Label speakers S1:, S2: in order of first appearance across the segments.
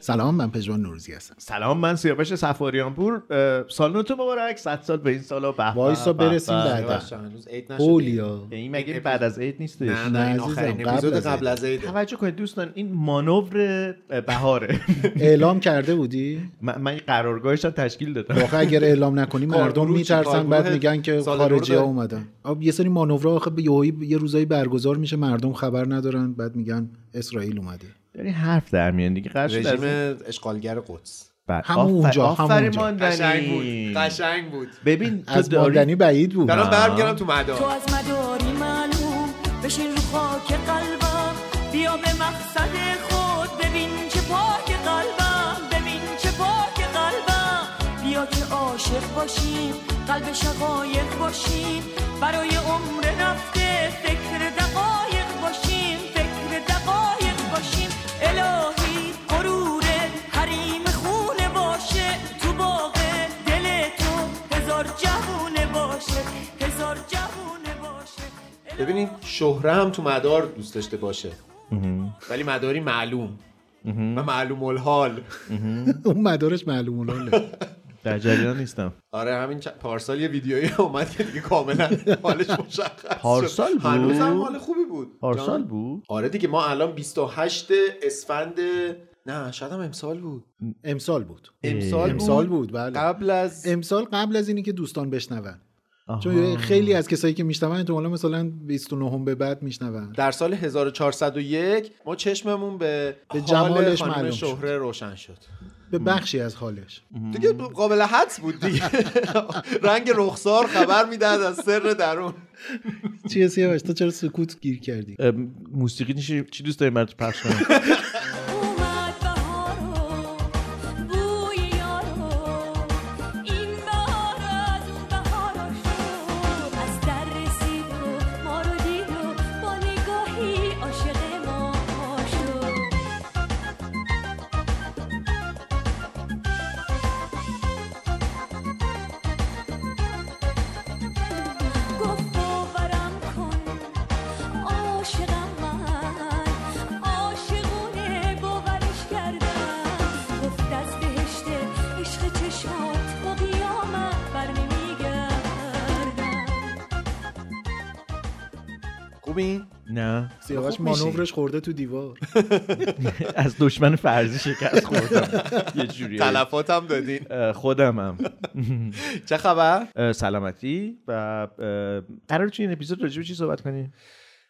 S1: سلام من پژمان نوروزی هستم
S2: سلام من سیاوش صفاریانپور اه، سالن تو مبارک 100 سال به این سالا به به،
S1: وایسا
S2: به،
S1: برسیم
S2: به.
S1: بعدا.
S3: ببخشید، هنوز عید نشده.
S1: اولیا
S2: این مگه
S3: اپیزود-
S2: بعد از عید نیستش
S3: نه نه این
S1: نه،
S3: آخرین
S1: عزیزم،
S3: اپیزود
S1: قبل از
S3: قبل از عید
S2: توجه کنید دوستان این مانور اه، بهاره
S1: اعلام کرده بودی
S2: من من قرارگاهش رو تشکیل دادم
S1: واقعا اگر اعلام نکنی مردم
S3: کارگروه چی؟
S1: میترسن بعد
S3: کارگروه
S1: میگن که
S3: سال
S1: خارجی ها
S3: نو
S1: اومدن آب یه سری مانورا آخه به یهویی یه روزایی برگزار میشه مردم خبر ندارن بعد میگن اسرائیل اومده
S2: داری یعنی حرف در میان دیگه قرش
S3: رژیم اشغالگر قدس
S1: همونجا،
S2: آفر
S1: همونجا.
S3: قشنگ بود
S2: ماندنی
S3: قشنگ بود
S2: ببین تو
S1: از
S2: داری
S1: ماندنی بعید بود
S3: دارم برمیگردم تو
S4: تو
S3: مدار
S4: از مداری معلوم بشین رو خاک قلبم بیا به مقصد خود ببین که پاک قلبم ببین که پاک قلبم بیا که عاشق باشیم قلب شقایق باشیم برای عمر رفته فکر دقایق باشیم فکر دقایق باشیم الهی غروره حریم خونه باشه تو باغ دل تو هزار جوونه باشه هزار جوونه باشه
S3: ببینید شهره هم تو مدار دوست داشته باشه ولی مداری معلوم و معلوم الحال
S1: اون مدارش معلوم الحاله.
S2: در جریان نیستم
S3: آره همین چ- پارسال یه ویدیویی اومد که دیگه کاملا حالش مشخص شد.
S2: پارسال بود؟
S3: هنوز هم حال خوبی بود
S2: پارسال
S3: جان؟
S2: بود
S3: آره دیگه ما الان 28 اسفند نه شاید هم امسال بود
S1: امسال بود
S3: امسال
S1: امسال بود بله
S3: قبل از
S1: امسال قبل از اینی که دوستان بشنون
S2: آها.
S1: چون خیلی از کسایی که میشنون احتمالاً مثلا 29 به بعد میشنون
S3: در سال 1401 ما چشممون به,
S1: به
S3: حال
S1: جمالش
S3: خانم
S1: معلوم
S3: شهره روشن شد
S1: به بخشی از حالش
S3: دیگه قابل حدس بود دیگه رنگ رخسار خبر میداد از سر درون
S1: چیه سیاوش تو چرا سکوت گیر کردی
S2: اه، موسیقی چی چی دوست داری برات پخش کنم
S4: اومد بهارو بوی یارو این بهار از اون بهارا شد از در رسید و ما رو دید و با نگاهی عاشق ما شد گفت باورم کن عاشقم من عاشقونه باورش کردم گفت از بهشت عشق چشمات با قیامت برمیگردم
S3: خوبی
S2: نه
S1: سیاوش
S3: خب، خوب میشی.
S1: مانورش خورده تو دیوار
S2: از دشمن فرضی شکست خوردم یه جوری
S3: تلفاتم دادین
S2: اه، خودمم
S3: چه خبر
S2: اه، سلامتی و اه، قرار توی این اپیزود راجع به چی صحبت کنیم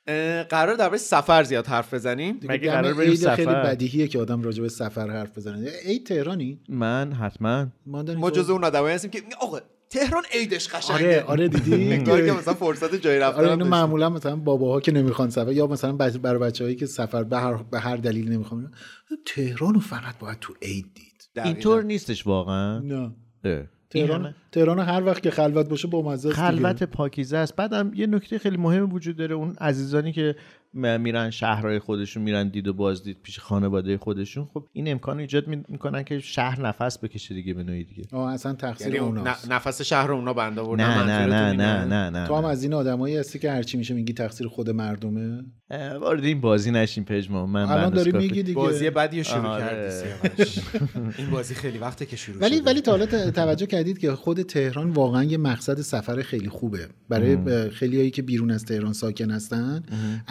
S3: اه، قرار درباره سفر زیاد حرف بزنیم
S1: دیگه
S2: مگه
S1: دم
S2: قرار بریم
S1: عید
S2: سفر؟
S1: خیلی بدیهیه که آدم راجع به سفر حرف بزنه ای تهرانی
S2: من حتما
S1: ماندنی
S3: ما
S1: تو-
S3: جز اون آدمایی هستیم که میگه، آقا تهران عیدش قشنگه
S1: خب. آره آره دیدی
S3: انگار که مثلا فرصت جایی رفتن
S1: آره
S3: هم
S1: اینو
S3: داشتیم.
S1: معمولا مثلا باباها که نمیخوان سفر یا مثلا بچه- برای بچه‌هایی که سفر به هر, به هر دلیل نمیخوان تهران رو فقط باید تو عید دید
S3: دقیقاً.
S2: اینطور نیستش واقعا
S1: نه
S2: اه. این
S1: تهران
S2: همه
S1: تهران رو هر وقت که خلوت باشه با مزه است دیگه.
S2: خلوت پاکیزه است بعدم یه نکته خیلی مهم وجود داره اون عزیزانی که م- میرن شهرهای خودشون میرن دید و بازدید پیش خانواده خودشون خب این امکان رو ایجاد می- میکنن که شهر نفس بکشه دیگه به نوعی دیگه
S1: آه اصلا
S3: یعنی
S1: تقصیر
S3: اون ن-
S1: اوناست
S3: نفس شهر رو اونا بنده
S2: نه
S3: آوردن
S2: نه
S3: منظورتون
S2: نه
S3: اینه؟
S2: نه نه نه
S1: تو هم
S2: نه.
S1: از این آدمایی هستی که هرچی میشه میگی تقصیر خود مردمه
S2: اه، وارد این بازی نشین پژمان من
S1: الان
S2: بند
S1: داری
S2: اسکارپیو-
S1: میگی
S3: بازی
S1: دیگه
S3: بعدی رو شروع
S2: آره.
S3: کردی سیاوش. این بازی خیلی وقته که شروع
S1: ولی
S3: شده.
S1: ولی تا حالا ت- توجه کردید که خود تهران واقعا یه مقصد سفر خیلی خوبه برای ب- خیلیایی که بیرون از تهران ساکن هستن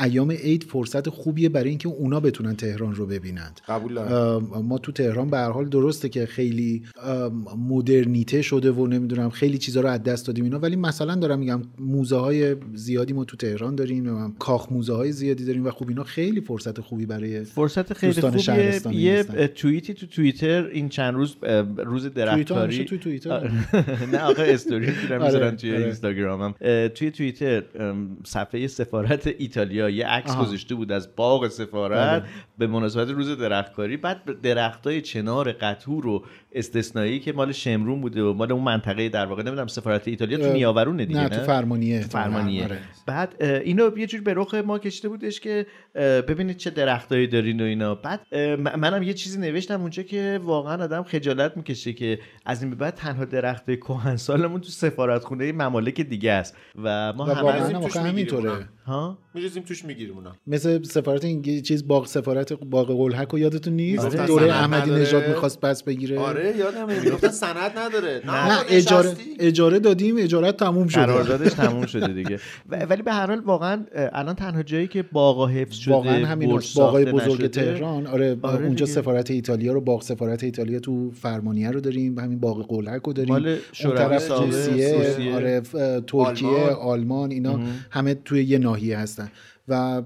S1: ایام عید فرصت خوبیه برای اینکه اونا بتونن تهران رو ببینند
S3: قبول دارم
S1: ام، ما تو تهران به هر حال درسته که خیلی ام، مدرنیته شده و نمیدونم خیلی چیزا رو از دست دادیم اینا ولی مثلا دارم میگم موزه های زیادی ما تو تهران داریم نمیدونم کاخ موزه های زیادی داریم و خب اینا خیلی فرصت خوبی برای
S2: فرصت خیلی
S1: دوستان
S2: خوبیه
S1: شهرستانی
S2: یه
S1: هستن.
S2: توییتی تو توییتر این چند روز اه، روز
S1: توییتر همیشه
S2: درختکاری
S1: توی توییتر.
S2: آه، نه آقا استوری میگیرم
S1: آره،
S2: میذارم توی
S1: آره.
S2: اینستاگرامم اه، توی توییتر ام، صفحه سفارت ایتالیا یه عکس
S1: آها. بله.
S2: گذاشته بود از باغ سفارت به مناسبت روز درختکاری بعد درختای چنار قطور و استثنایی که مال شمرون بوده و مال اون منطقه در واقع نمیدونم سفارت ایتالیا تو
S1: اه،
S2: نیاورونه دیگه
S1: نه تو فرمانیه
S2: فرمانیه
S1: آره.
S2: بعد اه، اینو یه جور به رخ ما کشیده بودش که اه، ببینید چه درختایی دارین و اینا بعد اه، م- منم یه چیزی نوشتم اونجا که واقعا آدم خجالت میکشه که از این به بعد تنها درخت کهنسالمون تو سفارتخونه ممالک دیگه است و ما
S1: و واقعا
S2: همه
S3: از
S1: هم
S3: این توش
S1: آخه
S3: می‌گیریم
S1: همینطوره
S3: اونم.
S2: ها
S3: میریزیم توش میگیریم اونا
S1: مثل سفارت این چیز باغ سفارت باغ قلحک و یادتون نیست
S3: آره.
S1: دوره
S3: سند
S1: احمدی
S3: نداره.
S1: نژاد میخواست پس بگیره
S3: آره یادمه میگفتن سند نداره
S1: نه
S3: آقا
S1: اجاره
S3: نشستی؟
S1: اجاره دادیم اجاره تموم شد
S2: قراردادش تموم شده دیگه و- ولی به هر حال واقعا اه، الان تنها جایی که باغا حفظ شده
S1: واقعا همین
S2: برج
S1: باغای
S2: ساخته
S1: بزرگ
S2: نشده،
S1: تهران آره,
S2: آره
S1: اونجا
S2: دیگه.
S1: سفارت ایتالیا رو باغ سفارت ایتالیا تو فرمانیه رو داریم همین باغ قلعک رو داریم
S2: مال
S1: اون
S2: شوروی
S1: طرف
S2: سابق،
S1: روسیه
S2: روسیه.
S1: آره ف- ترکیه آلمان,
S3: آلمان.
S1: اینا همه توی یه ناحیه هستن و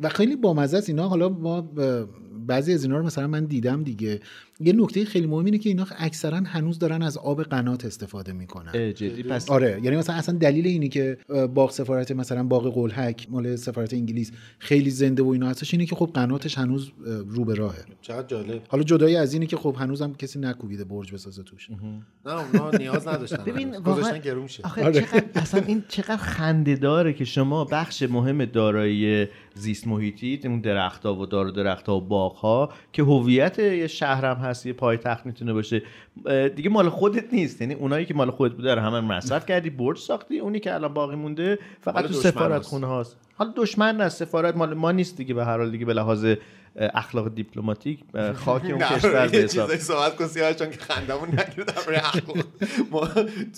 S1: و خیلی بامزه است اینا حالا ما ب- بعضی از اینا رو مثلا من دیدم دیگه یه نکته خیلی مهم اینه که اینا اکثرا هنوز دارن از آب قنات استفاده میکنن
S2: اه، جدی پس
S1: آره یعنی مثلا اصلا دلیل اینه که اه، باغ سفارت مثلا باغ قلهک مال سفارت انگلیس خیلی زنده و اینا هستش اینه که خب قناتش هنوز اه، رو به راهه
S3: چقدر جالب
S1: حالا جدای از اینه که خب هنوزم کسی نکوبیده برج بسازه توش
S3: نه اونا نیاز نداشتن
S2: ببین
S3: گذاشتن
S2: واقعا
S3: گرون شه
S2: آخه چقدر اصلا این چقدر خنده داره که شما بخش مهم دارایی زیست محیطی اون درختها و دار درختها و باغها که هویت یه شهرم هست یه پایتخت میتونه باشه اه، دیگه مال خودت نیست یعنی اونایی که مال خودت بوده رو همه مصرف کردی برج ساختی اونی که الان باقی مونده فقط
S3: مال
S2: تو
S3: دشمن
S2: سفارت
S3: هست.
S2: خونه هاست حالا دشمن نه سفارت مال ما نیست دیگه به هر حال دیگه به لحاظ اه، اخلاق دیپلماتیک اه، خاک اون
S3: نه،
S2: کشور به
S3: یه
S2: حساب
S3: چیزایی صحبت کن سیاوش جان که خندمون نگیره در حقوق ما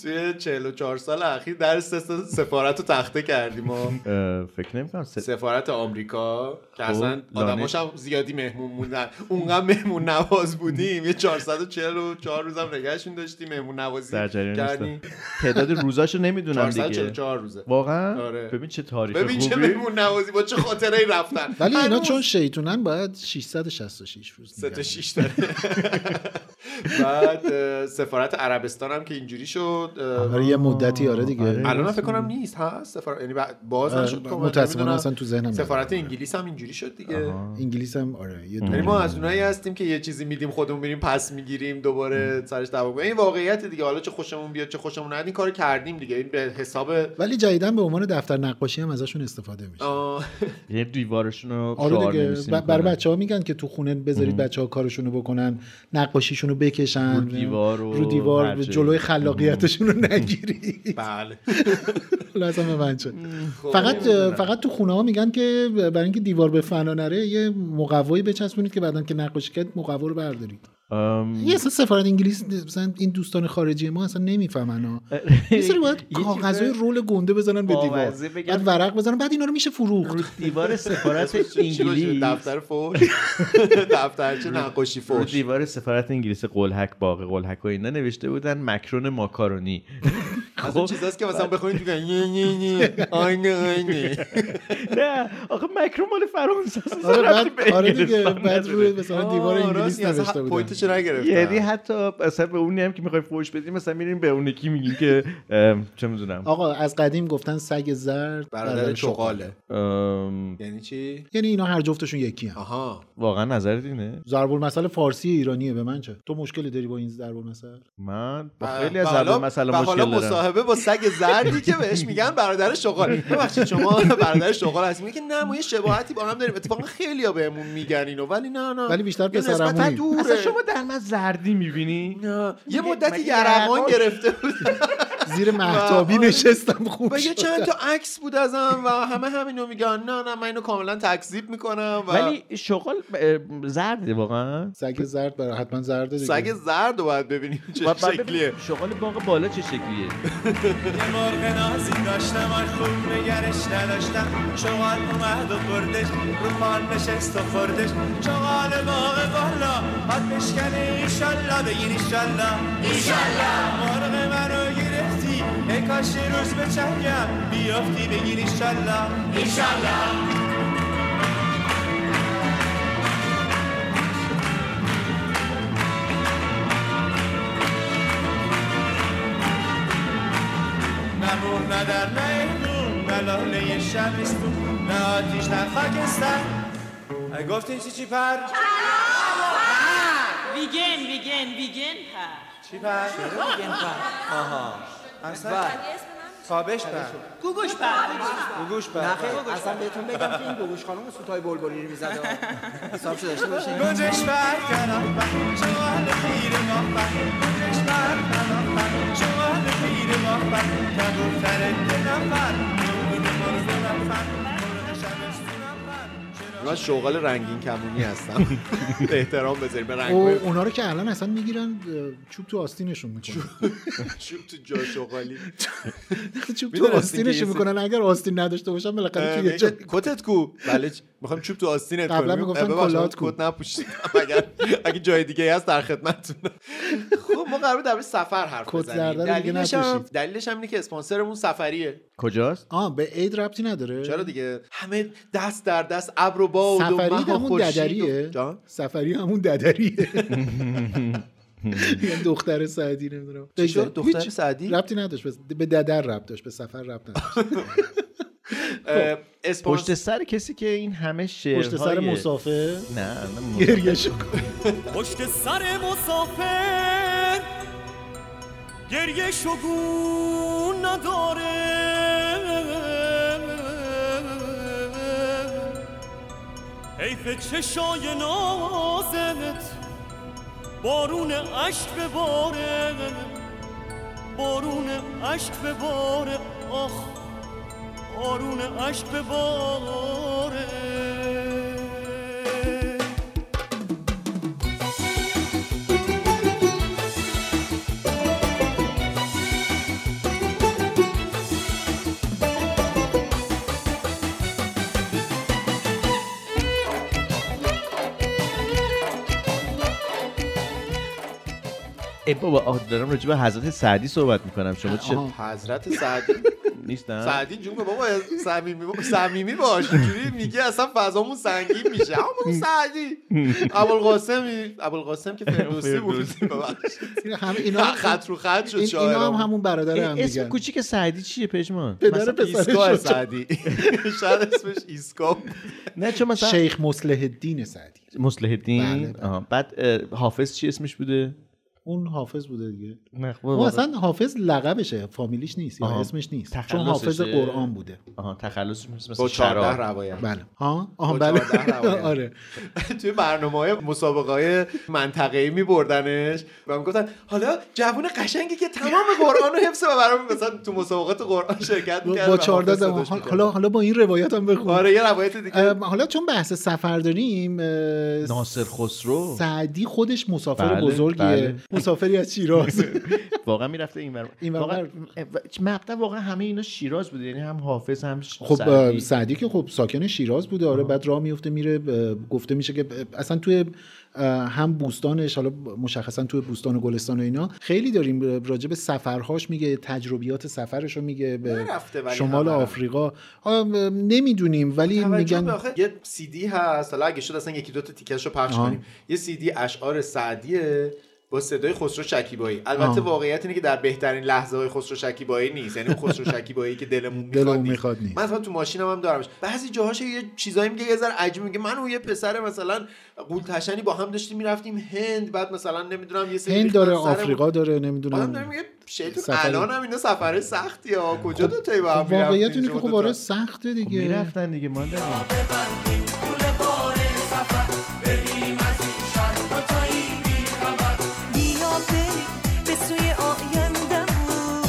S3: توی 44 سال اخیر در سه سال سفارت رو تخته کردیم ما
S2: اه، فکر نمی‌کنم سه-
S3: سفارت آمریکا که
S2: خب،
S3: اصلا
S2: لانه.
S3: آدماش هم زیادی مهمون موندن اونقدر مهمون نواز بودیم یه 444 روزم نگهشون داشتیم مهمون نوازی
S2: در جریان
S3: کردیم
S2: نیستم تعداد روزاشو نمیدونم دیگه
S3: 444 روزه
S2: واقعا
S3: آره.
S2: ببین چه تاریخ
S3: ببین چه
S2: خوبی یعنی
S3: مهمون نوازی با چه خاطره ای رفتن
S1: ولی اینا
S3: هنوز
S1: چون شیطونن باید 666 روز
S3: سه تا
S1: نگه.
S3: شیش داره بعد اه، سفارت عربستان هم که اینجوری شد اه،
S1: آره یه مدتی آره دیگه
S2: آره.
S3: الان من فکر کنم نیست هست سفارت یعنی بعد- باز
S1: آه،
S3: نشد کامل،
S1: متاسفانه
S3: نمی‌دونم.
S1: آره، اصلا تو ذهنم
S3: سفارت
S1: ندارم.
S3: انگلیس هم اینجوری شد دیگه
S1: انگلیس هم آره یه
S3: یعنی
S1: دوره.
S3: ما از اونایی هستیم که یه چیزی میدیم خودمون میریم پس میگیریم دوباره سرش دعوا کنیم این واقعیت دیگه حالا چه خوشمون بیاد چه خوشمون نیاد این کارو کردیم دیگه این به حساب
S1: ولی جدیدا به عنوان دفتر نقاشی هم ازشون استفاده میشه
S3: آه،
S2: یه دیوارشون رو
S1: آره
S2: شعار
S1: دیگه
S2: نویسی
S1: ب- برای
S2: می‌کنن.
S1: بچه ها میگن که تو خونه بذارید بچه ها کارشون رو بکنن نقاشیشون رو بکشن
S2: رو دیوار و
S1: رو دیوار
S2: هر جایی.
S1: جلوی خلاقیتشون رو نگیری
S3: بله
S1: لازم به من شد
S3: خب.
S1: فقط فقط تو خونه ها میگن که برای اینکه دیوار به فنا نره یه مقوایی بچسبونید که بعدن که نقاشی کرد مقوا رو بردارید
S2: ام،
S1: یه اصلا سفارت انگلیس مثلا این دوستان خارجی ما اصلا نمیفهمن ها یه سری باید
S2: یه چیز
S1: کاغذهای رول گنده بزنن به دیوار
S2: بامزه بگم.
S1: بعد ورق بزنن بعد اینا رو میشه فروخت
S2: رو دیوار سفارت
S3: چی باشه؟
S2: انگلیس
S3: دفتر فوش دفترچه نقاشی
S2: رو
S3: فوش
S2: دیوار سفارت انگلیس قلحک باغ قلحک و اینا نوشته بودن مکرون ماکارونی
S3: از اون
S2: خب،
S3: چیزاست که مثلا بخونید میگن یه یه یه آینه آینه
S2: نه آخه مکرون مال فرانسه است.
S1: آره
S2: ربطی
S1: بعد
S2: به
S1: آره دیگه
S2: انگلستان
S1: بعد
S2: نداره.
S1: روی مثلا دیوار
S3: آه،
S1: انگلیس
S3: راستی، اصلا
S1: نوشته بودن
S3: پوینتش رو نگرفتم
S2: یعنی حتی مثلا به اونی هم که میخوای فوش بدی مثلا میریم به اون یکی میگیم که ام، چه میدونم
S1: آقا از قدیم گفتن سگ زرد
S3: برادر چغاله یعنی چی
S1: یعنی اینا هر جفتشون یکی هم
S3: آها
S2: واقعا نظرت اینه
S1: ضرب المثل فارسی ایرانیه به من چه تو مشکلی داری با این ضرب المثل
S2: من با خیلی از
S3: بله. و حالا-
S2: ضرب مسئله
S3: و حالا
S2: مشکل دارم
S3: مصاحبه با سگ زردی که بهش میگن برادر شغال ببخشید شما برادر شغال هست میگه که نه ما یه شباهتی با هم داریم اتفاقا خیلیا بهمون میگن اینو ولی نه نه
S1: ولی بیشتر
S3: یه نسبتاً
S1: پسرعمویی.
S3: دوره.
S2: اصلا شما در من زردی میبینی
S3: نه
S2: میگه،
S3: یه مدتی
S2: مگه
S3: یرقان
S2: یرقان؟
S3: گرفته بود
S1: زیر مهتابی
S3: آره.
S1: نشستم خوب
S3: و یه
S1: شد.
S3: چند تا عکس بود ازم و همه همینو میگن نه نه من اینو کاملا تکذیب میکنم و
S2: ولی شغل اه، زرده واقعا
S1: سگ زرد برای حتما زرده دیگه
S3: سگ زرد رو باید ببینیم
S2: و
S3: چه
S2: بعد ببین
S3: شکلیه
S2: شغل باغ بالا چه شکلیه
S5: یه مرغ نازی داشتم آن خوب نگرش نداشتم چغال اومد و بردش رو پان نشست و خوردش چغال باغ بالا آتش کنه ایشالله بگیر ایشالله ایشالله مرغ منو گرفتی ای کاش یه روز به چنگم بیافتی بگیر ایشالله ایشالله نه مور نه در نه ایمون نه لاله شبستون نه آتیش نه خاکستر گفتین چی چی پر؟
S4: ویگن ویگن ویگن پر
S5: چی پر؟ آها اصلا تابش پر
S4: گوگوش پر
S5: گوگوش پر
S6: اصلا بهتون بگم که این گوگوش خانم سوتای بلبلی رو میزده حسابشو داشته باشین
S5: گوجش بر کنار بر شمال پیر ماه بر گوجش بر کنار بر شمال پیر بافر کبوتر دو نفر مرغ مرغ نفر مرغ شبستون نفر چرا
S3: من شغال رنگین کمونی هستم احترام بذاریم به رنگ
S1: او اونا رو که الان اصلا میگیرن چوب تو آستینشون میکنن
S3: چوب تو جا شغالی
S1: چوب تو
S3: می‌دونستین که یه
S1: آستینشون
S3: سری-
S1: میکنن اگر آستین نداشته باشن بالاخره توی یه جا
S3: میگه کتت کو بله چ- میخوایم چوب تو آستینت
S1: قبلا
S3: کنیم.
S1: می‌گفتن
S3: ببخشید،
S1: کلاهت کو.
S3: کت نپوشیدم اگر اگه جای دیگه هست در خدمتتونم خب ما قرار در مورد سفر حرف
S1: کت
S3: بزنیم
S1: زرد رو دیگه
S3: دلیلش هم
S1: نپوشید.
S3: دلیلش هم اینه که اسپانسرمون سفریه
S2: کجاست
S1: آه به عید ربطی نداره
S3: چرا دیگه همه دست در دست ابر و با و
S1: سفری
S3: دمه و
S1: همون
S3: خورشید و-
S1: ددریه
S3: جان
S1: سفری همون ددریه یه دختر سعدی نمیدونم
S3: چی شد؟ دختر
S1: هیچ
S3: سعدی؟
S1: ربطی نداشت به- به ددر ربط داشت به سفر ربط نداشت
S3: اه،
S2: پشت
S3: اسپانسر
S2: سر کسی که این همه شعرهای
S1: پشت سر مسافر
S2: نه نه مسافر.
S1: گریه کن
S4: پشت سر مسافر گریه شگون نداره حیف چشای نازت بارون عشق بباره بارون عشق بباره آخ بارون عشق بباره
S2: ای بابا آه، دارم راجع به حضرت سعدی صحبت میکنم شما چه
S1: آها.
S3: حضرت سعدی
S2: نیستن
S3: سعدی جون به بابا صمیمی صمیمی باش اینجوری میگه اصلا فضامون سنگین میشه اما سعدی ابوالقاسمی ابوالقاسم که فردوسی بود ببخشید.
S1: اینا همه اینا هم-
S3: خط رو خط شد
S1: این- اینا هم
S3: شاعرامون.
S1: همون برادر هم
S2: این اسم
S1: دیگه
S2: کوچیک سعدی چیه پژمان
S1: پدر
S3: مثلا
S1: پسر
S3: ایسکا
S1: شد.
S3: سعدی شاید اسمش ایسکا بود.
S2: نه چون مثلا
S1: شیخ مصلح الدین سعدی
S2: مصلح
S1: بله،
S2: الدین
S1: بله.
S2: آها. بعد اه، حافظ چی اسمش بوده
S1: اون حافظ بوده دیگه
S2: نه خب
S1: او اصلا حافظ لقبشه فامیلیش نیست یا
S2: آها.
S1: اسمش نیست چون
S2: تخلصشه.
S1: حافظ قرآن بوده
S2: آها تخلص مثل
S3: با
S2: مثل
S3: 14
S2: شراب
S3: روایت
S1: بله ها آها
S3: با
S1: بله
S3: 14 روایت.
S1: آره
S3: توی برنامه های مسابقه های منطقه ای می بردنش و می حالا جوون قشنگی که تمام قرآن رو حفظه و برام مثلا تو مسابقات قرآن شرکت
S1: با-
S3: میکرد
S1: با 14 زمان حالا حالا با این روایت هم بخون
S3: آره یه روایت دیگه
S1: ام، حالا چون بحث سفر داریم اه،
S2: ناصر خسرو
S1: سعدی خودش مسافر
S2: بله،
S1: بزرگیه
S2: بله.
S1: مسافری از شیراز
S2: واقعا میرفته این ور
S1: این ور
S2: واقعا مقطع واقعا همه اینا شیراز بوده یعنی هم حافظ هم ش-
S1: خب اه،
S2: سعدی.
S1: سعدی که خب ساکن شیراز بوده آره بعد راه میفته میره اه، گفته میشه که اه، اصلا توی اه، هم بوستانش حالا مشخصا توی بوستان و گلستان و اینا خیلی داریم اه، راجع به سفرهاش میگه تجربیات سفرش رو میگه به
S3: نرفته ولی
S1: شمال
S3: همه رو.
S1: آفریقا نمیدونیم ولی
S3: توجه به
S1: میگن
S3: آخه یه سی دی هست حالا اگه شد اصلا یکی دو تا تیکش رو پخش
S1: آه.
S3: کنیم یه سی دی اشعار سعدیه با صدای خسرو شکیبایی البته
S1: آه.
S3: واقعیت اینه که در بهترین لحظه های خسرو شکیبایی نیست یعنی اون خسرو شکیبایی که دلمون میخواد
S1: دلمون
S3: نیست.
S1: میخواد نیست
S3: من مثلا تو ماشینم هم دارمش بعضی جاهاش یه چیزایی میگه یه ذره عجیب میگه من و یه پسر مثلا قولتشنی با هم داشتیم میرفتیم هند بعد مثلا نمیدونم یه سری
S1: هند
S3: ریختن
S1: داره
S3: سرمون.
S1: آفریقا داره
S3: آدم داره
S1: نمیدونم
S3: میگه شیطون
S1: سفر-
S3: الان هم اینا سفر سختی ها کجا دو تایی با هم می‌رفتیم
S1: واقعیت اینه که
S3: شما
S1: خب
S3: دوتا؟
S1: آره سخته دیگه
S2: میرفتن دیگه ما
S4: بیا بریم به سوی آیندهمون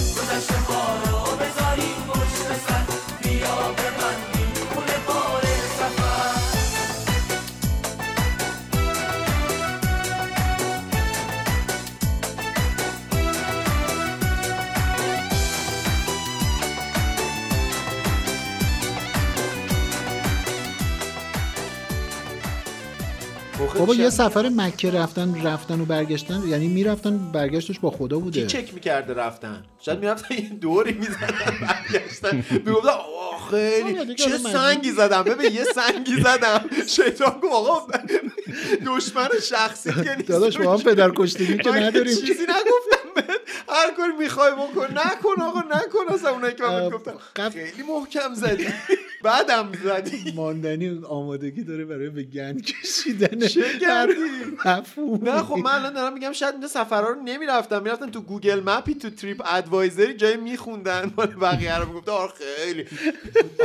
S3: بخیر،
S1: بابا یه
S3: شب-
S1: سفر مکه رفتن رفتن و برگشتن یعنی میرفتن برگشتش با خدا
S3: کی
S1: بوده
S3: چک میکرده رفتن شاید میرفتن یه دوری میزدن برگشتن میگفتن آه
S1: آره،
S3: خیلی
S1: دیگه
S3: چه
S1: آدم مجبور
S3: سنگی زدم ببین یه سنگی زدم شیطان گفت آقا دشمن شخصی که نیست
S1: داداش ما هم پدر کشتگی که
S3: من
S1: نداریم
S3: چیزی نگفتم بهت هر کاری میخوای بکن نکن آقا نکن اصلا اونایی که من بهت
S1: اه،
S3: گفتم
S1: خب، قبل-
S3: خیلی محکم زدی بعدم زدی
S1: ماندنی آمادگی داره برای به گند کشیدن
S3: چه
S1: هر
S3: گندی؟
S1: مفهومی
S3: نه خب من الان دارم میگم شاید اینا سفرها رو نمیرفتم میرفتن تو گوگل مپی تو تریپ ادوایزری جای میخوندن مال بقیه رو میگفتن آره خیلی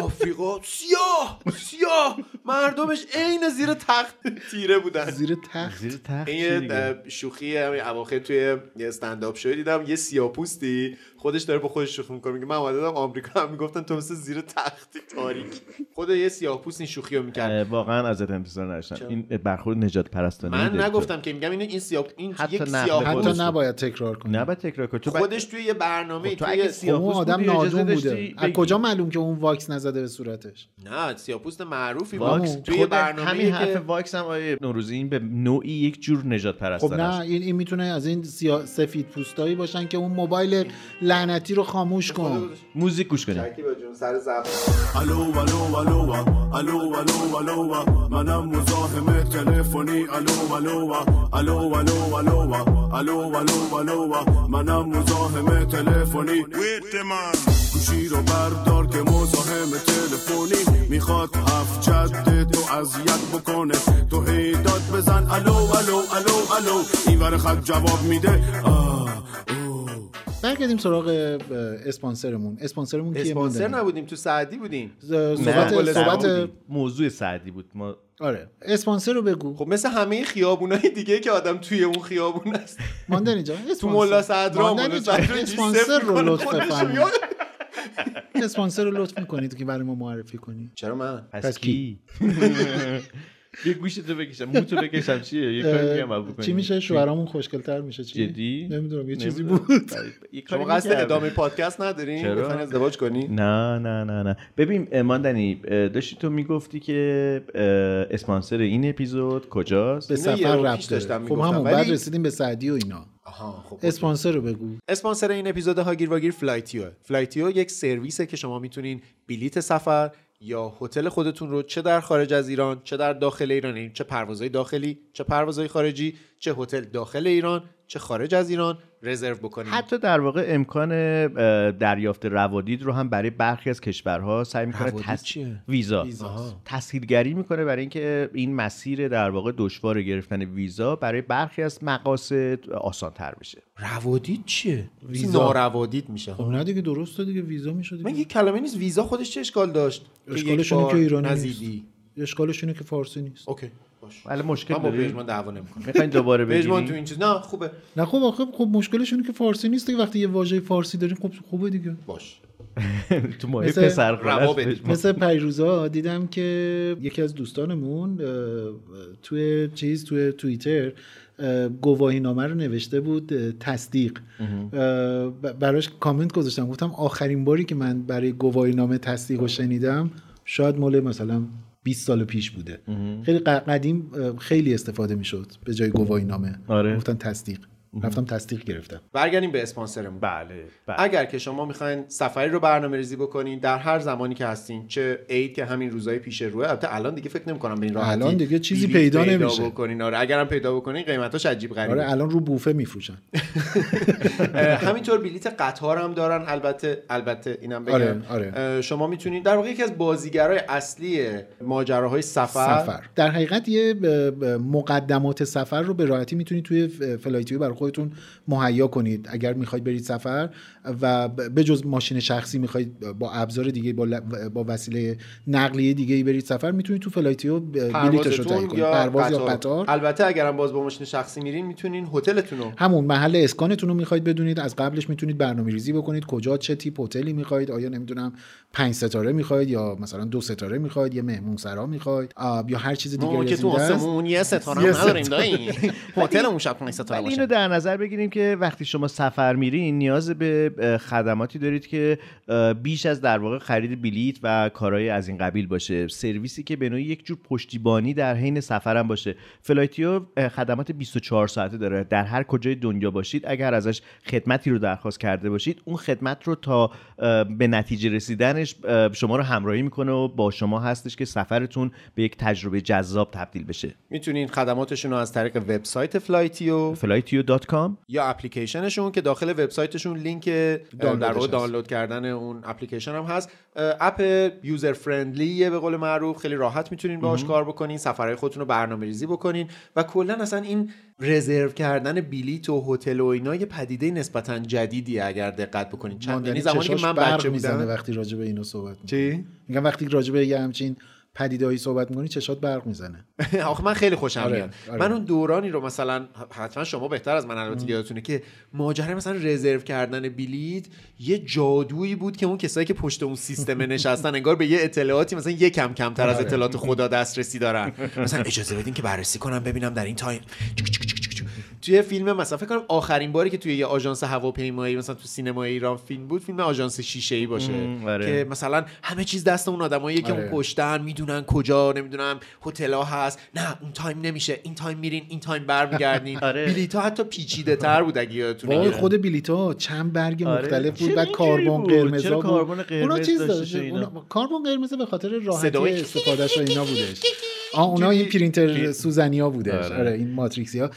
S3: آفریقا سیاه سیاه مردمش عین زیر تخت تیره بودن
S1: زیر تخت
S2: زیر تخت
S3: این
S2: چی
S3: یه،
S2: دیگه؟
S3: اه، شوخی همین اواخر توی یه استنداپ شو دیدم یه سیاپوستی خودش داره با خودش شوخی میکنه میگه من اومده بودم آمریکا هم میگفتن تو مثل زیر تختی تاریک خود یه سیاپوست این شوخی رو میکرد
S2: اه، واقعا ازت انتظار نداشتم این برخورد نجات پرستانه
S3: من
S2: داری تو.
S3: نگفتم که میگم اینو این سیاپ این
S2: حتی
S3: یک
S2: نقل
S3: سیاپوست
S2: خودش
S1: حتی
S2: بود.
S1: نباید تکرار کنی
S2: نه باید تکرار کن تو بعد-
S3: خودش توی یه برنامه
S2: خب تو
S3: توی
S2: اگه
S1: خب اون
S2: سیاپوس
S1: آدم
S2: بودی، اجازه
S1: نادون بوده
S2: داشتی
S1: از
S2: بگی.
S1: کجا معلوم که اون واکس نزده به صورتش
S3: نه سیاپوست معروفی
S2: واکس
S3: بود. توی یه
S2: خود
S3: برنامه
S2: همین حرف
S3: که
S2: واکس هم آیه نوروزی این به نوعی یک جور نجات
S1: خب
S2: پرستانه
S1: نه
S2: است
S1: این, این میتونه از این سیا... سفید پوستایی باشن که اون موبایل لعنتی رو خاموش کن
S2: موزیک گوش کنیم
S3: سر
S7: الو الو الو الو الو الو منم مزاحم تلفنی الو الو الو الو الو الو الو الو منم مزاحم تلفنی ویت من گوشی رو بردار که مزاحم تلفنی میخواد هفت جد تو اذیت بکنه تو هی داد بزن الو الو الو الو این ور خط جواب
S6: Ah,
S7: میده
S6: oh.
S7: آه اوه
S1: برگردیم سراغ اه، اسپانسرمون اسپانسرمون کیه
S3: اسپانسر
S1: ماندنی؟
S3: نبودیم تو سعدی بودیم
S1: ز-
S2: نه،
S1: صحبت
S2: گل
S1: صحبت
S2: سعدی. موضوع سعدی بود ما
S1: آره اسپانسر رو بگو
S3: خب مثل همه خیابونای دیگه که آدم توی اون خیابون است
S1: ماندنی جان
S3: تو
S1: اسپانسر.
S3: ملا صدرا
S1: ماندنی
S3: مون
S1: جان، اسپانسر رو لطف بفرمایید اسپانسر رو لطف میکنید که برای ما معرفی کنی
S3: چرا من
S1: پس
S2: پس کی یه گوشتو بکشم موتو بکشم چیه یه کاری میگم
S1: اه،
S2: بکنیم
S1: چی میشه شوهرامون خوشگل‌تر میشه چی
S2: جدی
S1: نمیدونم یه چیزی
S2: نمیدونم.
S1: بود
S2: یه کاری
S3: شما قصد
S2: می‌کردم.
S3: ادامه پادکست ندارین
S2: چرا؟
S3: میخواین ازدواج کنی
S2: نه نه نه نه ببین اه، ماندنی اه، داشتی تو میگفتی که اه، اسپانسر این اپیزود کجاست
S1: به
S3: اینو یه
S1: سفر
S3: رو
S1: ربط
S3: پیش داشتم
S1: داره خب
S3: می‌گفتم،
S1: همون
S3: ولی-
S1: بعد رسیدیم به سعدی و اینا
S3: آها خب
S1: اسپانسر رو بگو
S3: اسپانسر این اپیزود هاگیر واگیر فلایتیو فلایتیو یک سرویسه که شما میتونین بلیت سفر یا هتل خودتون رو چه در خارج از ایران چه در داخل ایران یعنی چه پروازهای داخلی چه پروازهای خارجی چه هتل داخل ایران چه خارج از ایران رزرو بکنید
S2: حتی در واقع امکان اه، دریافت روادید رو هم برای برخی از کشورها سعی میکنه
S3: روادید چیه؟
S2: ویزا
S3: ویزاست.
S2: تسهیلگری میکنه برای اینکه این مسیر در واقع دشوار گرفتن ویزا برای برخی از مقاصد آسان تر بشه
S3: روادید چیه ویزا ناروادید میشه
S1: خب نه دیگه درسته دیگه ویزا میشد
S3: من
S1: دیگه
S3: یک کلمه نیست ویزا خودش چه اشکال داشت
S1: اشکالش
S3: یک
S1: اینه
S3: بار
S1: که ایرانی
S3: نزیدی
S1: اشکالش اینه که فارسی نیست
S3: اوکی باش
S2: ولی مشکل
S3: من با
S2: داری
S3: پژمان دعوا نمی‌کنم
S2: میخواین دوباره
S3: پژمان تو
S2: بگیری
S3: این چیز نه خوبه
S1: نه خب آخه خب مشکلش اینه که فارسی نیست دیگه وقتی یه واژه فارسی داریم خب خوبه دیگه
S3: باش
S2: تو ماهی
S1: مثل
S2: پسر
S3: روا
S2: خالت
S3: بدی.
S2: پژمان.
S1: مثل پیروزا دیدم که یکی از دوستانمون اه، توی چیز توی توییتر اه، گواهی نامه رو نوشته بود اه، تصدیق اه، ب- براش کامنت گذاشتم گفتم آخرین باری که من برای گواهی نامه تصدیق رو شنیدم شاید مال مثلا 20 سال پیش بوده خیلی ق- قدیم اه، خیلی استفاده میشد به جای گواهی نامه
S2: آره.
S1: گفتن تصدیق رفتم تصدیق گرفتم
S3: برگردیم به اسپانسرمون
S2: بله بله
S3: اگر که شما میخواین سفری رو برنامه ریزی بکنین در هر زمانی که هستین چه عید که همین روزای پیش روه البته الان دیگه فکر نمی‌کنم به این راحتی
S1: الان دیگه چیزی
S3: بلیط
S1: پیدا نمیشه.
S3: بکنین آره اگرم پیدا بکنین قیمتاش عجیب غریبه
S1: آره الان رو بوفه میفروشن
S3: اه، همینطور بلیت قطار هم دارن البته البته اینم بگم
S1: آره، آره.
S3: اه، شما میتونید در واقع یکی از بازیگرای اصلی ماجراهای سفر,
S1: سفر در حقیقت یه ب- ب- مقدمات سفر رو به راحتی میتونید توی ف- فلایتیو برای خودتون مهیا کنید اگر میخواید برید سفر و ب- به جز ماشین شخصی میخواید با ابزار دیگه با, ل- با وسیله نقلیه دیگه ای برید سفر میتونید تو فلایتیو ب- بلیتش رو تهیه
S3: پروازتون
S1: کنید
S3: یا
S1: پرواز
S3: قطار.
S1: یا قطار
S3: البته اگرم باز با ماشین شخصی میرین میتونین هتلتون رو
S1: همون محل اسکانتون رو میخواید بدونید از قبلش میتونید برنامه ریزی بکنید کجا چه تیپ هتلی میخواید آیا نمیدونم پنج ستاره میخواید یا مثلا دو ستاره میخواید یه مهمون سرا میخواید آه، یا هر چیز دیگه
S3: ما که تو آسمون یه ستاره هم نداریم دایی هتلمون شب خونه ستاره
S2: ولی
S3: باشه
S2: اینو در نظر بگیریم که وقتی شما سفر میرین نیاز به اه، خدماتی دارید که اه، بیش از در واقع خرید بلیت و کارهای از این قبیل باشه سرویسی که به نوعی یک جور پشتیبانی در حین سفرم باشه فلایتیو اه، خدمات 24 ساعته داره در هر کجای دنیا باشید اگر ازش خدمتی رو درخواست کرده باشید اون خدمت رو تا اه، به نتیجه رسیدنش اه، شما رو همراهی میکنه و با شما هستش که سفرتون به یک تجربه جذاب تبدیل بشه
S3: میتونین خدماتشون رو از طریق وبسایت فلایتیو
S2: فلایتیو کام
S3: یا اپلیکیشنشون که داخل وبسایتشون لینک اه، در واقع
S1: هست.
S3: دانلود کردن اون اپلیکیشن هم هست اه، اپ یوزر فرندلیه به قول معروف خیلی راحت میتونین باهاش کار بکنین سفرهای خودتون رو برنامه ریزی بکنین و کلا اصلا این رزرو کردن بلیت و هتل و اینا یه پدیده نسبتا جدیدیه اگر دقت بکنین چند یعنی زمانی که من بچه
S1: میزنه
S3: بودم
S1: وقتی راجع به اینو صحبت می‌کنی.
S3: چی
S1: میگم وقتی راجع به یه همچین پدیدایی صحبت میکنی چشات برق میزنه
S3: آخه من خیلی خوشم
S1: آره،
S3: میاد
S1: آره.
S3: من اون دورانی رو مثلا حتما شما بهتر از من البته یادتونه که ماجرا مثلا رزرو کردن بلیت یه جادویی بود که اون کسایی که پشت اون سیستم نشستن انگار به یه اطلاعاتی مثلا یکم کمتر
S1: آره.
S3: از اطلاعات خدا دسترسی دارن مثلا اجازه بدین که بررسی کنم ببینم در این تایم چک چک چک چک چک. توی فیلم مثلا فکر کنم آخرین باری که توی یه آژانس هواپیمایی مثلا تو سینما ایران فیلم بود فیلم آژانس شیشه ای باشه
S2: مم، آره.
S3: که مثلا همه چیز دست اون آدمایی که
S1: آره.
S3: اون پشتن میدونن کجا نمیدونم هتل‌ها هست نه اون تایم نمیشه این تایم میرین این تایم برمیگردین
S2: آره.
S3: بلیط ها حتی پیچیده تر بود اگه
S1: وای
S3: یادتونه
S1: آره، خود بلیتا چند برگ
S2: آره.
S1: مختلف بود
S2: چرا
S1: بعد
S2: اینجوری
S1: کاربن
S2: بود؟
S1: قرمز
S2: چرا
S1: بود
S2: کاربن قرمز
S1: اونا چیز
S2: داشتش
S1: داشت
S2: و اینا؟
S1: اونا- کاربن قرمز به خاطر راحتی
S3: صدای-
S1: استفادهش و اینا بودش آ اونا این پرینتر سوزنیا بودش آره, این ماتریکسی ها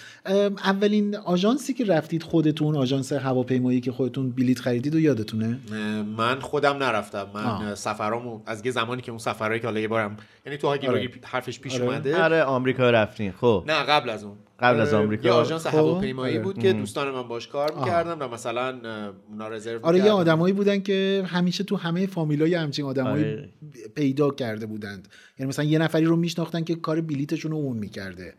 S1: اولین آژانسی که رفتید خودتون آژانس هواپیمایی که خودتون بلیت خریدید و یادتونه
S3: اه، من خودم نرفتم من
S1: آه.
S3: اه، سفرامو از یه زمانی که اون سفرهایی که حالا یه بارم یعنی تو هاگی
S1: آره.
S3: واگی حرفش پیش
S1: آره.
S3: اومده
S2: آره آمریکا رفتین خب
S3: نه قبل از اون
S2: قبل از
S3: اه،
S2: آمریکا.
S3: یه آژانس
S1: خب.
S3: هواپیمایی
S1: آره.
S3: بود که دوستان من باش کار میکردم و مثلا اه، اونا رزرو
S1: آره یه
S3: می‌کردن.
S1: آدمایی بودن که همیشه تو همه فامیلای همچین آدمایی
S2: آره.
S1: ب- پیدا کرده بودند یعنی مثلا یه نفری رو میشناختن که کار بلیتشون رو اون میکرده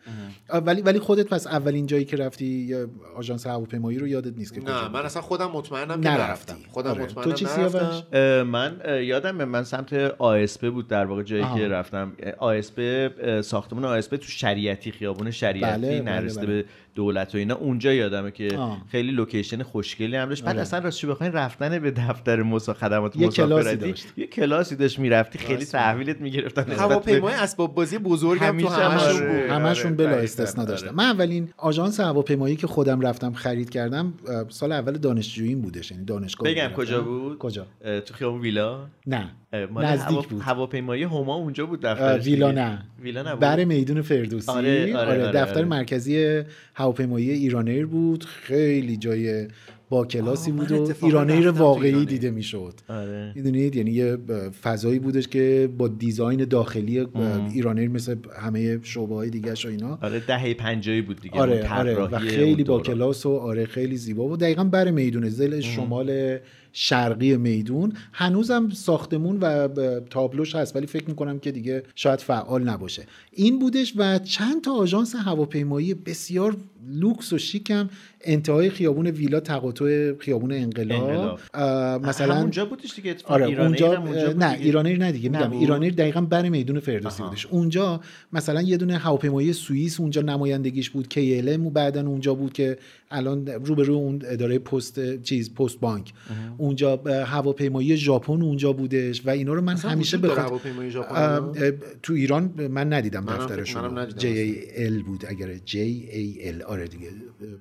S1: ولی ولی خودت پس اولین جایی که رفتی یه آژانس هواپیمایی رو یادت نیست که
S3: نه
S1: کجا
S3: من اصلا خودم مطمئنم که
S1: نرفتی.
S3: نرفتم خودم
S1: آره.
S3: مطمئنم
S1: تو چی
S3: نرفتم
S1: سیاوش؟
S2: اه، من اه، یادمه من سمت آسپه بود در واقع جایی
S1: آها.
S2: که رفتم اه، آسپه اه، ساختمون آسپه تو شریعتی خیابون شریعتی
S1: بله، بله،
S2: نرسیده
S1: بله.
S2: به دولت و اینا اونجا یادمه که
S1: آه. بله.
S2: خیلی لوکیشن خوشگلی هم داشت بعد اصلا راستش بخواین رفتن به دفتر مسا خدمات
S1: یه کلاسی
S2: مسافرتی
S1: داشت.
S2: یه کلاسی داشت میرفتی خیلی تحویلت میگرفتن
S3: هواپیمای اسباب بازی بزرگم
S2: همیشه
S3: تو
S2: هم
S3: همشون
S2: آره.
S3: بود.
S1: همشون
S2: آره،
S1: بلا
S2: دقیقاً،
S1: استثنا
S2: آره.
S1: داشتم من اولین آژانس هواپیمایی که خودم رفتم خرید کردم اه، سال اول دانشجوییم بودش یعنی دانشگاه
S2: بگم
S1: بودم.
S2: کجا بود
S1: کجا
S2: اه، تو خیابون ویلا
S1: نه
S2: اه، مال هوا-
S1: نزدیک بود
S2: هواپیمایی هما اونجا بود
S1: اه،
S2: دفترش
S1: ویلا
S2: دیگه.
S1: نه
S2: ویلا نبود
S1: بر میدون فردوسی
S2: آره، آره، آره،
S1: دفتر
S2: آره.
S1: مرکزی هواپیمایی ایرانیر بود خیلی جای با کلاسی
S3: آه، من
S1: بود و
S3: اتفاقا
S1: ایرانیر
S3: رفتم تو
S1: واقعی
S3: ایرانیر.
S1: دیده میشد
S2: آره.
S1: میدونید یعنی یه اه، فضایی بودش که با دیزاین داخلی اه، ایرانیر مثل همه شعبه های دیگه و اینا
S2: آره دهه پنجایی بود دیگه اون
S1: آره آره و
S2: طراحی
S1: خیلی
S2: اون
S1: با
S2: دوران.
S1: کلاس و آره خیلی زیبا و دقیقا بر میدونه زل شمال شرقی میدون هنوزم ساختمون و ب- تابلوش هست ولی فکر میکنم که دیگه شاید فعال نباشه این بودش و چند تا آژانس هواپیمایی بسیار لوکس و شیکم انتهای خیابون ویلا تقاطع خیابون انقلاب
S2: انقلاب.
S1: اه، مثلا
S2: همونجا بودش دیگه اتفاق
S1: آره
S2: ایرانیر
S1: اونجا,
S2: هم اونجا بود
S1: نه
S2: دیگه.
S1: ایرانیر نه دیگه میگم
S2: نبود؟
S1: ایرانیر دقیقا بر میدون فردوسی بودش اونجا مثلا یه دونه هواپیمایی سوئیس اونجا نمایندگیش بود KLM و بعدا اونجا بود که الان روبرو اون اداره پست چیز پست بانک اونجا اه، هواپیمایی ژاپن اونجا بودش و اینا رو من همیشه
S3: وجود داره
S1: بخاطر-
S3: هواپیمایی ژاپن
S1: اه،
S3: اینا؟
S1: اه، تو ایران من ندیدم
S3: منم فکر- منم
S1: دفترشون
S3: ندیدم
S1: JAL بود اگر JAL آره دیگه اه،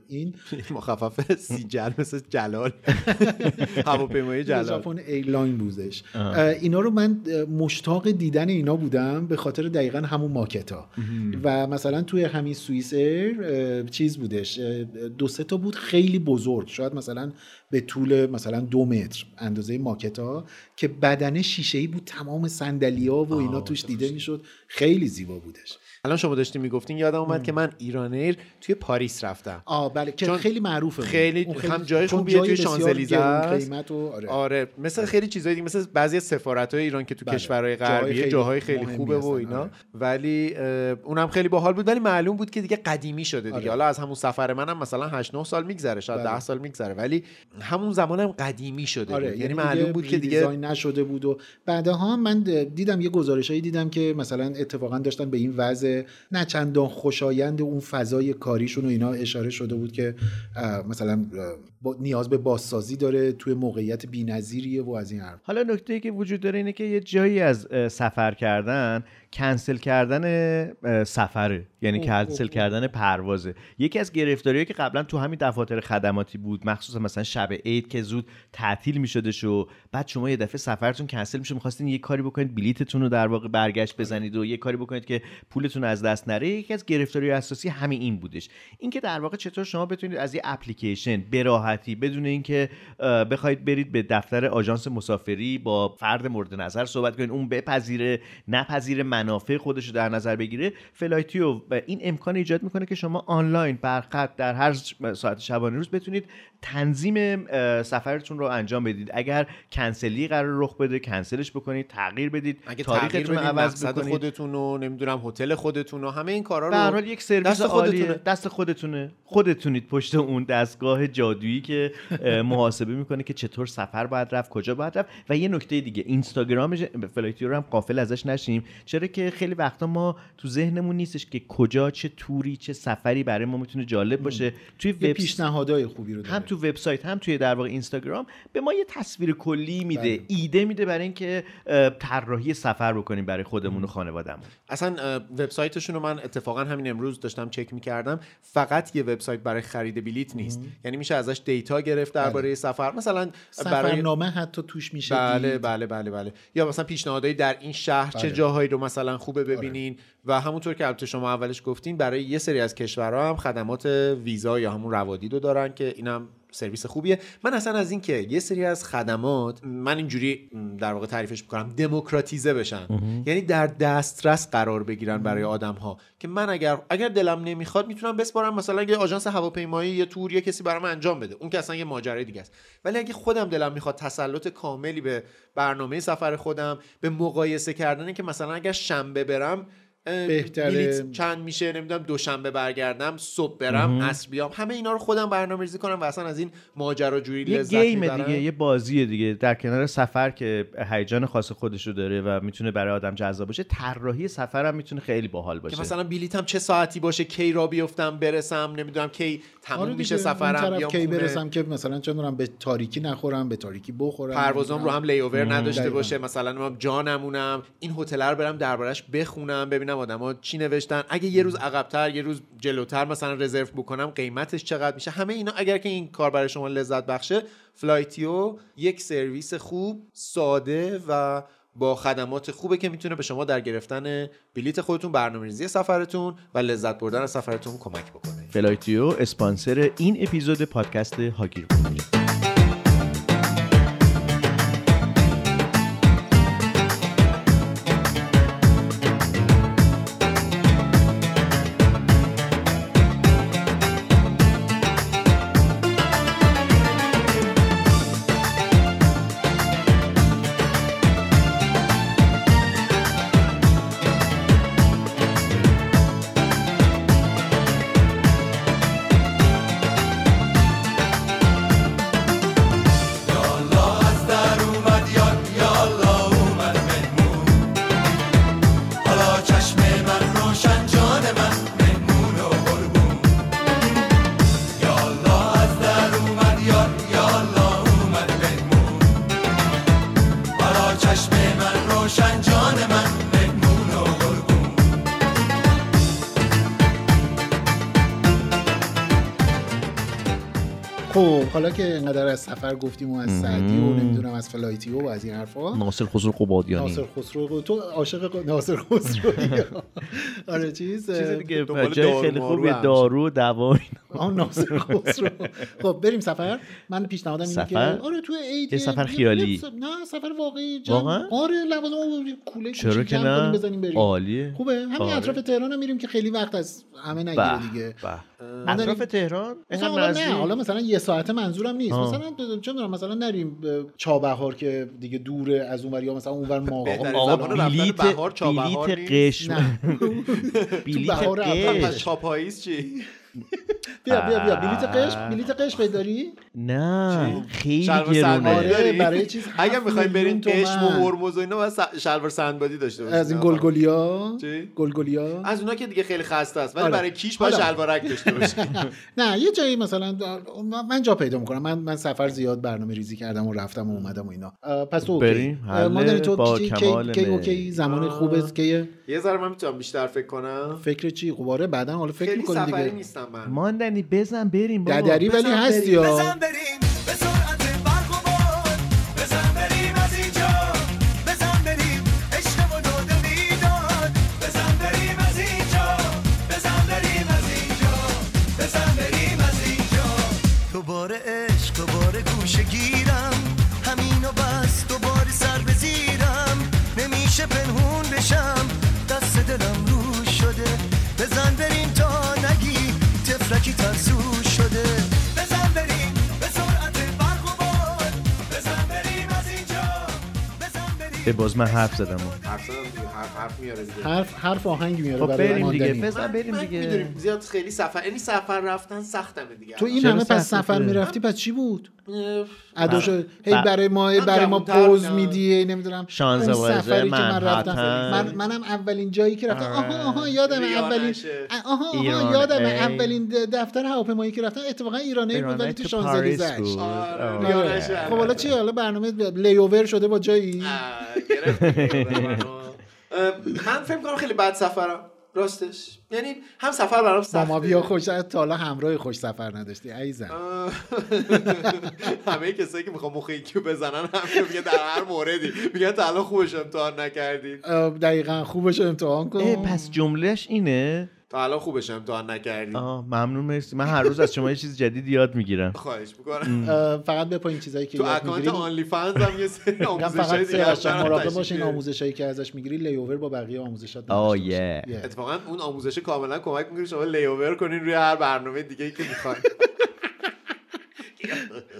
S1: این
S3: مخفف سیجل مثل جلال هواپیمایی جلال
S1: ژاپن ایرلاین بودش اه، اینا رو من اه، مشتاق دیدن اینا بودم به خاطر دقیقا همون ماکتا و مثلا توی همین سوئیس ایر، اه، چیز بودش اه، دو سه تا بود خیلی بزرگ شاید مثلا به طول مثلا دو متر اندازه ماکتا که بدنه شیشه ای بود تمام صندلی ها و اینا توش دیده میشد خیلی زیبا بودش
S3: الان شما داشتین میگفتین یادم اومد که من ایرانیر توی پاریس رفتم
S1: آه بله که
S3: چون
S1: خیلی معروفه
S3: خیلی-
S1: اون
S3: هم جای
S1: چون
S3: خوبیه توی
S1: بسیار
S3: شانزلیزه
S1: گرون
S3: است.
S1: قیمت و آره.
S3: آره مثل خیلی چیزایی دیگه مثل بعضی سفارت های ایران که تو
S1: بله.
S3: کشورهای
S1: جاهای
S3: غربی
S1: خیلی
S3: جاهای خیلی
S1: مهمی
S3: خوبه و
S1: هستن،
S3: اینا
S1: آره.
S3: ولی اه، اونم خیلی باحال بود ولی معلوم بود که دیگه قدیمی شده دیگه
S1: آره.
S3: حالا از همون سفر منم مثلا 8 9 سال میگذره شاید
S1: بله. آره.
S3: 10 سال میگذره ولی همون زمانم قدیمی شده بود. یعنی
S1: دیگه
S3: معلوم بود که دیگه
S1: ریدیزاین نشده بود و بعدها من د- دیدم یه گزارشایی دیدم که مثلا اتفاقا داشتن به این وضع نه چندان خوشایند اون فضای کاریشون و اینا اشاره شده بود که اه، مثلا اه، با نیاز به بازسازی داره توی موقعیت بی‌نظیریه و از این حرف
S2: حالا نکته ای که وجود داره اینه که یه جایی از اه، سفر کردن کنسل کردن اه، سفره یعنی کنسل کردن پروازه یکی از گرفتاریایی که قبلا تو همین دفاتر خدماتی بود مخصوصا مثلا شب عید که زود تعطیل میشدش و بعد شما یه دفعه سفرتون کنسل میشه میخواستین یه کاری بکنید بلیتتون رو در واقع برگشت بزنید و یه کاری بکنید که پولتون از دست نره یکی از گرفتاری اساسی همین این بودش اینکه در واقع چطور شما بتونید از یه اپلیکیشن به راحتی بدون اینکه اه، بخواید برید به دفتر آژانس مسافری با فرد مورد نظر صحبت کنید اون بپذیره نپذیره منافع خودش رو در نظر بگیره فلایتیو این امکان ایجاد میکنه که شما آنلاین بر خط در هر ساعت شبانه روز بتونید تنظیم اه، سفرتون رو انجام بدید اگر کنسلی قرار رخ بده کنسلش بکنید تغییر بدید
S3: اگه تغییر
S2: تاریختون رو
S3: بدین
S2: عوض
S3: مقصد
S2: بکنید
S3: خودتون رو نمیدونم هتل خودتون رو همه این کارا رو
S2: به هر حال یک سرویس
S3: آره. دست خودتونه.
S2: عالیه. دست خودتونه خودتونید پشت اون دستگاه جادویی که اه، محاسبه میکنه که چطور سفر باید رفت کجا باید رفت و یه نکته دیگه اینستاگرام ژ- فلایتیو رو هم قافل ازش نشیم چرا که خیلی وقتا ما تو ذهنمون نیستش که کجا چه توری چه سفری برای ما میتونه جالب باشه توی
S1: یه
S2: وب
S1: پیشنهادهای خوبی رو داره
S2: هم تو وبسایت هم توی در واقع اینستاگرام به ما یه تصویر کلی میده
S3: بله.
S2: ایده میده برای اینکه اه، طراحی سفر بکنیم برای خودمون و خانوادهمون
S3: اصلا اه، وبسایتشون رو من اتفاقا همین امروز داشتم چک میکردم فقط یه وبسایت برای خرید بلیت نیست یعنی میشه ازش دیتا گرفت درباره
S2: بله.
S3: سفر مثلا برای
S1: سفرنامه حتی توش میشه
S3: بله
S1: دید.
S3: بله بله بله یا مثلا پیشنهادهایی در این شهر چه
S1: بله. آره.
S3: جاهایی رو مثلا خوبه ببینین و همونطور که البته شما اولش گفتین برای یه سری از کشورها هم خدمات ویزا یا همون روادید رو دارن که اینم سرویس خوبیه من اصلا از اینکه یه سری از خدمات من اینجوری م، در واقع تعریفش میکنم دموکراتیزه بشن یعنی در دسترس قرار بگیرن برای آدم ها که من اگر اگر دلم نمیخواد میتونم بسپارم مثلا یه آژانس هواپیمایی یه تور یه کسی برام انجام بده اون که اصلا یه ماجرای دیگه است ولی اگه خودم دلم میخواد تسلط کاملی به برنامه سفر خودم به مقایسه کردن که مثلا اگر شنبه برم اه،
S1: بهتره.
S3: بلیط چند میشه نمیدونم دوشنبه برگردم صبح برم عصر بیام همه اینا رو خودم برنامه‌ریزی کنم و اصلا از این ماجراجویی
S2: یه
S3: لذت
S2: گیم
S3: میبرم.
S2: دیگه یه بازیه دیگه در کنار سفر که هیجان خاص خودشو داره و میتونه برای آدم جذاب باشه طراحی سفر هم میتونه خیلی باحال باشه
S3: که مثلا بلیتم چه ساعتی باشه کی را بیفتم برسم نمیدونم کی تموم
S1: آره
S3: میشه
S1: دیگه، اون
S3: سفرم
S1: طرف
S3: بیام
S1: کی
S3: خونه.
S1: برسم که مثلا چه می‌دونم به تاریکی نخورم به تاریکی بخورم
S3: پروازام رو هم لیوور نداشته
S1: دقیقاً.
S3: باشه مثلا من جا نمونم این هتل رو برم دربارش بخونم ببینم آدما چی نوشتن اگه یه روز عقبتر یه روز جلوتر مثلا رزرو بکنم قیمتش چقدر میشه همه اینا اگر که این کار برای شما لذت بخشه فلایتیو یک سرویس خوب ساده و با خدمات خوبه که میتونه به شما در گرفتن بلیت خودتون برنامه‌ریزی سفرتون و لذت بردن از سفرتون کمک بکنه
S2: فلایتیو اسپانسر این اپیزود پادکست هاگیر بود.
S5: حالا چشم من روشن جان من مهمون و قربون یالا از در اومد یار یالا اومد مهمون حالا چشم من روشن جان من مهمون و قربون
S1: خب حالا که انقدر از سفر گفتیم و از سعدی و نمیدونم از فلایتیو و از این حرفا
S2: ناصر خسرو
S1: ناصر
S2: قبادیانی
S1: خسرو تو عاشق ناصر خسرو آره چیز
S2: چیز دیگه
S3: دنبال
S2: جای
S3: دارو
S2: خیلی
S3: مارو
S2: خوبیه
S3: همیشه.
S2: دارو دوا اینا.
S1: آن ناصر خسرو خب بریم سفر من پیشنهادم اینه که
S2: سفر؟
S1: آره تو عید
S2: یه سفر
S1: یه-
S2: خیالی.
S1: یه س- نه سفر واقعی جمع-
S2: واقعا؟
S1: آره لوازم رو یه کوله
S2: چرا
S1: کوچیک
S2: که
S1: جمع کنیم
S2: نه
S1: بزنیم بریم
S2: عالیه
S1: خوبه همین
S2: آره.
S1: اطراف تهران هم میریم که خیلی وقت از همه
S2: به،
S1: نگیره دیگه
S2: به.
S1: من داریم-
S2: اطراف تهران
S1: مثلا
S2: اینقدر
S1: حالا نه
S2: نزدیک
S1: حالا مثلا یه ساعته منظورم نیست
S2: آه.
S1: مثلا ب- چه می‌دونم، مثلا نریم به چابهار که دیگه دوره از اونور یا مثلا اونور
S3: بهترین
S1: ماقا
S2: آقا
S3: زمان رفتن
S2: بلیت
S3: بهار چابهار
S2: بلیت
S3: نیست؟
S2: قشم
S1: نه.
S2: بلیت
S1: بهار اول
S2: قشم
S3: پس چاپاییز چی
S1: بیا بیا بیا بلیت قش بلیت قش داری
S2: نه خیلی
S3: شلوار سندبادی
S2: گرونه
S1: آره،
S3: داری؟
S1: برای چیز هفت
S3: اگر بخوایم بریم
S1: میلیون تومن.
S3: قشم و هرمز و اینا باید س- شلوار سندبادی داشته باشیم
S1: از این گلگلیا
S3: چی؟
S1: گلگلیا
S3: از اونا که دیگه خیلی خسته است ولی
S1: آره.
S3: برای کیش باید
S1: حالا.
S3: شلوارک داشته باشیم
S1: نه یه جایی مثلا من جا پیدا میکنم من من سفر زیاد برنامه ریزی کردم و رفتم و اومدم و اینا اه، پس تو اوکی
S2: بریم.
S1: اه، مادر تو
S2: با
S1: کی- کی-
S2: کمال
S1: کی
S2: میل.
S1: اوکی زمان خوبه که
S3: یه ذره من میتونم بیشتر فکر کنم
S1: فکر چی قواره بعدا حالا فکر
S3: خیلی
S1: میکنیم
S3: سفری
S1: دیگه
S3: نیستم من
S2: ماندنی بزن بریم بابا.
S1: ددری ولی هستی یا
S5: بزن بریم به سرعت برق و باد بزن بریم از اینجا بزن بریم عشقمو داده میداد بزن بریم از اینجا بزن بریم از اینجا بزن بریم از اینجا دوباره عشق دوباره گوشه گیرم همینو بس دوباره سر به زیرم نمیشه پنهون بشم دست دلم روش شده بزن بریم تا نگی تفلکی ترسو شده بزن بریم به سرعت برق و باد بزن بریم از اینجا بزن بریم
S2: اه، باز من حرف زدم
S3: حرف زدم دیگه، حرف حرف میاره دیگه
S1: حرف حرف آهنگ میاره
S2: خب
S1: برای
S2: بریم دیگه
S1: ماندنی.
S2: بزن بریم دیگه
S3: میدونیم زیاد خیلی سفر یعنی سفر رفتن سختمه دیگه
S1: تو این
S2: چرا
S1: همه پس
S2: سخته؟
S1: سفر میرفتی پس چی بود
S3: اه،
S1: اداشو هی
S2: بله.
S1: برای ما هی
S3: من
S1: برای ما
S3: جوان‌تر
S1: پوز
S3: بودم.
S1: میدی نمیدونم
S2: شانزده واژه
S1: من رفتم
S2: منحتن.
S1: من منم اولین جایی که رفتم آها آها یادم
S3: ایران
S1: اولین
S3: نشه.
S1: آها آها
S2: ایران،
S1: یادم
S2: ای.
S1: اولین د- دفتر هواپیمایی که رفتم اتفاقا ایرانی بود ولی
S2: ایرانک
S1: تو
S2: تو
S1: شانزلیزه
S2: پاریس بود
S3: آره،
S2: آره.
S3: یادش رفت.
S1: خب حالا چی حالا برنامه لیوور شده با جایی
S3: آه، گرفتی دیگه منو. اه، من فکر کنم خیلی بد سفرم راستش یعنی هم سفر برام
S1: با
S3: سخته
S1: ما بیا خوش تا حالا همراه خوش سفر نداشتی عزیزم
S3: آه. همه کسایی که میخوام مخ کیو بزنن همه میگن در هر موردی میگن تا الان خوبش امتحان نکردی
S1: اه، دقیقا خوبش رو امتحان
S2: اه،
S1: کن
S2: پس جملهش اینه
S3: تا الان خوبش امتحان نکردی
S2: آه ممنون مرسی من هر روز از شما یه چیز جدید یاد میگیرم
S3: خواهش میکنم
S1: اه، فقط بپا این چیزایی که
S3: تو
S1: یاد
S3: اکانت
S1: میگیری
S3: آنلی فنز هم یه سری
S1: میگم
S3: آموزش
S1: فقط
S3: های دیگه آره،
S1: سیاوش جان،
S3: هستن،
S1: مراقب
S3: تشریف
S1: باش این
S3: بیاری.
S1: آموزشایی که ازش میگیری لیوور با بقیه آموزشات نداشته
S2: آه،
S1: باشی.
S2: یه.
S1: یه.
S3: اتفاقا اون آموزش کاملا کمک میکنه شما لیوور کنین روی هر برنامه دیگه ای که میخواین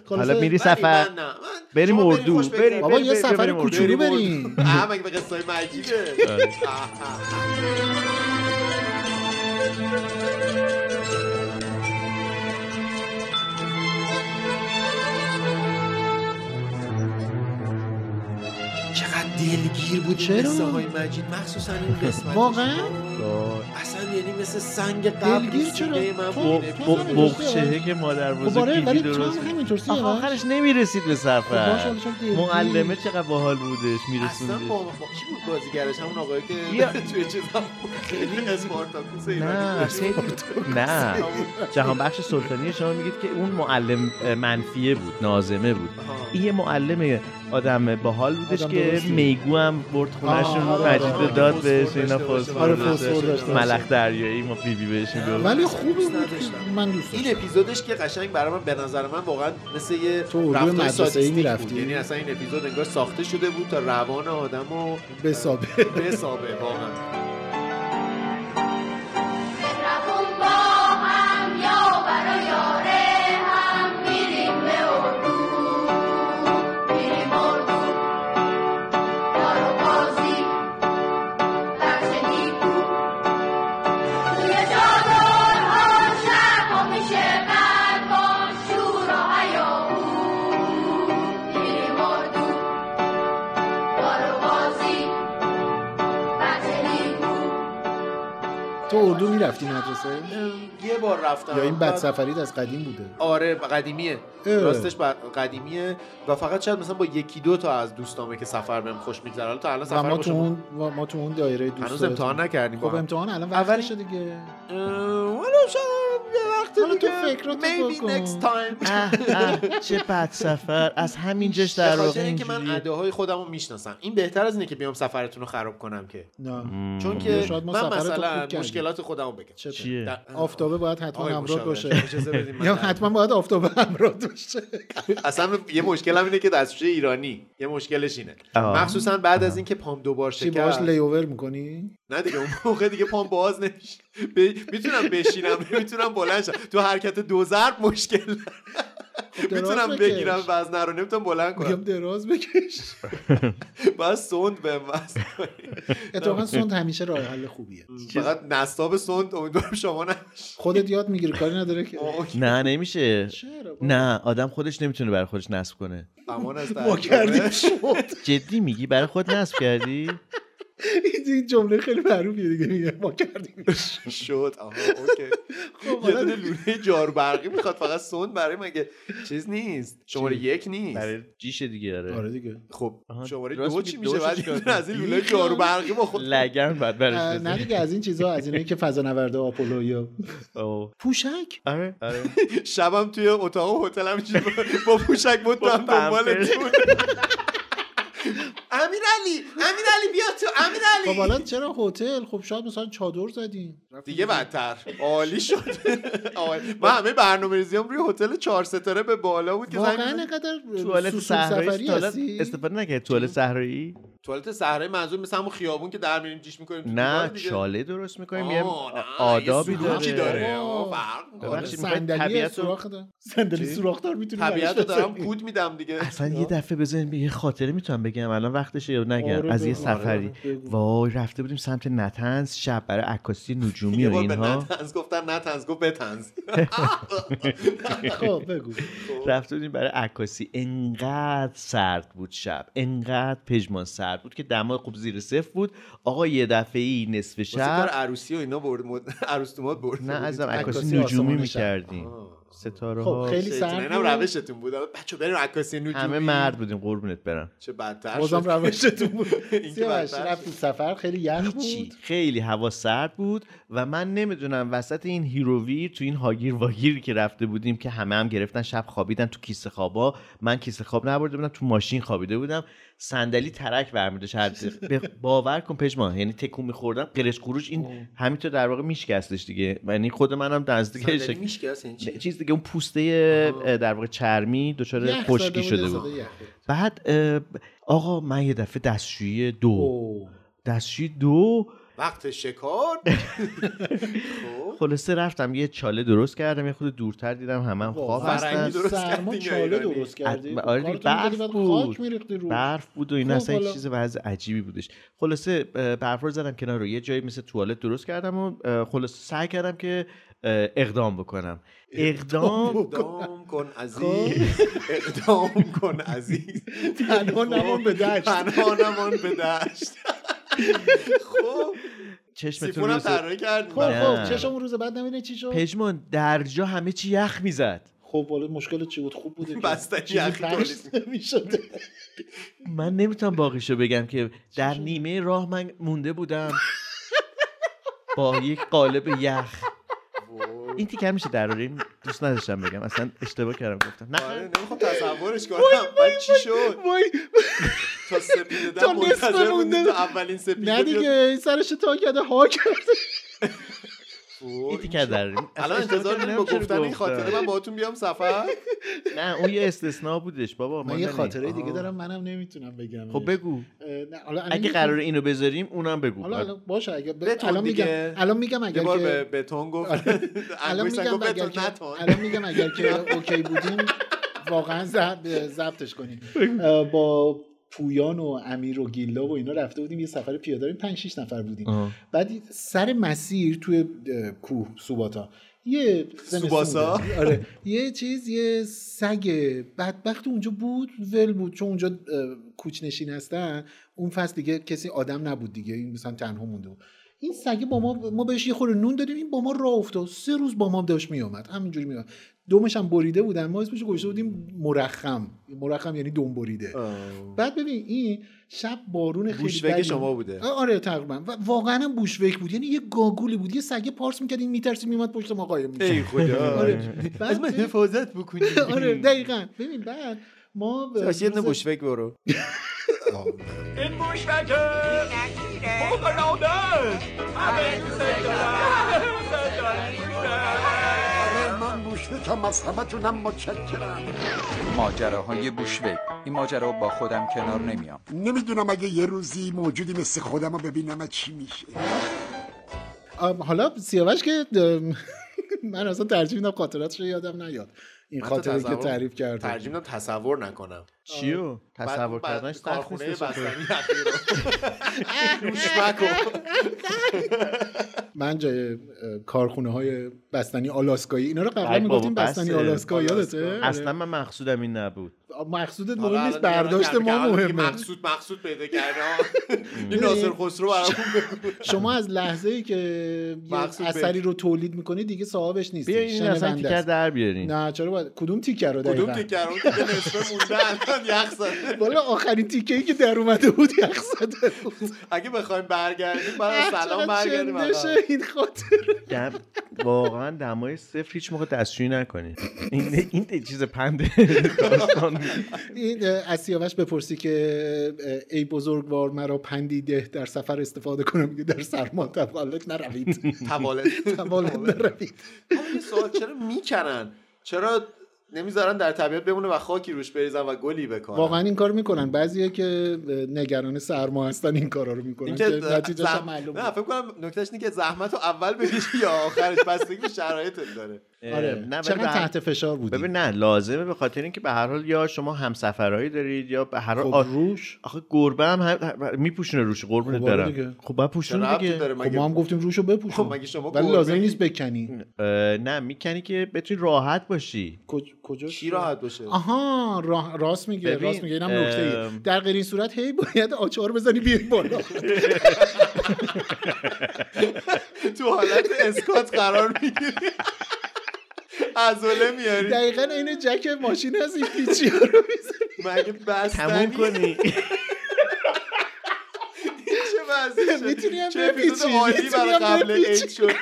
S1: خلاصه-
S2: حالا میری سفر
S3: من نه. من-
S2: بریم
S3: شما
S2: اردو
S3: خوش بگذرونین.
S2: بریم
S1: بابا یه
S2: بریم،
S1: سفر
S2: بریم اردو.
S1: کوچولو بریم
S3: اه، مگه به قصه مجیده چقدر دلگیر بود
S1: چرا؟
S3: قصه های مجید مخصوصا این قسمت
S1: واقعا
S3: اصلا یعنی مثل سنگ
S1: دلگیر
S3: قبل
S1: چرا؟
S3: سینه من
S1: تو-
S3: بود.
S1: تو-
S2: ب-
S1: همین
S2: بخچهه که مادر بزرگ
S1: دوباره
S2: گیری
S1: خب، آره، ولی تو
S2: درست
S1: هم
S2: می‌کنه.
S1: همینطور سیاوش.
S2: آخه آخرش نمیرسید به
S1: خب باشه،
S2: سفر
S1: حالا چرا دیوونی؟
S2: بله. معلمه چقدر باحال بودش
S3: اصلا
S2: میرسوندش
S3: با با- کی بود بازیگرش همون آقایی که
S2: یا-
S3: توی چیز هم بود. خیلی اسپارتاکوس ایرانی
S2: نه
S3: بود.
S2: سید نه جهان بخش سلطانی شما میگید که اون معلم منفیه بود نازمه بود
S3: آها.
S2: این یه معلم آدم باحال بودش
S1: آدم
S2: که
S1: درستی.
S2: میگو هم برد
S1: آه، آره،
S2: خونهشون
S1: آره،
S2: مجید داد بهش
S3: فسفر
S2: اینا
S3: داشته باشه،
S2: فسفر
S1: آره،
S2: داشته
S1: فسفر
S2: باشه.
S1: داشته باشه.
S2: ملخ دریایی ما بیبی بهش میگفت
S1: ولی خوبه بود
S3: نداشتم.
S1: من دوست
S3: این
S1: داشتم
S3: اپیزودش که قشنگ برای من به نظر من واقعا مثل یه
S1: تو اردوی
S3: رفتار
S1: مدرسه‌ای
S3: سادیستیک
S1: می‌رفتی؟
S3: بود. یعنی اصلا این اپیزود انگار ساخته شده بود تا روان آدم و
S1: بسابه
S3: بسابه واقعا
S8: رفتم با هم یا برا یاره هم میریم به اردو میریم اردو دارو بازی بخش نیکو توی جادار ها شب میشه مرد با شور و هیاهو میریم اردو دارو بازی بخش نیکو
S1: تو اردو میرفتی مدرسه
S3: یه بار رفتم
S1: یا این
S3: بعد-
S1: بد سفریت از قدیم بوده
S3: آره قدیمیه
S1: اه.
S3: راستش بر- قدیمیه و فقط شاید مثلا با یکی دو تا از دوستامه که سفر بهم خوش میگذره حالا تا الان
S1: و
S3: سفر
S1: ما تو
S3: باشه ما-
S1: اون و ما تو اون دایره دوست
S3: هنوز
S1: داریم.
S3: امتحان نکردیم
S1: خب
S3: با هم.
S1: امتحان الان
S3: اولین-
S1: وقتشه دیگه
S3: اه، حالا شاید یه وقت
S1: حالا تو
S3: دیگه
S1: فکراتو
S3: maybe
S1: بکن.
S3: next time
S2: اه، اه، چه بد سفر از همین جش
S3: به
S2: در واقع
S3: خاطر اینکه من
S2: اینجوریه.
S3: اداهای خودم رو میشناسم این بهتر از اینه که بیام سفرتون رو خراب کنم که
S1: نه
S3: چون
S1: خب،
S3: که
S1: شاید ما
S3: من
S1: سفرتو خوب
S3: مثلا
S1: کردیم.
S3: مشکلات خودم رو بگم
S1: چطور؟
S2: چیه؟
S3: در-
S1: آفتابه باید حتما
S3: آقای
S1: همراه
S3: مشاور،
S1: باشه
S3: اجازه بدید من
S1: یا
S3: در-
S1: حتما باید آفتابه همراه باشه
S3: اصلا یه مشکل هم اینه که دستش ایرانی یه مشکلش اینه
S2: آه.
S3: مخصوصا بعد از اینکه پام دوبار
S1: چی باهاش
S3: شکست
S1: لیوور میکنی
S3: نه دیگه اون موقع دیگه پام باز نمیشه ب... میتونم بشینم میتونم بلند شم تو حرکت دو ضرب مشکل میتونم
S1: خب، دراز بکش.
S3: بگیرم وزنه رو نمیتونم بلند کنم
S1: میگم دراز بکش
S3: باید سوند بهم وزن کنی.
S1: اتفاقا سوند همیشه راه حل خوبیه
S3: فقط نصاب سوند امیدوارم شما نشه
S1: خودت یاد میگیری کاری نداره که
S2: نه نمیشه
S1: چرا بابا؟
S2: نه آدم خودش نمیتونه برای خودش نصب کنه
S3: امان از
S1: ما کردیم
S3: تجربه
S1: شد
S2: جدی میگی برای خود نصب کردی
S1: این جمله خیلی معروفیه دیگه میگه ما کردیم
S3: شد آها اوکی
S2: خب،
S3: یه
S1: حالا
S3: دونه لونه جار برقی میخواد فقط سوند برای مگه چیز نیست شماره یک نیست
S2: برای جیش دیگه داره
S1: آره دیگه
S3: خب
S2: آها،
S3: شماره
S2: راست
S3: دو
S2: میگی،
S3: چی
S2: دوش
S3: میشه بعد
S2: چیکار
S3: این
S2: کنی؟
S3: از این لوله جار برقی با خود
S2: لگن بعد
S1: اه،
S2: برش
S1: نه
S2: بزنی.
S1: دیگه از این چیزها از اینایی که فضانورده آپولو یا
S2: آه.
S1: پوشک
S2: آره آره
S3: شبم توی اتاق هتلم اینجوری با- با پوشک بود
S2: با
S3: دنبالتون دنبالتون امیر علی امیر علی بیا تو امیر
S1: خب
S3: علی
S1: حالا چرا هتل خب شاید مثلا چادر زدیم
S3: دیگه بدتر عالی شد عالی. من همه برنامه ریزیم روی هتل چهار ستاره به بالا بود که
S1: واقعا
S3: زنگ-
S1: اینقدر
S2: توالت
S1: سوسول
S2: صحرایی
S1: سفری
S2: تا الان
S1: هستی
S2: استفاده نکرد توالت صحرایی
S3: توالت صحرای منظور مثل همون خیابون که در میریم جیش میکنیم
S2: نه چاله درست میکنیم یه
S3: آه، نه،
S2: آدابی
S3: یه
S2: داره
S3: سلوکی داره آه،
S1: آره،
S3: فرق
S2: ببخشید، می‌خوای
S1: صندلی
S2: طبیعت رو-
S1: سوراخ دار صندلی سوراخ دار میتونی
S3: طبیعت رو
S1: براش
S3: دارم
S1: بزنی.
S3: پود میدم دیگه
S2: اصلا یه دفعه بزنیم یه خاطره میتونم بگم الان وقتشه یا نگم
S1: آره
S2: از یه
S1: بگو.
S2: سفری
S1: آره بگو.
S2: وای رفته بودیم سمت نتنز شب برای عکاسی نجومی
S3: یه
S2: و
S3: بار به
S2: اینها
S3: نتنز گفتن نتنز گفت بتنز
S1: خب بگو
S2: رفته بودیم برای عکاسی انقدر سرد بود شب انقدر پژمان سرد بود که دما خوب زیر صفر بود آقا یه دفعه ای نصف
S3: واسه کار
S2: شب
S3: عروسی و اینا برد مد... عروس تو مد برد
S2: نه ازم
S1: خب، عکاسی
S2: عکاسی
S1: آسمان
S2: نجومی
S1: شب.
S2: میکردیم ستاره
S1: خب،
S2: ها
S1: خیلی سرد
S3: اینم
S1: بود.
S3: روشتون بود بچه بریم عکاسی نجومی
S2: همه مرد بودیم قربونت برم
S3: چه بدتر
S1: بازم
S3: شد
S1: روشتون بود
S3: این که
S1: سیاوش
S3: بدتر
S1: رفتی سفر خیلی یخ
S2: چی
S1: بود
S2: خیلی هوا سرد بود و من نمیدونم وسط این هیروویر تو این هاگیر واگیری که رفته بودیم که همه هم گرفتن شب خوابیدن تو کیسه خوابا من کیسه خواب نبرده بودم تو ماشین خوابیده بودم صندلی ترک برمیده باور کن پشمان یعنی تکون میخوردم قرش قروش
S1: خب.
S2: این همینطور در واقع میشکستش دیگه یعنی خود منم نزدیک
S3: صندلی
S2: شک-
S3: میشکست این چی
S2: چیز دیگه اون پوسته اه، در واقع چرمی دچار
S1: یخ
S2: آره، خشکی شده
S1: صدا
S2: بود
S1: یخ.
S2: بعد اه، آقا من یه دفعه دستشویی دو
S1: اوه.
S2: دستشویی دو
S3: وقت شکار خب
S2: خلاصه رفتم یه چاله درست کردم یه خود دورتر دیدم همه هم خواب
S1: واقعا
S2: هستن
S3: درست
S1: خب، سرما
S3: کردی یا یعنی؟
S1: چاله
S3: ایرانی؟
S1: درست کردی
S2: ات- خب. آره دیگه،
S1: کارتون می‌کردی،
S2: برف
S1: بعد
S2: بود.
S1: خاک میریختی رو
S2: برف بود و این
S1: خب،
S2: اصلا یه
S1: حالا.
S2: چیز وضع عجیبی بودش خلاصه اه، برف رو زدم کنار رو یه جایی مثل توالت درست کردم و اه، خلاصه سعی کردم که اه، اقدام بکنم اقدام
S3: اقدام کن عزیز
S2: خب.
S3: اقدام کن عزیز خب.
S1: تنها نمان به دشت
S3: تنها نمان به دشت خب
S2: چشمتون
S3: سیفونم
S2: رو
S3: طراحی کرد
S1: خب خب
S2: نه.
S1: چشم اون روز بعد نمیدونی چی شد
S2: پژمان در جا همه چی یخ میزد
S1: خب حالا مشکل چی بود خوب بوده که
S3: بستنی
S1: چیزی
S3: یخی
S1: پخش نمی‌شده.
S2: من نمیتونم باقیشو بگم که در نیمه راه من مونده بودم با یک قالب یخ این تیکر میشه دراریم دوست نداشتم بگم اصلا اشتباه کردم گفتم
S3: آره
S2: نه
S3: نمیخوام تصورش کنم بعد چی شد تا سپیده
S1: تا
S3: در
S1: نصفه
S3: منتظر
S1: مونده.
S3: بودیم تا اولین سپیده
S1: نه دیگه این سرش تا کرده ها
S2: خب،
S1: کرده
S2: این
S3: بیاد.
S2: تیکر دراریم اصلا
S3: الان
S2: اشتباه
S3: انتظار
S2: کردم،
S3: داریم با
S2: چرا
S3: گفتن این
S2: گفتم؟
S3: خاطره من باهاتون بیام سفر
S2: نه اون یه استثناء بودش بابا ما
S1: من یه
S2: نه.
S1: خاطره دیگه دارم منم نمیتونم بگم
S2: خب بگو
S1: اه، نه حالا الان
S2: اگه
S1: می‌گم.
S2: قرار اینو بذاریم اونم بگو
S1: حالا الان باشه اگه ب-
S3: بتون
S1: الان میگم
S3: دیگه.
S1: الان میگم
S3: یه
S1: اگر
S3: بار به
S1: که آره.
S3: بتون گفت
S1: الان
S3: انگشتم
S1: میگم
S3: گفت
S1: اگر
S3: بتون
S1: که
S3: نتان
S1: الان میگم اگر که اوکی بودیم واقعا ضبط- ضبطش کنیم اه، با پویان و امیر و گیلا و اینا رفته بودیم یه سفر پیاده داریم 5 6 نفر بودیم
S2: آه.
S1: بعد سر مسیر توی اه، کوه سوباتا یه زمستون
S3: سوباسا؟
S1: بوده. آره یه چیز یه سگ بدبخت اونجا بود ول بود چون اونجا اه، کوچنشین هستن اون فصل دیگه کسی آدم نبود دیگه این مثلا تنها مونده بود. این سگه با ما ما بهش یه خورده نون دادیم این با ما راه افتاد سه روز با ما داشت میومد همینجوری میومد دومش هم بریده بودن ما اسمش رو گذاشته بودیم مرخم مرخم یعنی دم بریده بعد ببین این شب بارون خیلی
S3: بوشوک
S1: بدی-
S3: شما بوده.
S1: آ- آره تقریبا و واقعا هم بوشوک بود یعنی یه گاگولی بود یه سگه پارس میکرد این میترسید میمد پشت ما قایم می‌شد.
S3: ای خدا
S1: آره بعد ببین-
S3: حفاظت بکنی
S1: آره دقیقا ببین بعد ما به
S3: یه دونه
S1: روز-
S3: بوشوک برو
S5: این بوشوکه فوق العاده است. همه دوست دارن دوست دارن
S9: ماجراهای بوشوک این ماجرا با خودم کنار نمیام
S10: نمیدونم اگه یه روزی موجودی مثل خودم رو ببینم چی میشه
S1: آم، حالا سیاوش که دم، من اصلا ترجیح میدم خاطراتش رو یادم نیاد این
S3: من تا
S1: خاطره که
S3: تصور-
S1: تعریف کرده
S3: ترجیح میدم تصور نکنم
S2: چیو تصور
S3: بعد- بعد
S2: کردنش سخت
S3: کارخونه
S2: نیست واسه تو.
S3: بستنی اخیر رو. روش نکن.
S1: من جای اه، کارخونه های بستنی آلاسکایی اینا رو قبلا
S2: ای بابا،
S1: میگفتیم بستنی
S2: بسه.
S1: آلاسکا یادته
S2: اصلا من مقصودم این نبود
S1: آره. مقصودت
S3: حالا
S1: مهم نیست
S3: الان یادم
S1: برداشت
S3: کرد که
S1: ما
S3: الان که
S1: مهمه
S3: مقصود مقصود پیدا کرده ها. این ناصر خسرو برامون بگو
S1: شما از لحظه ای که یه
S3: مقصود
S1: اثری رو تولید میکنی دیگه صاحبش نیستی
S2: بیا این اصلا
S1: شنونده
S2: تیکر
S1: است.
S2: در بیارین
S1: نه چرا باید کدوم تیکر رو
S3: کدوم
S1: دقیقاً
S3: تیکر اون که نصفه مونده الان یخ زده
S1: والا آخرین تیکه ای که در اومده بود یخ زده بود
S3: اگه بخوایم برگردیم برای
S1: چقدر
S3: سلام برگردیم
S1: چندشه
S3: الان.
S1: این خاطر
S2: دم... واقعا دمای صفر هیچ موقع دستشویی نکنید این این یه چیز پند داستان بود.
S1: این اه، از سیاوش بپرسی که اه، ای بزرگوار مرا پندی ده در سفر استفاده کنم میگه در سرما تولد نروید
S3: توالت
S1: تولد نروید
S3: حالا یه سوال چرا میکنن چرا نمیذارن در طبیعت بمونه و خاکی روش بریزن و گلی بکنن
S1: واقعا این کار میکنن بعضیه که اه، نگران سرما هستن این کارا رو میکنن
S3: این
S1: که
S3: که
S1: نتیجهش
S3: زح-
S1: هم معلوم
S3: نه فکر کنم نکتهش اینه که زحمت رو اول بکشی یا آخرش بستگی به شرایطت داره
S1: آره
S2: اه، نه، ولی
S1: چقدر
S2: به هر-
S1: تحت فشار بودی
S2: ببین نه لازمه به خاطر اینکه به هر حال یا شما همسفرهایی دارید یا به هر حال
S1: خب،
S2: آ-
S1: روش
S2: آخه گربه هم, هم... میپوشونه روش قربونت
S1: خب، آره
S2: برم
S1: دیگه.
S2: خب باید
S3: چه
S2: پوشون
S3: ربطی
S2: دیگه
S3: داره
S1: خب ما
S3: مگه
S1: هم گفتیم روشو بپوشون
S3: خب، مگه شما
S1: ولی
S3: گربه
S1: لازم
S3: ای؟
S1: نیست بکنی
S2: اه، نه میکنی که بتونی راحت باشی
S1: کج- کجا
S3: کی راحت باشه
S1: آها راه- راست میگه
S2: ببین،
S1: راست میگه اینم
S2: ام.
S1: نکته در غیر این صورت هی باید آچار بزنی بیای بالا
S3: تو حالت اسکات قرار میگیری عضله میاری
S1: دقیقا عین جک ماشین هست این پیچی ها رو میزنی
S3: مگه
S2: تموم
S3: بستنی
S2: کنی
S3: چه وضعشه
S1: میتونی هم
S3: چه اپیزود
S1: بپیچی،
S3: عالی
S1: میتونی
S3: برای
S1: هم
S3: قبل
S1: بپیچی.
S3: عید شد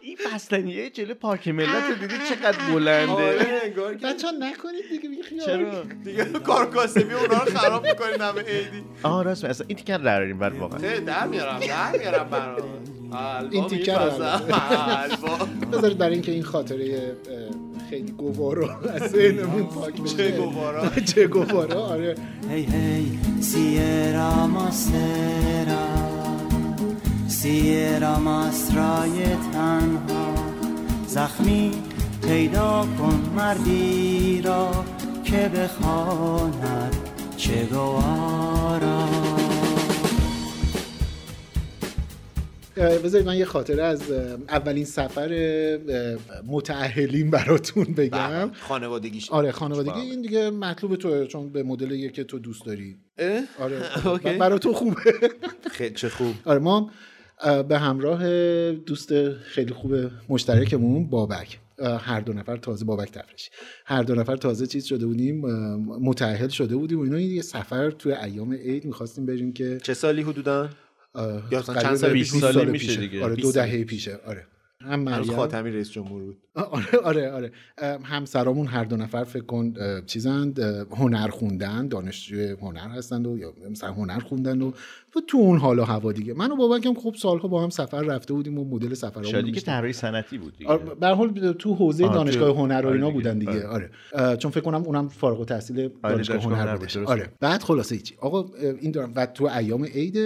S2: این بستنیه جلو پارک ملت رو دیدی چقدر بلنده
S3: آره انگار که
S1: بچه ها نکنید دیگه دیگه خیال.
S2: چرا
S3: دیگه کارکاسبی اونا رو خراب میکنین همه عیدی
S2: آها راست میگی. اصلا این تیکر دراریم بر واقعا
S3: خیلی در میارم در میارم برام
S1: این تیکه رو بذارید برای اینکه این خاطره اه، خیلی گوارا از ذهنمون پاک بشه
S3: چه گوارا.
S1: چه گوارا آره
S5: Hey, hey, Sierra Mastera Sierra Mastrای تنها زخمی پیدا کن مردی را که بخواند چه گوارا
S1: اه، بذارید من یه خاطره از اه، اولین سفر اه، متأهلین براتون بگم
S3: بله. خانوادگیش
S1: آره
S3: بله.
S1: خانوادگی این دیگه مطلوب توه چون به مدل که تو دوست داری آره
S3: اوکی.
S1: برای تو خوبه
S3: خیلی چه خوب
S1: آره ما اه، به همراه دوست خیلی خوب مشترکمون بابک اه، هر دو نفر تازه بابک تفرش هر دو نفر تازه چیز شده بودیم اه، متعهد شده بودیم و اینا یه سفر توی ایام عید میخواستیم بریم که
S3: چه سالی حدودا
S1: اه،
S3: یا مثلا
S1: قریب
S3: چند سال پیش؟
S1: 20
S2: ساله
S1: سال
S2: میشه
S1: پیشه.
S2: دیگه.
S1: آره
S3: 20
S1: دو
S3: سال
S1: دهه پیشه آره هم
S3: هنوز
S1: مریم
S3: خاتمی رئیس جمهور بود
S1: آره آره آره ام، همسرامون هر دو نفر فکر کن اه، چیزند اه، هنر خوندن دانشجوی هنر هستند و یا مثلا هنر خوندن و و تو اون حال و هوا دیگه من و بابکم خب سالها با هم سفر رفته بودیم و مدل سفرامون رو
S2: شادی که
S1: می‌شناختیم.
S2: طراحی صنعتی بود دیگه.
S1: آره، به هر حال تو حوزه
S2: آه، تو-
S1: دانشگاه
S2: آره
S1: هنر و اینا
S2: دیگه،
S1: بودن دیگه
S2: آره.
S1: آره اه، چون فکر کنم اونم فارغ التحصیل دانشگاه
S2: دانشگاه هنر
S1: هنر
S2: بود،
S1: بود
S2: درسته.
S1: آره بعد خلاصه هیچی آقا اه، این دارم و تو ایام عید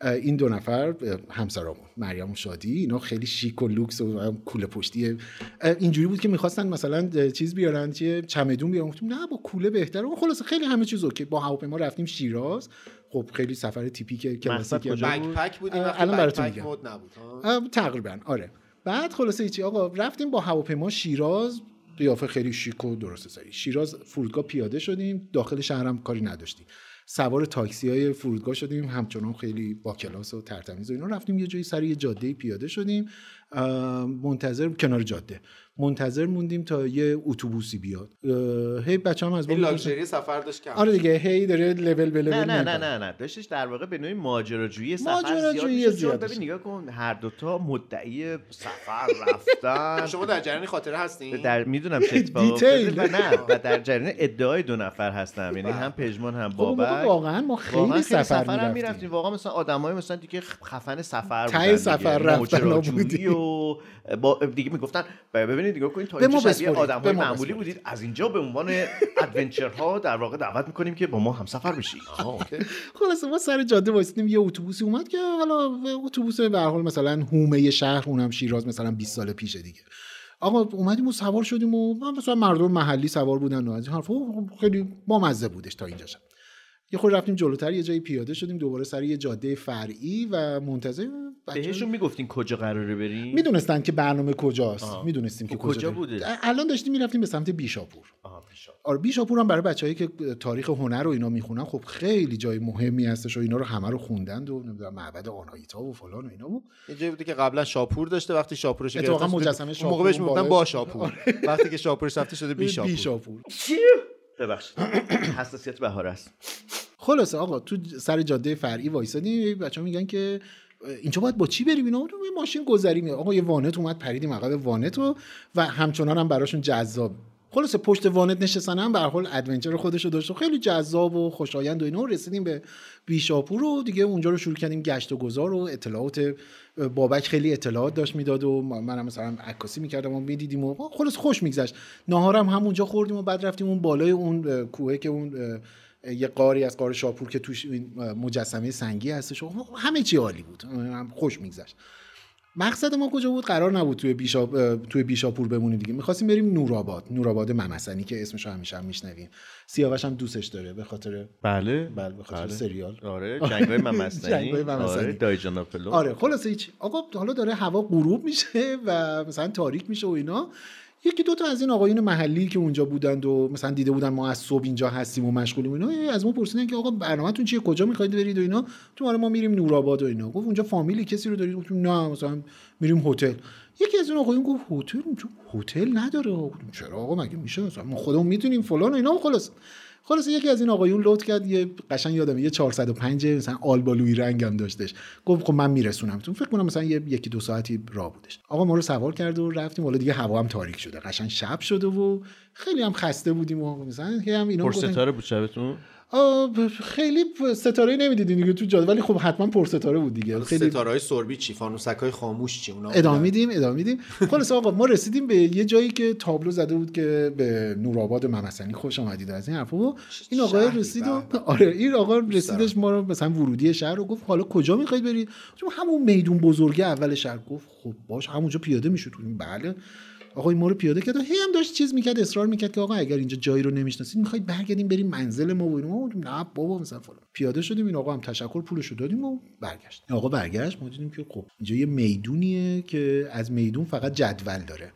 S1: اه، این دو نفر اه، همسرامون مریم و شادی اینا خیلی شیک و لوکس و اه، کوله پشتی اه، اینجوری بود که میخواستن مثلا اه، چیز بیارن چیه چمدون بیارن گفتیم نه با کوله بهتره و خلاصه خیلی همه چیز اوکی با هواپیما رفتیم شیراز خب خیلی سفر تیپیک
S2: مقصد
S1: کلاسیک
S2: کجا بود؟
S3: بکپک بود این
S1: اه،
S3: وقت
S1: الان براتون
S3: بکپک
S1: میگم.
S3: مد نبود ها؟
S1: ام، تقریبا آره بعد خلاصه چی آقا رفتیم با هواپیما شیراز قیافه خیلی شیک و درست سری شیراز فرودگاه پیاده شدیم داخل شهرم کاری نداشتیم سوار تاکسی های فرودگاه شدیم همچنان خیلی با کلاس و ترتمیز و اینا رفتیم یه جایی سر یه جاده پیاده شدیم ام، منتظر کنار جاده منتظر موندیم تا یه اتوبوسی بیاد اه، هی بچه هم از
S3: این
S1: بابا
S3: لاکچری سفر داشت کم
S1: آره دیگه هی داره لول به لول
S2: نه نه
S1: میاد.
S2: نه نه نه داشتش در واقع به نوعی ماجراجویی سفر
S1: ماجراجویی
S2: زیاد میشه چون
S1: زیاد
S2: ببین
S1: میشه.
S2: نگاه کن هر دوتا مدعی سفر رفتن
S3: شما در جریان خاطره هستین
S2: در میدونم چه اتفاقی
S1: دیتیل. بله.
S2: افتاده و نه و در جریان ادعای دو نفر هستم یعنی هم پژمان هم
S1: خب اون
S2: بابک
S1: موقع واقعا ما خیلی,
S2: واقعاً
S1: سفر,
S2: هم
S1: می‌رفتیم.
S2: می‌رفتیم. واقعا مثلا آدمای مثلا دیگه خفن سفر
S1: ته
S2: بودن دیگه.
S1: سفر رفتنا
S2: ماجراجویی
S1: بودیم.
S2: و با دیگه میگفتن ببینید نگاه کنید تا
S1: به ما
S2: اینجا شبیه
S1: بسپرید.
S2: آدم‌های
S1: به ما
S2: معمولی
S1: بسپرید.
S2: بودید از اینجا به عنوان ادونچرها در واقع دعوت میکنیم که با ما هم سفر بشید
S1: خلاصه ما سر جاده وایسیدیم یه اتوبوسی اومد که حالا اتوبوس به هر حال مثلا هومه شهر اونم شیراز مثلا 20 سال پیشه دیگه آقا اومدیم و سوار شدیم و مثلا مردم محلی سوار بودن و از این حرفا خب خیلی بامزه بودش تا اینجا شد یه خود رفتیم جلوتر یه جایی پیاده شدیم دوباره سر یه جاده فرعی و منتظر بچه‌ها-
S2: بهشون میگفتین کجا قراره بریم
S1: میدونستن که برنامه کجاست میدونستیم که
S2: خب کجا
S1: داریم.
S2: بوده؟
S1: الان داشتیم میرفتیم به سمت بیشاپور
S2: آها، پیشا.
S1: آره بیشاپور هم برای بچههایی که تاریخ هنر رو اینا میخونن خب خیلی جای مهمی هستش و اینا رو همه رو خوندند و نمیدونم معبد آناهیتا و فلان و اینا و
S3: یه جایی بوده که قبلا شاپور داشته وقتی شاپورش رو
S1: اتفاقا
S3: گرفتن شده-
S1: مجسمه
S3: اون
S1: شاپور
S3: موقع بهش
S1: اون
S3: میگفتن
S1: بالا- آره.
S3: با شاپور وقتی که شاپورش رفته شده بی شاپور
S1: بیشاپور
S2: ببخشید حساسیت بهار است
S1: خلاصه آقا تو ج- سر جاده فرعی وایسادیم بچه میگن که اه، اینجا باید با چی بریم اینا اون یه ماشین گذری میاد آقا یه وانت اومد پریدیم عقب وانت و و همچنان هم براشون جذاب خلاصه پشت وانت نشستن هم به هر حال ادونچر خودش رو داشت و خیلی جذاب و خوشایند و اینا و رسیدیم به بیشاپور و دیگه اونجا رو شروع کردیم گشت و گذار و اطلاعات اه، بابک خیلی اطلاعات داشت میداد و ما- منم مثلا عکاسی میکردم و میدیدیم و خلاص خوش میگذشت ناهارم همونجا خوردیم و بعد رفتیم اون بالای اون اه، کوهه که اون اه، یه قاری از قار شاپور که توش این مجسمه سنگی هستش و همه چی عالی بود هم خوش میگذشت مقصد ما کجا بود قرار نبود توی بیشاپ توی بیشاپور بمونیم دیگه میخواستیم بریم نورآباد نورآباد ممسنی که اسمش رو همیشه هم میشنویم سیاوش هم دوستش داره به خاطر
S2: بله
S1: بله به خاطر
S2: بله.
S1: سریال
S2: آره جنگای ممستنی
S1: جنگای ممسنی.
S2: آره دایجانا پلو
S1: آره خلاصه هیچ آقا حالا داره هوا غروب میشه و مثلا تاریک میشه و اینا یکی دو تا از این آقایون محلی که اونجا بودند و مثلا دیده بودن ما از صبح اینجا هستیم و مشغولیم و اینا یه از ما پرسیدن که آقا برنامه‌تون چیه کجا میخواید برید و اینا تو آره ما میریم نورآباد و اینا گفت اونجا فامیلی کسی رو دارید گفتیم نه مثلا میریم هتل یکی از اون آقایون گفت هتل اونجا هتل نداره گفتیم چرا آقا مگه میشه مثلا ما خودمون میدونیم فلان و اینا و خلاص خلاص یکی از این آقایون لطف کرد یه قشنگ یادم یه 405 مثلا آلبالویی رنگ هم داشتش گفت خب من میرسونم تو فکر کنم مثلا یه یکی دو ساعتی راه بودش آقا ما رو سوار کرد و رفتیم حالا دیگه هوا هم تاریک شده قشنگ شب شده و خیلی هم خسته بودیم و مثلا که هم اینا گفتن-
S2: پرستاره بود
S1: یعنی
S2: شبتون
S1: آه، ب- خیلی ب- ستاره نمیدیدین دیگه تو جاده ولی خب حتما پرستاره بود دیگه خیلی
S3: آره، ستاره های سربی چی فانوسک های خاموش چی اونا
S1: ادامه میدیم ادامه میدیم خلاص آقا ما رسیدیم به یه جایی که تابلو زده بود که به نورآباد ممسنی خوش آمدید و از این حرفا و این آقا
S3: شهری،
S1: رسید و
S3: بله.
S1: آره این آقا رسیدش ما رو مثلا ورودی شهر رو گفت حالا کجا میخواید برید چون همون میدون بزرگه اول شهر گفت خب باش همونجا پیاده میشد بله آقا این ما رو پیاده کرد و هی هم داشت چیز میکرد اصرار میکرد که آقا اگر اینجا جایی رو نمیشناسید میخواید برگردیم بریم منزل ما و اینا. ما گفتیم نه بابا مثلا فلان پیاده شدیم این آقا هم تشکر پولشو دادیم و برگشت این آقا برگشت ما دیدیم که خب اینجا یه میدونیه که از میدون فقط جدول داره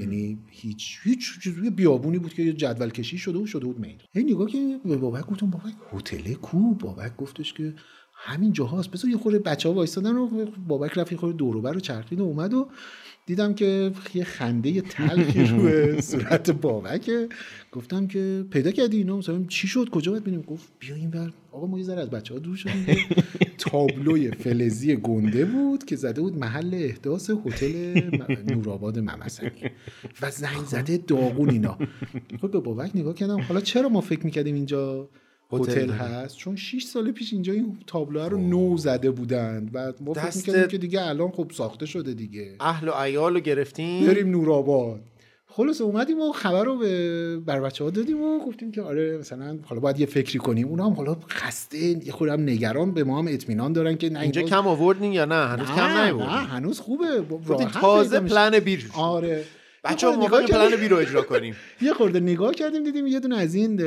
S1: یعنی هیچ هیچ چیز یه بیابونی بود که یه جدول کشی شده و شده بود میدون هی نگاه که به بابک گفتم بابک هتل کو بابک گفتش که همین جاهاست بذار یه خورده بچه ها وایستادن و بابک رفت یه خورده دور و بر رو چرخید و اومد و دیدم که یه خنده تلخی روی صورت بابکه گفتم که پیدا کردی اینا مثلا چی شد کجا باید بریم گفت بیا این بر آقا ما یه ذره از بچه ها دور شدیم یه تابلوی فلزی گنده بود که زده بود محل احداث هتل م- نورآباد ممسنی و زنگ زده داغون اینا خب به بابک نگاه کردم حالا چرا ما فکر میکردیم اینجا هتل هست چون 6 سال پیش اینجا این تابلوها رو نو زده بودن و ما فکر
S3: دست-
S1: میکردیم که دیگه الان خب ساخته شده دیگه
S3: اهل و عیال رو گرفتیم
S1: بریم نورآباد خلاص اومدیم و خبر رو به بر بچه ها دادیم و گفتیم که آره مثلا حالا باید یه فکری کنیم اونا هم حالا خسته یه خورده هم نگران به ما هم اطمینان دارن که نه
S3: اینجا
S1: باز-
S3: کم آوردین یا نه هنوز
S1: نه،
S3: کم
S1: نه
S3: نیوردین
S1: هنوز خوبه با-
S3: گفتین
S1: راحت
S3: تازه
S1: پیدا میشه.
S3: پلن بیر
S1: آره
S3: بچه
S1: یه
S3: ها
S1: خورده
S3: موقع
S1: کردیم.
S3: پلن بیر رو اجرا کنیم
S1: یه خورده نگاه کردیم دیدیم یه دونه از این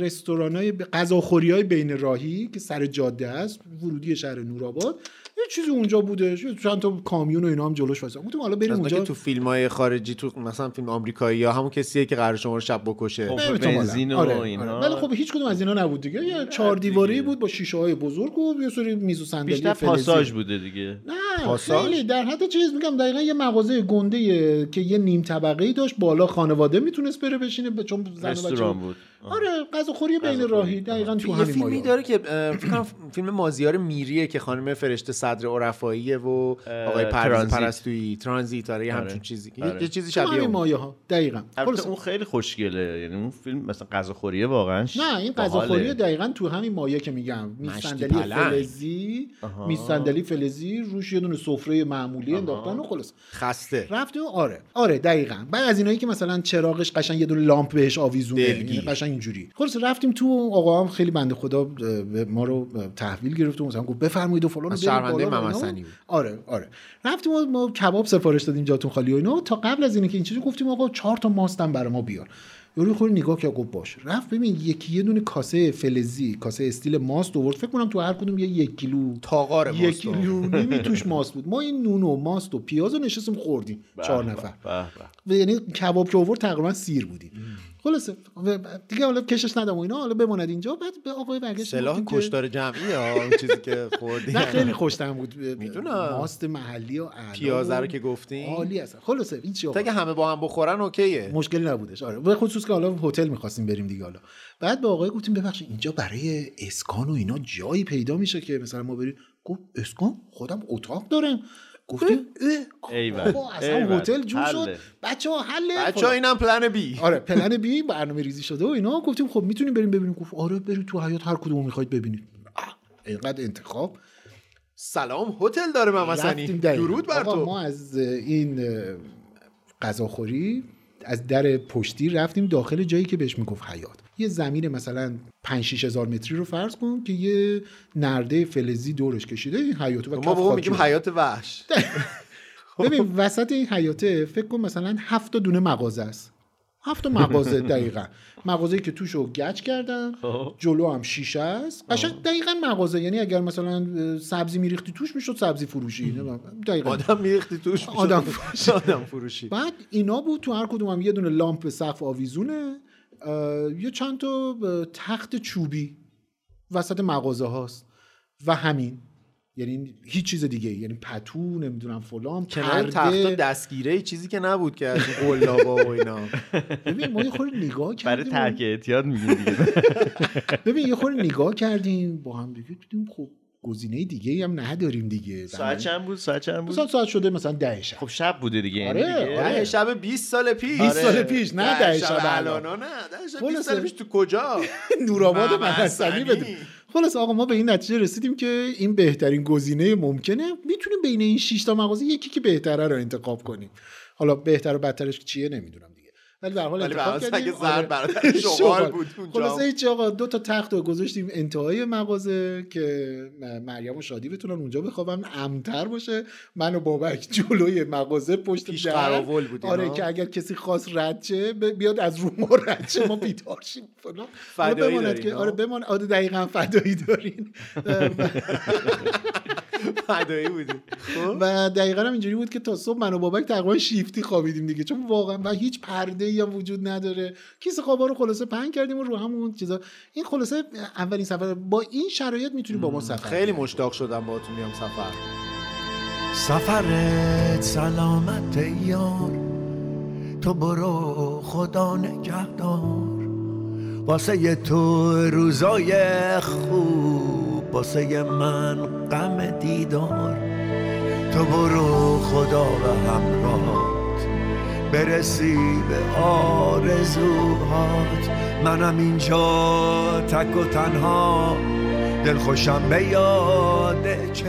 S1: رستوران های غذاخوری های بین راهی که سر جاده است ورودی شهر نورآباد یه چیزی اونجا بوده چند تا کامیون و اینا هم جلوش واسه گفتم حالا بریم
S3: از اونجا
S1: اونجا
S3: که تو فیلم های خارجی تو مثلا فیلم آمریکایی یا همون کسیه که قرار شما رو شب بکشه
S1: به احتمالا.
S2: خب، بنزین و
S1: آره،
S2: اینا
S1: آره. ولی خب هیچ کدوم از اینا نبود دیگه یه چهار دیواری بود با شیشه های بزرگ و یه سری میز و صندلی
S2: بیشتر
S1: فلزی.
S2: پاساژ بوده دیگه
S1: نه
S3: پاساژ؟
S1: خیلی در حد چیز میگم دقیقا یه مغازه گنده که یه نیم طبقه ای داشت بالا خانواده میتونست بره بشینه ب- چون زن و بچه-
S2: رستوران بود آه.
S1: آره غذاخوری بین راهی دقیقا تو
S3: یه
S1: همین
S3: فیلمی
S1: مایه‌ها.
S3: داره که اه، فکر کنم فیلم مازیار میریه که خانم فرشته صدر عرفاییه و آقای پرویز
S2: ترانزیت.
S3: پرستویی ترانزیت آره یه همچون چیزی یه-
S2: آره.
S3: یه چیزی
S1: تو
S3: شبیه
S1: همین
S3: اون.
S1: مایه ها دقیقا
S2: البته
S1: خلاصه.
S2: اون خیلی خوشگله یعنی اون فیلم مثلا غذاخوریه واقعا ش-
S1: نه این
S2: باحاله.
S1: غذاخوری دقیقا تو همین مایه که میگم میز
S3: مشتی
S1: صندلی
S3: پلنگ.
S1: فلزی
S2: آها.
S1: میز صندلی فلزی روش یه دونه سفره معمولی انداختن و خلاص
S3: خسته
S1: رفتیم آره آره دقیقا بعد از اینایی که مثلا چراغش قشنگ یه دونه لامپ بهش آویزونه
S3: دلگیر.
S1: یعنی قشنگ اینجوری خلاص رفتیم تو اون آقا هم خیلی بنده خدا اه، به ما رو اه، تحویل گرفت و مثلا گفت بفرمایید و فلان و
S3: از
S1: بریم
S3: شهرونده
S1: بالا و اینا.
S3: ممسنی بود.
S1: آره آره رفتیم و ما کباب سفارش دادیم جاتون خالی و اینا تا قبل از اینه که این چیزی گفتیم آقا چهار تا ماست هم برای ما بیار یارو خور نگاه که گفت باشه رفت ببین یکی یه دونه کاسه فلزی کاسه استیل ماست آورد فکر کنم تو هر کدوم یه یک کیلو
S3: تاقار
S1: یک
S3: ماست آورد.
S1: کیلو نمی توش ماست بود ما این نون و ماست و پیاز رو نشستیم خوردیم
S3: بله،
S2: بله،
S1: چهار نفر و یعنی کباب که آورد تقریبا سیر بودیم خلاصه و دیگه حالا کشش ندم و اینا حالا بماند اینجا بعد به آقای برگشت
S3: سلاح
S1: گفتیم که-
S3: کشدار جمعی ها اون چیزی که خوردی
S1: نه خیلی خوشتم بود
S3: میدونم.
S1: ماست محلی و اعلا
S3: پیازه
S1: و-
S3: رو که گفتیم.
S1: عالی است خلاصه این چی آقا؟
S3: تا که همه با هم بخورن اوکیه
S1: مشکل نبودش آره به خصوص که حالا هتل میخواستیم بریم دیگه حالا بعد به آقای گفتیم ببخشید اینجا برای اسکان و اینا جایی پیدا میشه که مثلا ما بریم گفت اسکان خودم اتاق دارم گفتیم اه، خب،
S2: ایول.
S1: بابا، اصلا
S2: ایول.
S1: هتل جور شد
S2: حله.
S1: بچه ها حله
S3: بچه
S1: فلان.
S3: اینم پلن بی
S1: آره پلن بی برنامه ریزی شده و اینا گفتیم خب میتونیم بریم ببینیم گفت آره برید تو حیات هر کدومو میخواید ببینید آه، اینقدر انتخاب
S3: سلام هتل داره ممسنی
S1: رفتیم دقیقاً.
S3: درود بر
S1: آقا
S3: تو
S1: ما از این اه، غذاخوری از در پشتی رفتیم داخل جایی که بهش میگفت حیات یه زمین مثلا 5 6 هزار متری رو فرض کن که یه نرده فلزی دورش کشیده این حیات و
S3: ما
S1: کف
S3: بابا
S1: خاکی
S3: میگیم
S1: بود.
S3: حیات وحش
S1: ببین وسط این حیاته فکر کن مثلا هفت تا دونه مغازه است هفت تا مغازه دقیقا مغازه‌ای که توشو گچ کردن
S3: خب.
S1: جلو هم شیشه است قشنگ دقیقا مغازه یعنی اگر مثلا اه، سبزی میریختی توش میشد سبزی فروشی نمی‌دونم. دقیقاً
S3: آدم میریختی توش می‌شد.
S1: آدم فروشی.
S3: آدم فروشی
S1: بعد اینا بود تو هر کدوم هم یه دونه لامپ به سقف آویزونه اه، یه چند تا اه، تخت چوبی وسط مغازه هاست و همین یعنی هیچ چیز دیگه یعنی پتو نمیدونم فلان
S3: کنار
S1: پرده
S3: تخت دستگیره ای چیزی که نبود که از این قلابا و اینا آره،
S1: ببین ما یه خورده نگاه
S2: برای
S1: کردیم
S2: ترک اعتیاد میگیم دیگه
S1: ببین یه خورده نگاه کردیم با هم دیگه دیدیم خب گزینه دیگه هم نداریم دیگه
S2: ساعت چند بود ساعت چند
S1: مثلا
S2: بود
S1: ساعت شده مثلا ده شب
S2: خب شب بوده دیگه یعنی
S1: آره،
S2: دیگه.
S1: آره.
S3: ده شب 20 سال پیش آره.
S1: 20 سال پیش، نه
S3: ده
S1: ده شب الان.
S3: الان نه ده شب 20
S1: خلاصه.
S3: سال پیش تو کجا
S1: نورآباد
S3: مم،
S1: مقصدی
S3: حسنی.
S1: بده خلاص آقا ما به این نتیجه رسیدیم که این بهترین گزینه ممکنه میتونیم بین این 6 تا مغازه یکی که بهتره رو انتخاب کنیم حالا بهتر و بدترش چیه نمیدونم دیگه ولی به هر حال
S3: ولی به
S1: انتخاب
S3: هر
S1: کردیم
S3: حال سگ زرد
S1: آره.
S3: برادر شغال
S1: شغال.
S3: بود اونجا.
S1: خلاصه هیچ آقا دو تا تخت رو گذاشتیم انتهای مغازه که م- مریم و شادی بتونن اونجا بخوابن امتر باشه من و بابک جلوی مغازه پشت
S3: پیش
S1: در.
S3: قراول بود
S1: آره
S3: اینا.
S1: که اگر کسی خواست رد شه ب- بیاد از رو ما رد شه ما بیدار شیم فلان. حالا
S3: فدایی
S1: بماند
S3: دارین،
S1: که
S3: ها؟
S1: آره بمان آره دقیقا فدایی دارین اه، و-
S3: فدایی بودی خب
S1: و دقیقا هم اینجوری بود که تا صبح من و بابک تقریبا شیفتی خوابیدیم دیگه چون واقعا و هیچ پرده ای هم وجود نداره کیسه خوابا رو خلاصه پنگ کردیم و رو همون چیزا این خلاصه اولین سفر با این شرایط میتونی با ما سفر
S3: خیلی
S1: کنی.
S3: مشتاق شدم باهاتون میام سفر
S11: سفرت سلامت یار تو برو خدا نگهدار واسه ی تو روزای خوب واسه ی من غم دیدار تو برو خدا و همراهت برسی به آرزوهات منم اینجا تک و تنها دلخوشم به یاد چشم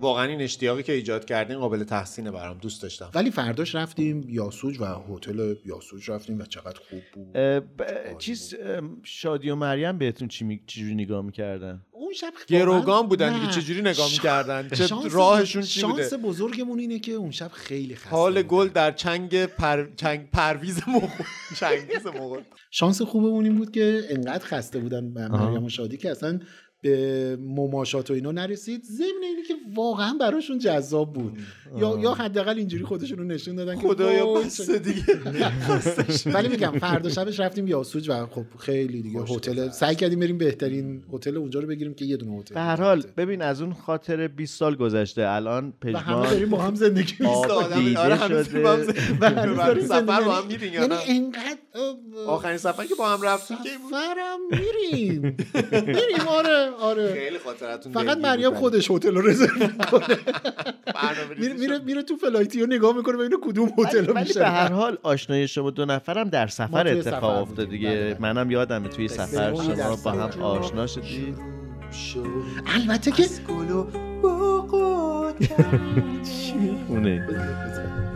S3: واقعا این اشتیاقی که ایجاد کردین قابل تحسینه برام دوست داشتم
S1: ولی فرداش رفتیم یاسوج و هتل یاسوج رفتیم و چقدر خوب بود
S2: اه، ب- چیز ام، شادی و مریم بهتون چی می... چجوری نگاه میکردن
S1: اون شب
S3: گروگان
S1: واقعاً-
S3: بودن
S1: نه.
S3: دیگه چجوری نگاه
S1: شا-
S3: میکردن چه
S1: شانس-
S3: راهشون چی
S1: شانس
S3: بوده
S1: بزرگمون اینه که اون شب خیلی خسته
S3: حال
S1: بودم.
S3: گل در چنگ پر... چنگ پرویز مغول چنگیز مغول
S1: شانس خوبمون این بود که انقدر خسته بودن م- مریم و شادی که اصلا به مماشات و اینا نرسید ضمن اینی که واقعا براشون جذاب بود یا یا حداقل اینجوری خودشون رو نشون دادن که
S3: خدایا
S1: وای،
S3: بس
S1: چه-
S3: دیگه
S1: ولی میگم فردا شبش رفتیم یاسوج و خب خیلی دیگه هتل سعی کردیم بریم بهترین هتل اونجا رو بگیریم که یه دونه هتل
S2: به هر حال ببین از اون خاطر 20 سال گذشته الان
S1: و همه
S2: پژمان
S1: داریم با هم زندگی
S2: آه.
S1: می‌کنیم.
S2: آقا
S3: آدم-
S2: دیده
S3: آره هنوز
S2: شده.
S3: با هم زندگی
S1: و هنوز
S3: می‌کنن.
S1: داریم
S3: سفر
S1: زندگی
S3: با هم میرین یا
S1: یعنی
S3: نه
S1: انقدر اه، اه،
S3: آخرین سفری که با هم رفتیم کی بود
S1: سفرم میریم میریم آره آره
S3: خیلی خاطرتون
S1: فقط
S3: درگیر
S1: مریم
S3: بود.
S1: خودش هتل رو رزرو میکنه
S3: برنامه‌ریزی
S1: میره میره
S3: شد.
S1: میره تو فلایتیو نگاه میکنه ببینه کدوم
S2: ولی,
S1: هتل
S2: ولی
S1: میشه
S2: به هر حال آشنایی شما دو نفرم در
S1: ما
S2: سفر
S1: توی سفر
S2: اتفاق افتاد
S1: بودیم،
S2: دیگه
S1: بله.
S2: منم یادمه توی سفر
S1: ما در
S2: شما با
S1: سفر
S2: هم
S1: جمع
S2: آشنا شدی
S1: البته که
S2: خونه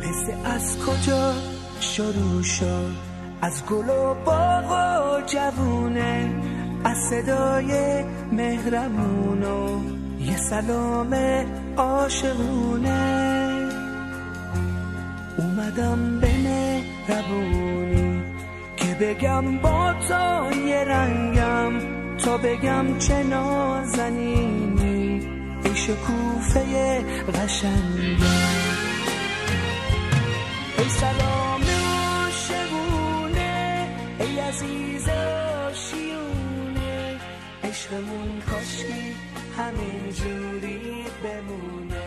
S11: قصه از کجا شروع شد
S12: از گل و باغ و جوونه از صدای مهرمون و یه سلام عاشقونه اومدم به مهربونی که بگم با تو یه رنگم تا بگم چه نازنینی ای شکوفه قشنگم ای سلام عاشقونه ای عزیز آشیونه عشقمون کاشکی همین جوری بمونه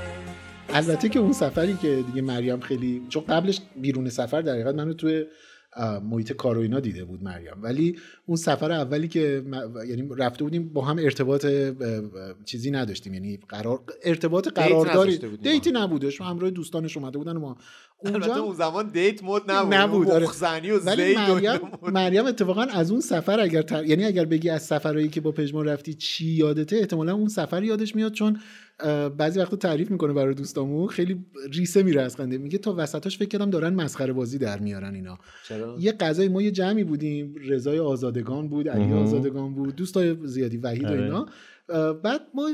S1: البته که اون سفری که دیگه مریم خیلی چون قبلش بیرون سفر در حقیقت منو توی اه، محیط کار و اینا دیده بود مریم ولی اون سفر اولی که م- یعنی رفته بودیم با هم ارتباط اه، اه، چیزی نداشتیم یعنی قرار ارتباط قرارداری
S3: نداشته بودیم.
S1: دیتی نبودش ما همراه دوستانش اومده بودن و ما
S3: البته
S1: اونجا
S3: اون زمان دیت مود نبود
S1: نبود، آره.
S3: مخزنی و
S1: ولی
S3: زید و
S1: مریم مریم اتفاقا از اون سفر اگر تر- یعنی اگر بگی از سفرهایی که با پژمان رفتی چی یادته احتمالا اون سفر یادش میاد چون اه، بعضی وقتا تعریف میکنه برای دوستامون خیلی ریسه میره از خنده میگه تا وسطاش فکر کردم دارن مسخره بازی در میارن اینا
S3: چرا؟
S1: یه غذای ما یه جمعی بودیم رضای آزادگان بود علی
S2: مهم.
S1: آزادگان بود دوستای زیادی وحید و
S2: آره.
S1: اینا اه، بعد ما اه،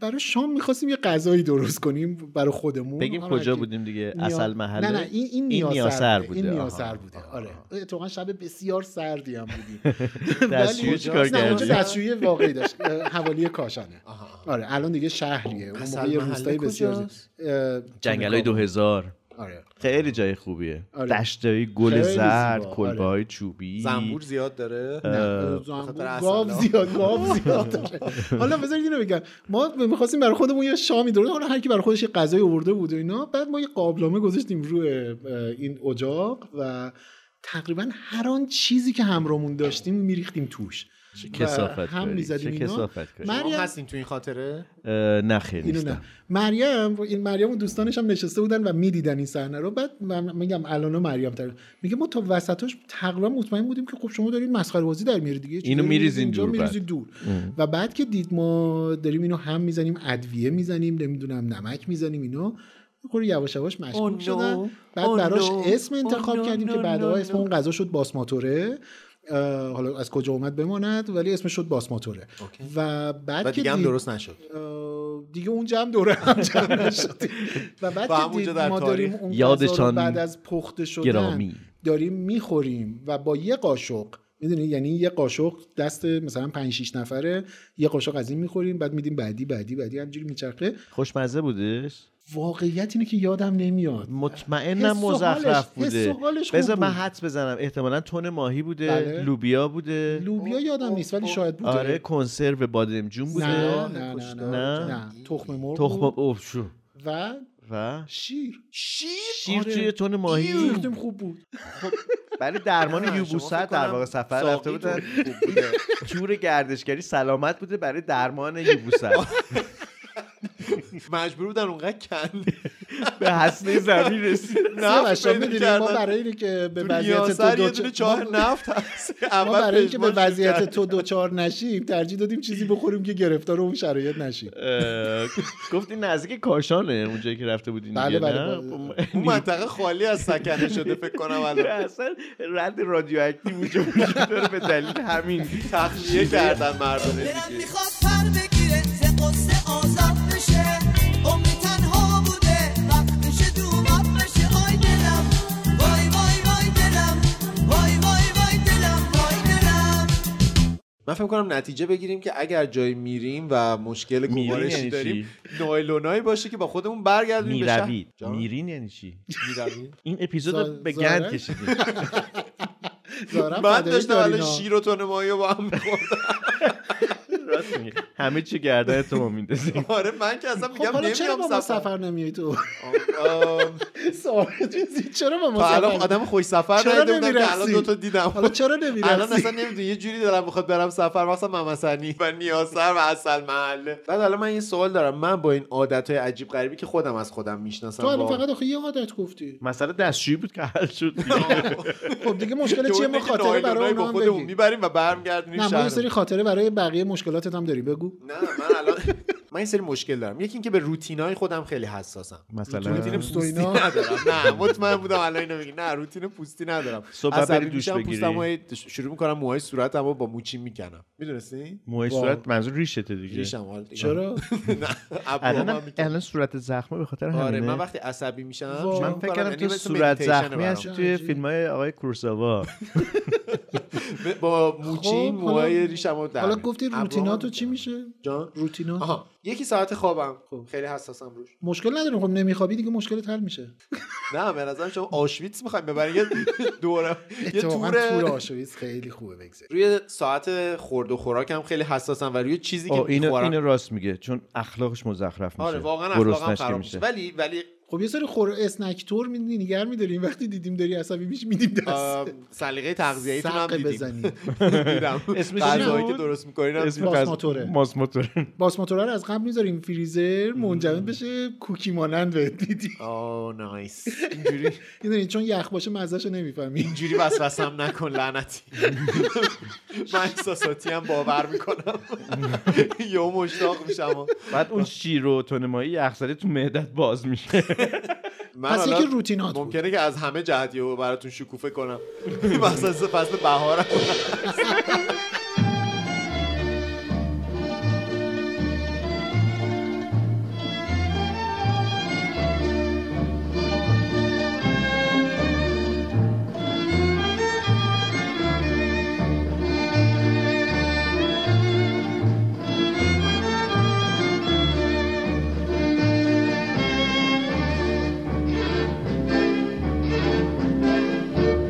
S1: برای شام میخواستیم یه غذایی درست کنیم برای خودمون
S2: بگیم
S1: حالا
S2: کجا
S1: که-
S2: بودیم دیگه
S1: نیا-
S2: اصل محله
S1: نه نه این این, نیاسر بوده این نیاسر بوده آره اتفاقا شب بسیار سردی هم بودیم
S2: دستشویی چی کار
S1: نه اونجا
S2: کردی؟
S1: دستشویی واقعی داشت اه، حوالی کاشانه آره الان دیگه شهریه اون
S3: اصل
S1: موقع یه
S3: محله
S1: روستایی بسیار
S3: کجاست؟
S1: اه،
S2: جنگلای 2000
S1: آره.
S2: خیلی جای خوبیه
S1: آره.
S2: دشتای گل
S1: خیلی زیبا،
S2: زرد
S1: آره.
S2: کلبه های چوبی
S3: زنبور زیاد داره
S2: نه،
S1: اه،
S3: بخاطر
S1: زنبور،
S3: اصل
S1: گاو
S3: ها.
S1: زیاد گاو زیاد داره حالا بذارید اینو بگم ما میخواستیم برای خودمون یه شامی درست حالا هر کی برای خودش یه غذای آورده بود و اینا بعد ما یه قابلمه گذاشتیم روی اه، این اجاق و تقریبا هر آن چیزی که همراهمون داشتیم میریختیم توش
S2: چه
S1: و
S2: کسافت
S1: هم
S2: کاری،
S1: می‌زدیم
S2: چه
S1: اینا.
S2: کسافت کاری.
S1: مریم-
S3: شما هستین تو این خاطره
S2: اه، نه خیلی
S1: اینو نه
S2: نیستم
S1: مریم این مریم و دوستانش هم نشسته بودن و میدیدن این صحنه رو بعد من میگم الان مریم تر میگه ما تا وسطاش تقریبا مطمئن بودیم که خب شما دارین مسخره بازی در میارید دیگه
S2: اینو می‌ریزین
S1: اینجا
S2: دور بعد.
S1: می‌ریزین دور
S2: ام.
S1: و بعد که دید ما داریم اینو هم میزنیم ادویه میزنیم نمیدونم نمک میزنیم اینو خور یواش یواش
S12: Oh
S1: مشکوک
S12: no.
S1: شدن بعد
S12: Oh
S1: براش
S12: no.
S1: اسم
S12: Oh
S1: انتخاب
S12: no,
S1: کردیم
S12: no,
S1: که بعدها
S12: no,
S1: اسم
S12: no.
S1: اون غذا شد باسماتوره اه، حالا از کجا اومد بماند ولی اسمش شد باسماتوره و بعد
S3: و
S1: که
S3: دیگه هم
S1: دید-
S3: درست نشد
S1: اه، دیگه اون جمع دوره هم جمع نشدیم و بعد
S3: و
S1: که
S3: همونجا
S1: دید
S3: در
S1: ما
S3: تاریخ.
S1: داریم اون غذا رو
S2: یادشان
S1: بعد از پخته شدن
S2: گرامی.
S1: داریم میخوریم و با یه قاشق میدونی یعنی یه قاشق دست مثلا 5 6 نفره یه قاشق از این میخوریم بعد میدیم بعدی بعدی بعدی همجوری میچرخه
S2: خوشمزه بودش
S1: واقعیت اینه که یادم نمیاد
S2: مطمئنم
S1: حس و حالش-
S2: مزخرف
S1: حس و
S2: بوده
S1: حالش خوب
S2: بذار من
S1: بود.
S2: حدس بزنم احتمالا تون ماهی بوده
S1: بله.
S2: لوبیا بوده
S1: لوبیا یادم نیست ولی شاید بوده
S2: آره کنسرو بادمجون بوده
S1: نه نه نه نه,
S2: نه.
S1: نه. تخم مرغ
S2: تخم
S1: بود
S2: اوه شو
S1: و
S2: و
S1: شیر
S2: شیر
S1: آره.
S2: توی تن ماهی
S1: ریختیم خوب بود
S2: برای درمان
S3: نه،
S2: یوبوست
S3: شما فکر
S2: در
S3: کنم
S2: واقع سفر
S3: ساقی
S2: رفته بودن
S3: تو خوب بوده.
S2: تور گردشگری سلامت بوده برای درمان یوبوست
S3: مجبور بودن اونقدر کند
S2: به حسنه زمین رسید
S1: سیاوش جان،
S3: پیدا
S1: می‌دونی ما
S3: کردن.
S1: برای اینه که به
S3: تو
S1: وضعیت تو
S3: نیاسر یه
S1: دوچ-
S3: دونه چهار
S1: ما-
S3: نفت هست
S1: ما
S3: اول
S1: برای اینکه به
S3: پژماش
S1: وضعیت
S3: کرد.
S1: تو دوچار نشیم ترجیح دادیم چیزی بخوریم که گرفتار اون شرایط نشیم
S2: اه، گفتی نزدیک کاشانه اونجایی که رفته بودین
S1: بله،
S2: دیگه،
S1: بله،
S2: نه؟
S1: بله.
S3: اون منطقه خالی از سکنه شده فکر کنم الان
S2: اصلا رد رادیواکتیو اونجا وجود داره به دلیل همین
S3: تخلیه کردن مردم
S13: دلم
S3: دیگه
S13: میخواد پر بگیره ز قصه آزاد بشه عمری تنها بوده وقتش دومت بشه آی دلم وای وای وای دلم وای وای وای دلم وای دلم
S3: من فکر کنم نتیجه بگیریم که اگر جایی میریم و مشکل
S2: میریم
S3: گوارشی
S2: یعنی
S3: داریم نایلونایی باشه که با خودمون برگردیم به شهر
S2: میروید
S3: جان؟
S2: میرین یعنی چی
S3: می‌روید؟
S2: این اپیزود رو
S1: زا-
S2: به
S1: زاره؟
S2: گند کشیدیم
S1: ظاهرا
S3: من
S1: فدای
S3: داشتم الان
S1: دارینا.
S3: شیر و تن ماهی رو با هم می‌خوردم.
S2: راست میگه همه چی گردن تو ما میندازیم
S3: آره من که اصلا میگم
S1: خب حالا چرا با
S3: نمیرم
S1: ما
S3: سفر
S1: سفر نمیای تو
S3: آم،
S1: سوال چیزی چرا با ما
S3: تا الان خب
S1: سفر
S3: آدم خوش سفر
S1: چرا
S3: ندیده بودم که الان
S1: نمی‌رقصی؟
S3: دوتا دیدم
S1: حالا چرا
S3: الان
S1: نمیرسی
S3: اصلا نمیدونی یه جوری دارم میخواد برم سفر مثلا ممسنی و نیاسر و اصل محله بعد الان من یه سوال دارم من با این عادت های عجیب غریبی که خودم از خودم میشناسم
S1: تو الان فقط آخه یه عادت گفتی
S2: مسئله دستشویی بود که حل شد دیگه.
S1: خب دیگه مشکل چیه ما خاطره برای اونا هم بگیم
S3: میبریم و برمیگردونیم
S1: نه ما یه
S3: شهر
S1: سری خاطره برای بقیه مشکلاتت هم داری بگو
S3: نه من الان من این سری مشکل دارم یکی اینکه به روتینای خودم خیلی حساسم
S2: مثلا؟
S3: روتین
S2: پوست و
S3: پوستی
S2: اینا؟
S3: ندارم نه مطمئن بودم الان اینو میگی نه روتین پوستی ندارم
S2: صبح
S3: عصبی
S2: بری دوش
S3: میشم،
S2: بگیری.
S3: پوستم رو شروع میکنم موهای صورتمو با موچی میکنم میدونستی
S2: موهای صورت منظور ریشته دیگه
S3: ریشم حالا دیگه.
S2: چرا؟
S3: نه ابروام هم
S2: الان الان صورت زخمه به خاطر همینه
S3: آره من وقتی عصبی میشم
S2: من فکر
S1: یعنی
S2: کردم
S3: یعنی
S2: تو صورت زخمی هست توی فیلم های آقای کورساوا
S3: با موچی
S1: خب،
S3: موهای
S1: حالا-
S3: ریشم رو
S1: حالا گفتی روتیناتو چی میشه خب.
S3: جان
S1: روتینات
S3: یکی ساعت خوابم خیلی حساسم روش
S1: مشکل نداره خب نمیخوابی دیگه مشکلت حل میشه
S3: نه به نظرم شما آشویتس میخوایم ببرین یه دوره یه
S1: اتفاقا تور
S3: تور
S1: آشویز خیلی خوبه بگذاری
S3: روی ساعت خورد و خوراکم خیلی حساسم و روی چیزی که
S2: آه، اینو
S3: میخورم
S2: اینو راست میگه چون اخلاقش مزخرف میشه
S3: آره واقعا
S2: گرسنش
S3: اخلاقم
S2: که
S3: خراب
S2: میشه.
S3: میشه ولی ولی
S1: خب یه سری خور اسنک تور میدونی نگر میداریم وقتی دیدیم داری عصبی میش میدیم
S3: آم،
S1: دست
S3: سلیقه تغذیه‌ایتون هم
S1: سقه
S3: دیدیم
S1: بزنید.
S3: دیدم
S1: اسمش
S3: غذاهایی
S1: چی بود؟
S3: که درست میکنین
S1: اسم غذا- باسماتوره. باس موتورا رو از قبل میذاریم فریزر منجمد بشه کوکی مانند بهت میدی
S3: آه نایس اینجوری
S1: میدونی چون یخ باشه مزهشو نمیفهمی
S3: اینجوری وسوسم نکن لعنتی من احساساتی هم باور میکنم یهو مشتاق میشم
S2: بعد اون شیروتون مایی یخزده تو معدت باز میشه
S3: من
S2: پس
S3: حالا
S2: یکی روتینات بود.
S3: ممکنه که از همه جهت یهو براتون شکوفه کنم مخصوص فصل بهارم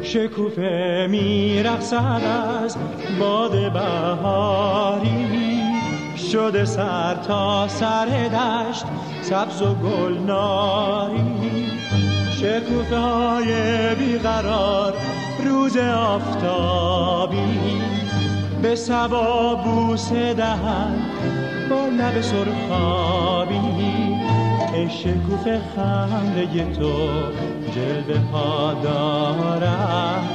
S14: شکوفه میرقصد از باد بهاری شده سر تا سر دشت سبز و گلناری شکوفه های بیقرار روز آفتابی به سبا بوسه دهند با لب سرخابی ای شکوفه خنده تو جلوه ها دارد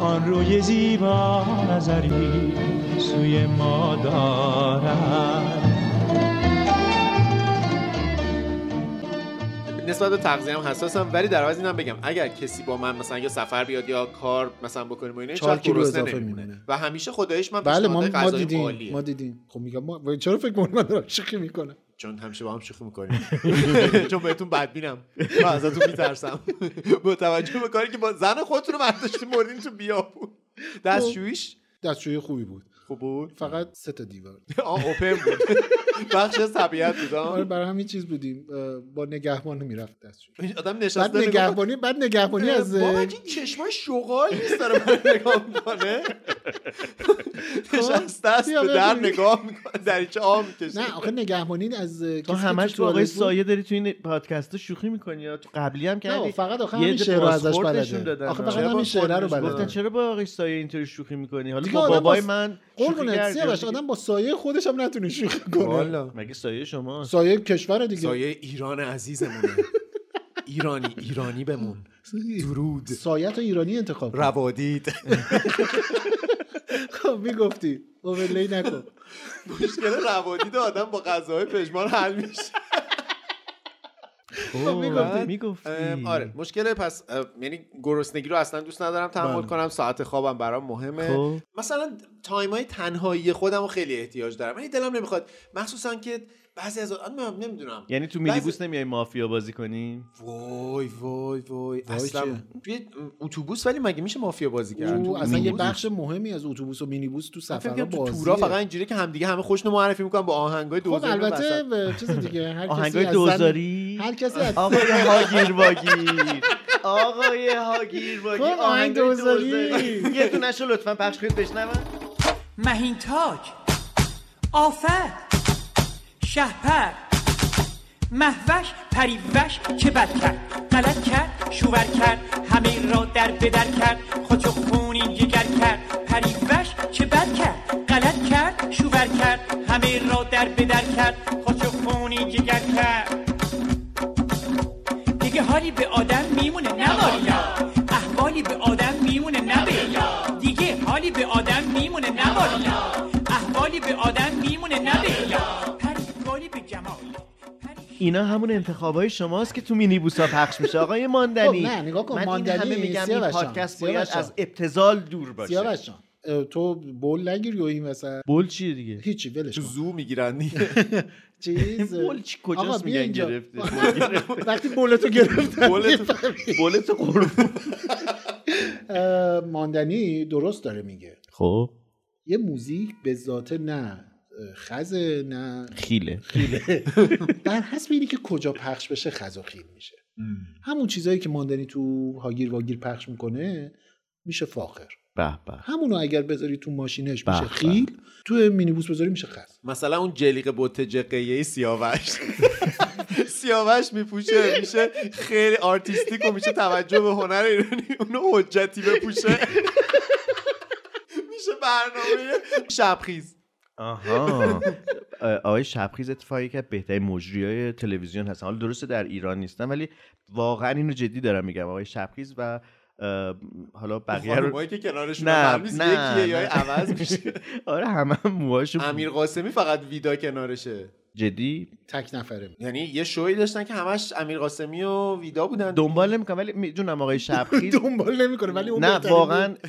S14: آن روی زیبا نظری سوی ما دارد
S3: نسبت به تغذیه هم حساسم ولی در عوض اینم بگم اگر کسی با من مثلا یا سفر بیاد یا کار مثلا بکنیم و اینا
S1: چهار
S3: هیچ وقت
S1: کیلو
S3: گرسنه
S1: اضافه
S3: نمی‌مونه.
S1: می‌مونه.
S3: و همیشه خدایش من
S1: بله ما
S3: پیشنهاد
S1: ما
S3: غذایی
S1: دیدیم
S3: عالیه.
S1: ما دیدیم خب میگم ما چرا فکر می‌کنی من دارم شوخی میکنم
S3: چون همیشه با هم شوخی میکنیم چون بهتون بدبینم و ازتون میترسم با توجه به کاری که با زن خودتون رو برداشتیم بردیم تو بیابون دستشویش
S1: دستشویی خوبی بود
S3: خوب بود
S1: خب. فقط سه تا دیوار
S3: آه اوپن بود بخش از طبیعت بود
S1: آره
S3: آه.
S1: برای همین چیز بودیم اه، با نگهبان میرفت دستشویی
S3: آدم نشسته
S1: بعد
S3: نگاه کنه.
S1: نگهبانی بعد نگهبانی از
S3: بابا این چشمای شغال نیست داره من نگاه میکنه نشسته است
S1: خب. بیا
S3: به در
S1: ببین.
S3: نگاه میکنه دریچه آب میکشه
S1: نه آخه نگهبانی از کسی
S2: تو
S1: که
S2: همش تو
S1: توالت
S2: آقای
S1: بود،
S2: سایه داری تو این پادکست شوخی میکنی یا تو قبلی هم
S1: نه،
S2: کردی
S1: فقط آخه
S2: یه
S1: همین
S2: عده
S1: شعر رو ازش
S2: پاسپورتشون
S1: بلده.
S2: دادن.
S1: آخه فقط
S2: چرا با
S1: همین شعره رو
S2: خودش
S1: بلده.
S2: گفتن چرا با آقای سایه اینطوری شوخی میکنی حالا
S1: آره. دیگه
S2: با
S1: آدم
S2: بابای
S1: با-
S2: من شوخی
S1: قربونت
S2: کردی.
S1: سیاوش آدم با سایه خودش هم نتونه شوخی کنه
S3: والا
S2: مگه سایه شما
S1: سایه کشور دیگه
S3: سایه ایران عزیزمونه ایرانی ایرانی بمون درود
S1: سایت ایرانی انتخاب کن.
S3: روادید
S1: خب میگفتی اوورلی نکن
S3: مشکل روادید آدم با غذاهای پژمان حل میشه
S2: میگفتی خب. میگفتی
S3: ام، آره مشکل پس ام، یعنی گرسنگی رو اصلا دوست ندارم تحمل
S2: بله.
S3: کنم ساعت خوابم برام مهمه
S2: خب.
S3: مثلا تایم های تنهایی خودم رو خیلی احتیاج دارم یعنی دلم نمیخواد مخصوصا که بعضی از آدم نمیدونم
S2: یعنی تو میلیبوس نمیای مافیا بازی کنی
S3: وای وای وای اصلا
S1: چیه؟
S3: توی اتوبوس ولی مگه میشه مافیا بازی کرد
S2: یعنی
S1: او اصلا یه
S3: مینیبوس.
S1: بخش مهمی از اتوبوس و مینیبوس تو
S3: من فکر
S1: سفر
S3: کنم تو
S1: بازی
S3: تورا فقط اینجوریه که همدیگه همه خوشنو معرفی میکنن با آهنگای
S1: خب
S3: دوزاری
S1: البته و چیز دیگه هر کسی
S2: آهنگای
S1: از
S2: دوزاری؟
S1: زن... هر کسی از
S2: آقای هاگیر واگیر آقای هاگیر واگیر
S1: خب، آهنگ
S2: آهنگ
S1: دوزاری.
S2: دوزاری یه دونش رو لطفا پخش کنید بشنوم
S4: مهین تاج آفت شهپر محوش پریوش که بد کرد غلط کرد شوور کرد همه را در بدر کرد خود خونی جگر کرد پریوش چه بد کرد غلط کرد شوور کرد همه را در بدر کرد خود خونی جگر کرد دیگه حالی به آدم میمونه نباریا احوالی به آدم میمونه نبه دیگه حالی به آدم میمونه نباریا احوالی به آدم میمونه نبه پریوالی به جمال
S2: اینا همون انتخابای شماست که تو مینیبوسا پخش میشه آقای ماندنی
S1: خب نه، نگاه کن،
S2: من
S1: ماندنی،
S2: این همه میگم این
S1: سیاوش جان،
S2: پادکست
S1: سیاوش
S2: باید
S1: جان.
S2: از ابتزال دور باشه
S1: سیاوش جان اه، تو بول نگیری و این وسط
S2: بول چیه دیگه
S1: هیچی ولش کن
S3: زو میگیرن دیگه
S1: چیز
S2: بول چی
S1: آقا،
S2: کجاست
S1: بیا
S2: میگن
S1: اینجا.
S2: گرفته بول گرفته.
S1: وقتی بولتو گرفتن
S2: بولتو-
S1: می‌فهمی.
S2: بولت قربون
S1: اه، ماندنی درست داره میگه
S2: خب
S1: یه موزیک به ذاته نه اه، خزه نه
S2: خیله
S1: خیله بر حسب اینی که کجا پخش بشه خز و خیل میشه همون چیزایی که ماندنی تو هاگیر واگیر پخش میکنه میشه فاخر
S2: به به
S1: همونو اگر بذاری تو ماشینش
S2: به
S1: میشه
S2: به.
S1: خیل تو مینیبوس بذاری میشه خز
S3: مثلا اون جلیق بوت جقیه سیاوش سیاوش میپوشه میشه خیلی آرتیستیک و میشه توجه به هنر ایرانی اونو حجتی بپوشه میشه برنامه شبخیز
S2: آها اه، آقای شبخیز اتفاقی که بهترین مجری های تلویزیون هستن حالا درسته در ایران نیستن ولی واقعا اینو جدی دارم میگم آقای شبخیز و اه، حالا بقیه رو
S3: خانمایی که کنارشون
S2: نه،
S3: هم نیست،
S2: نه،
S3: یکیه یا
S2: نه.
S3: عوض میشه
S2: آره همه هم موهاشو
S3: امیر قاسمی فقط ویدا کنارشه
S2: جدی
S1: تک نفره
S3: یعنی یه شوی داشتن که همش امیر قاسمی و ویدا بودن
S2: دنبال نمیکنم ولی میدونم آقای شبخیز
S1: دنبال نمیکنه ولی اون
S2: نه
S1: بهترین
S2: واقعا
S1: بود.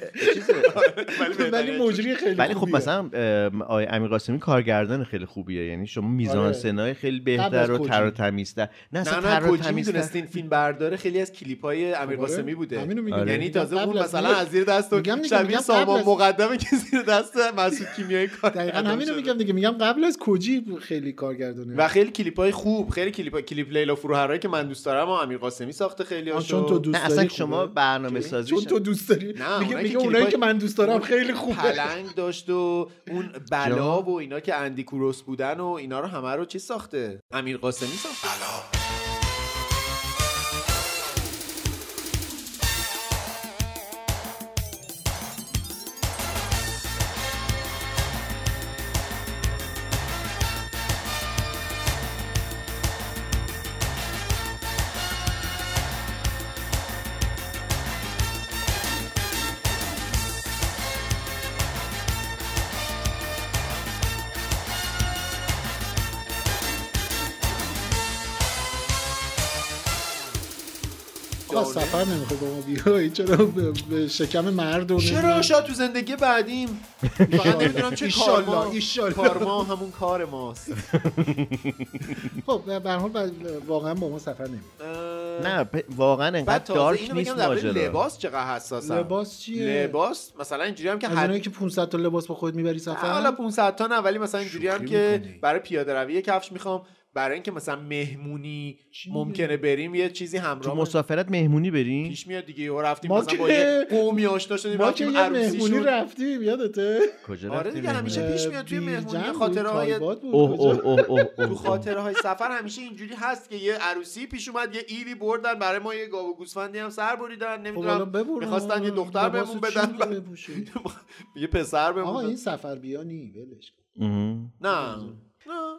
S1: ولی مجری خیلی
S2: ولی خب
S1: خوبیه.
S2: مثلا ام، آقای امیر قاسمی کارگردان خیلی خوبیه یعنی شما میزان
S3: آره.
S2: سنای خیلی
S3: قبل از
S2: بهتر و
S3: کوجی.
S2: تر و تمیزتر نه
S3: نه
S2: اصلا
S3: نه
S2: تر و
S3: کجی
S2: تمیزتر
S3: میدونستین فیلم برداره خیلی از کلیپ های
S1: خب
S3: امیر قاسمی بوده
S1: همینو میگم. آره.
S3: یعنی تازه
S1: قبل
S3: اون
S1: از
S3: مثلا
S1: میگم-
S3: از زیر دست و
S1: میگم دیگه،
S3: شبیه
S1: میگم
S3: سامان
S1: قبل از-
S3: مقدمه که زیر دست مسعود کیمیایی کار
S1: دقیقا همینو میگم دیگه میگم قبل از کجی خیلی کارگردانه
S3: و خیلی کلیپ های خوب خیلی کلیپ کلیپ لیلا فروهرایی که من دوست دارم و امیر قاسمی ساخته خیلی
S1: آه، چون تو دوست
S2: نه اصلا شما برنامه سازی
S1: خب، چون تو دوست داری
S3: نه،
S1: میگه
S3: اونایی
S1: میگه
S3: که
S1: اونایی
S3: کلیپای-
S1: که من دوست دارم خیلی خوبه
S3: پلنگ داشت و اون بلا و اینا که اندی کوروس بودن و اینا رو همه رو چی ساخته امیر قاسمی ساخته
S1: آقا سفر نمیخواد با ما بیای چرا به- به شکم مرد و
S3: چرا
S1: نمی‌دونم.
S3: شاید تو زندگی بعدیم فقط نمیدونم چه
S1: ایشالله،
S3: کارما
S1: ایشالله.
S3: کارما همون کار ماست
S1: خب به هر حال ب- واقعا با ما سفر نمی
S2: نه پ- واقعا
S3: بعد
S2: انقدر
S3: تازه
S2: دارک
S3: اینو
S2: نیست
S3: بگم در مورد
S2: ماجرا
S3: لباس چقدر حساسم
S1: لباس چیه؟
S3: لباس مثلا اینجوری هم که
S1: از
S3: حد...
S1: اونایی که 500 تا لباس با خود میبری سفر
S3: حالا 500 تا نه ولی مثلا اینجوری هم
S1: شوخی
S3: که
S1: می‌کنی.
S3: برای پیاده روی یه کفش میخوام برای اینکه مثلا مهمونی ممکنه بریم یه چیزی
S2: تو
S3: همراه
S2: مسافرت مهمونی بریم
S3: پیش میاد دیگه و رفتیم
S1: ما
S3: مثلا با
S1: که-
S3: یه قومی آشنا شدیم
S1: ما که
S3: رفتیم
S1: یه
S3: عروسی
S1: مهمونی
S3: شد
S1: رفتیم یادته
S2: کجا
S3: آره
S2: رفتیم
S3: دیگه همیشه
S2: مهمونی؟
S3: پیش میاد توی مهمونی
S1: بیجن بود،
S3: خاطره های
S1: تایبات بود،
S2: اوه
S1: کجا؟
S2: اوه اوه اوه
S3: تو
S2: اوه، اوه
S3: خاطره های سفر همیشه اینجوری هست که یه عروسی پیش اومد یه ایلی بردن برای ما یه گاو و گوسفندی هم سر
S1: خب
S3: بریدن
S1: حالا
S3: نمیدونم
S1: ببرو
S3: می‌خواستن یه دختر
S1: لباس چی
S3: بهمون بدن،
S1: می‌خوای
S3: بعد-
S1: بپوشی؟
S3: یه
S1: آقا
S3: پسر
S1: این
S3: بمون
S1: سفر بیا نی ولش کن
S2: مهم.
S3: نه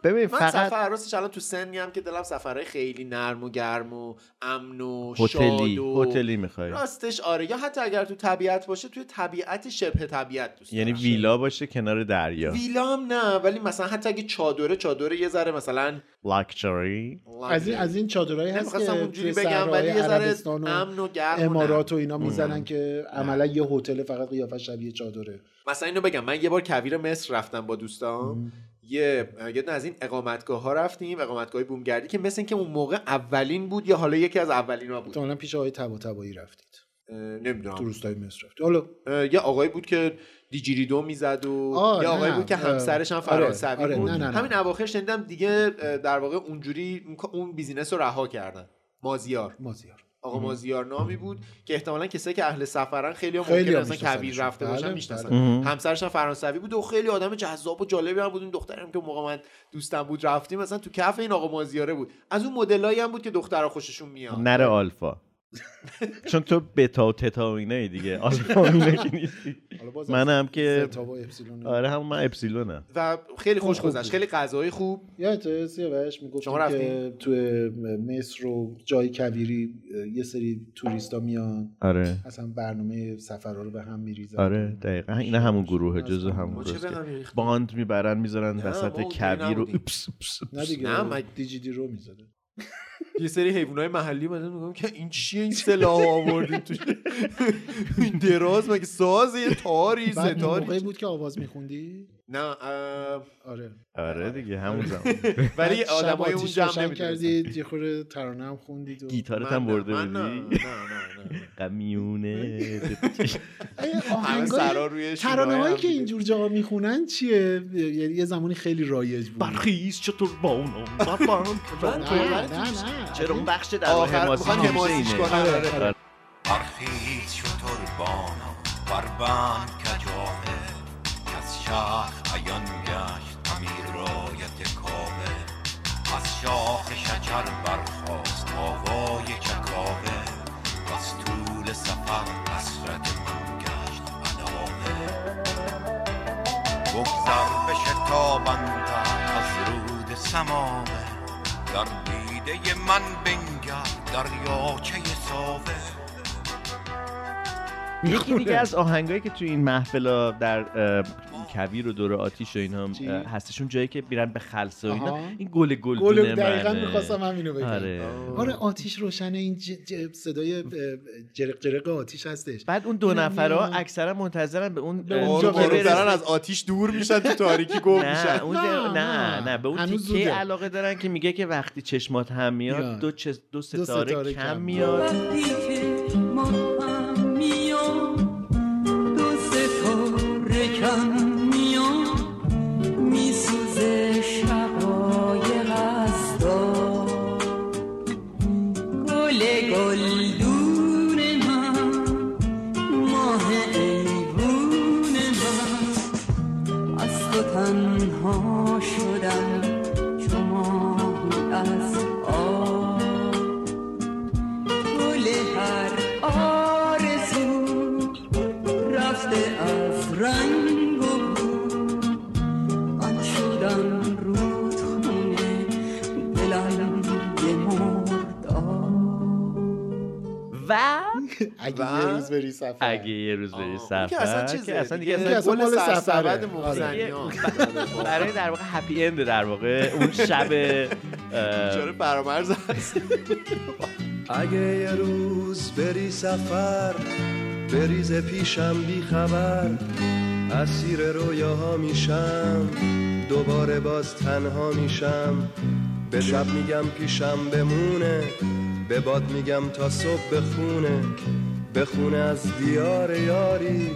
S2: ببین
S3: من
S2: فقط
S3: سفر عروسش الان تو سنی هم که دلم سفرهای خیلی نرم و گرم و امن و
S2: هتلی
S3: شاد و
S2: هتلی میخوای
S3: راستش آره یا حتی اگر تو طبیعت باشه توی طبیعت شبه طبیعت دوست
S2: یعنی
S3: دارم.
S2: ویلا باشه کنار دریا
S3: ویلا هم نه ولی مثلا حتی اگه چادره چادره یه ذره مثلا
S2: لاکچری
S1: از این از این چادرایی هست
S3: آره. نمی‌خواستم
S1: که
S3: اونجوری
S1: توی
S3: بگم ولی
S1: صحرای
S3: یه ذره
S1: عربستان و
S3: امن و گرم و
S1: امارات و اینا
S2: نه.
S1: میزنن که عملا یه هتل فقط قیافش شبیه چادره
S3: مثلا اینو بگم من یه بار کویر مصر رفتم با دوستام یه یه دونه از این اقامتگاه ها رفتیم اقامتگاه بومگردی که مثل اینکه اون موقع اولین بود یا حالا یکی از اولین ها بود
S1: احتمالاً پیش آقای تبا تبایی رفتید
S3: اه،
S1: تو
S3: نمیدونم
S1: روستای مصر رفتید حالا
S3: اه، یه آقایی بود که دیجیریدو میزد و
S1: آه،
S3: یه آقایی
S1: نه.
S3: بود که
S1: اه،
S3: همسرش هم
S1: آره،
S3: فرانسوی
S1: آره،
S3: بود
S1: نه، نه، نه.
S3: همین اواخر شنیدم دیگه اه، در واقع اونجوری اون- اون بیزینس رو رها کردن مازیار
S1: مازیار
S3: آقا مازیار نامی بود که احتمالا کسایی که اهل سفرن خیلی هم
S1: خیلی
S3: ممکنه
S1: هم
S3: اصلا
S1: می‌شناسنشون.
S3: کویر رفته
S1: بله،
S3: باشن
S1: بله.
S3: میشناسن
S2: مهم.
S3: همسرش هم فرانسوی بود و خیلی آدم جذاب و جالبی هم بود اون دخترم که اون موقع من دوستم بود رفتیم مثلا تو کف این آقا مازیاره بود از اون مدلایی هم بود که دخترها خوششون میاد
S2: نره آلفا چون تو بتا و تتا و اینایی دیگه آلفا و اینا که نیستی
S1: حالا باز
S2: منم که
S1: زتا و اپسیلون
S2: آره هم من اپسیلونم
S3: و خیلی خوش
S1: خوب
S3: گذشت
S1: بود.
S3: خیلی غذای خوب
S1: یادت سیاوش
S3: شما
S1: میگفتیم
S3: رفتین؟
S1: که تو مصر و جای کویری اه، یه سری توریستا میان
S2: آره
S1: اصلا برنامه سفرها رو به هم میریزن
S2: آره دقیقا اینا همون گروه جزو همون
S3: ما چه
S2: گروه
S3: به هم
S2: است که
S3: ریختیم؟
S2: باند میبرن میذارن
S3: نه، ما
S2: وسط
S3: اونجوری
S2: کویر و
S3: نبودیم.
S2: اپس اپس اپس.
S1: نه دیگه
S3: نه، من-
S1: دیجی دی رو میزده
S3: یه سری حیوانای محلی من میگم که این چیه این سلاح آوردین توش این دراز مگه ساز یه تاری
S1: بعد اون موقعی
S3: ستاری
S1: بود که آواز میخوندی
S3: نه اه،
S1: آره
S2: آره دیگه همون زمان
S3: ولی آدمای
S1: آدمای
S3: اون جمع نمیدونستن
S1: کردید یه خورده ترانه هم خوندید و
S2: گیتارت هم
S3: من نه،
S2: برده
S3: من نه،
S2: بودی
S3: نه، نه،
S2: قمیونه
S1: اه،
S3: همه سرا
S1: آهنگای
S3: روی
S1: ترانه
S3: شونه‌های
S1: هایی
S3: هم
S1: که اینجور جاها میخونن چیه یعنی یه زمانی خیلی رایج بود
S2: برخیز چطور بانم
S1: نه نه نه
S2: چرا اون بخش در راه
S3: آخر
S2: حماسی
S3: میخوان
S2: که میشه
S3: حماسیش
S2: اینه.
S3: کنن آره.
S2: آره.
S15: برخیز شطور بانم بربند کجاوه از شاخ عیان گشت امیر رایت کابه از شاخ شجر برخواست آوای چکاوه از طول سفر حسرت من گشت علاوه بگذر بشه تابنده از رود سماوه در دیده من بنگر دریاچه ساوه
S2: یکی دیگه
S1: آره.
S2: از آهنگایی که توی این محفلا در اه، کویر و دور آتیش و اینا هم،
S1: چی؟
S2: اه، هستشون جایی که میرن به خلسه و اینا
S1: آها.
S2: این گل گل
S1: گل دقیقا میخواستم همینو بگم
S2: آره.
S1: آره آتیش روشنه این ج... ج- صدای اه، جرق جرق آتیش هستش
S2: بعد اون دو
S1: اینم
S2: نفرا
S1: میاد.
S2: اکثرا منتظرن به اون
S1: یعنی به
S2: اه،
S1: اونجا
S2: تیکه
S1: برسن.
S2: برسن.
S3: از آتیش دور میشن تو تاریکی گم
S2: نه
S3: میشن
S2: اون
S1: نه،
S2: نه نه,
S1: نه.
S2: به اون
S1: هنوز
S2: تیکه
S1: زوده.
S2: علاقه دارن که میگه که وقتی چشمات هم
S1: میاد.
S2: میاد دو, چس- دو, ستاره
S1: ستاره
S2: کم,
S1: کم
S2: میاد
S4: وقتی که ما هم میام دو ستاره کم میام میسوزه شقایق از تو گل گلدون من ماه ایوون من از تو تنها شدم چون ماهی از آب گل هر آرزو رفته از رنگ و بو من شدم رود خونه دلم یه مرد
S2: و
S1: اگه یه روز بری سفر
S2: آره. اگه یه روز بری سفر
S3: که اصلا چیزه
S2: که اصلا دیگه
S3: دیگه
S2: اصلا
S1: اصلا
S3: گل
S1: مال سفره. آره.
S3: سرسبد
S2: دیگه
S3: مخزنیان.
S2: برای در واقع هپی اند در واقع اون شب اه،
S3: چرا فرامرز هست
S11: اگه یه روز بری سفر بریز پیشم بی خبر اسیر رویاها میشم دوباره باز تنها میشم به شب میگم پیشم بمونه به باد میگم تا صبح بخونه بخونه از دیار یاری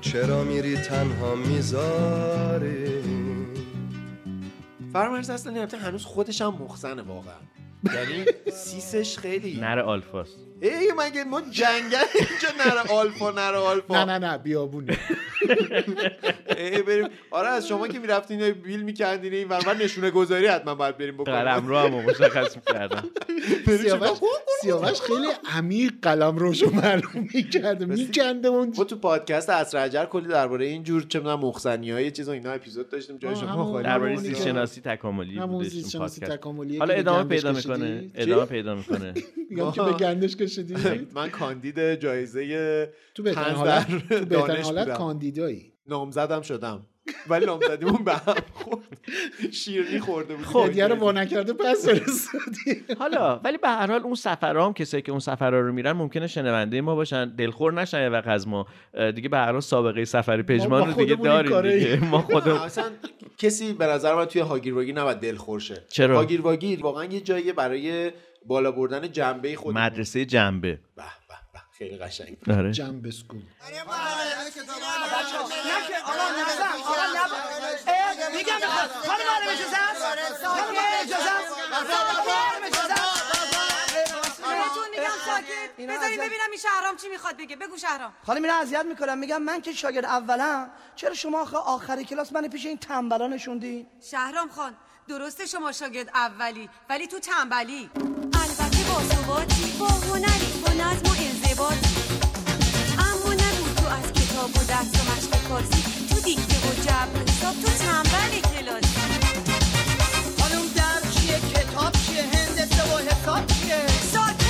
S11: چرا میری تنها میذاری
S3: فرامرز اصلا البته هنوز خودش هم مخزنه واقعا یعنی سیسش خیلی
S2: نر آلفاس
S3: ای مگه ما جنگل اینجا نره آلفا نره
S1: نه
S3: آلفا
S1: نه نه بیابونه
S3: ای بریم آره از شما که میرفتین بیل میکردین این ور ور نشونه گذاری حتما باید بریم
S2: قلم
S3: بکنیم
S2: رو هم مشخص میکردم
S1: سیاوش سیاوش خیلی عمیق قلم روشو معلوم میکرده میکنده اون
S3: ما تو پادکست اصر اجر کلی درباره اینجور چه میدونم مخزنی های چیز و اینا اپیزود داشتیم جای
S1: آه،
S3: شما
S1: همون-
S3: خالی
S2: درباره
S1: همونی که-
S2: زیست شناسی تکاملی
S1: همون
S2: بودش
S1: زیست
S2: اون
S1: شناسی
S2: پادکست
S1: تکاملیه
S2: حالا
S1: که
S2: ادامه پیدا
S1: گندش کشیدی؟
S2: میکنه
S1: چی؟
S2: ادامه پیدا میکنه
S1: میگم که به گندش کشیدی
S3: من کاندید جایزه
S1: تو بهترین
S3: پنج
S1: حالت
S3: در
S1: تو بهترین
S3: دانش
S1: حالت
S3: بودم.
S1: کاندیدایی
S3: نامزدم شدم ولی نامزدیمون به هم خورد شیرنی خورده بود
S1: خب رو وا نکرده پس فرستادی
S2: حالا ولی به هر حال اون سفرها هم کسایی که اون سفرها رو میرن ممکنه شنونده ما باشن دلخور نشن یه وقت از ما اه، دیگه به هر حال سابقه سفری
S1: ما
S2: پژمان رو دیگه
S1: خودمون این
S2: داریم
S1: کاره
S2: دیگه ما خودمون
S3: اصلا کسی به نظر من توی هاگیر واگیر نباید دلخور شه
S2: چرا؟
S3: هاگیر واگیر واقعا یه جایی برای بالا بردن جنبه خود به
S2: مدرسه جنبه
S3: به به خیلی قشنگ
S2: آره
S1: جنب سکول
S13: آقا نظر آقا نظر اه، میگم به خود. خانم آره اجازه است خانم آره اجازه است خانم آره اجازه است
S4: بهتون میگم ساکت بذاریم ببینم این شهرام چی میخواد بگه بگو شهرام
S12: خانم اینا اذیت میکنم میگم من که شاگرد اولم چرا شما آخه آخر کلاس من پیش این تنبلا نشوندی
S4: شهرام خان درسته شما شاگرد اولی ولی تو تنبلی البته با ثباتی با هنری با نظم و انضباطی اما نگو تو از کتاب و درس و مشق کارسی تو دیکته و جبر و حساب تو تنبل کلاسی
S13: خانم در چیه کتاب چیه هندسه و حساب چیه
S4: ساکت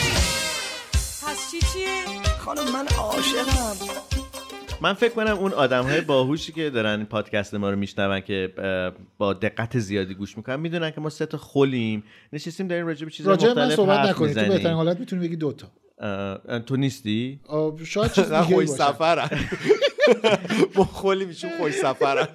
S4: پس چی چیه؟
S12: خانم من عاشقم
S2: من فکر کنم اون آدم های باهوشی که دارن این پادکست ما رو میشنون که اه، با دقت زیادی گوش میکنن میدونن که ما سه تا خلیم نشستیم داریم راجع به چیزای
S1: راجع به من
S2: مختلف
S1: صحبت
S2: حرف
S1: نکنید تو بهترین
S2: میزنیم
S1: حالت میتونی بگی دوتا
S2: تو نیستی
S1: آه، شاید چیز دیگه
S3: خوش
S1: باشه
S3: سفرن ما خلی میشیم خوش سفرن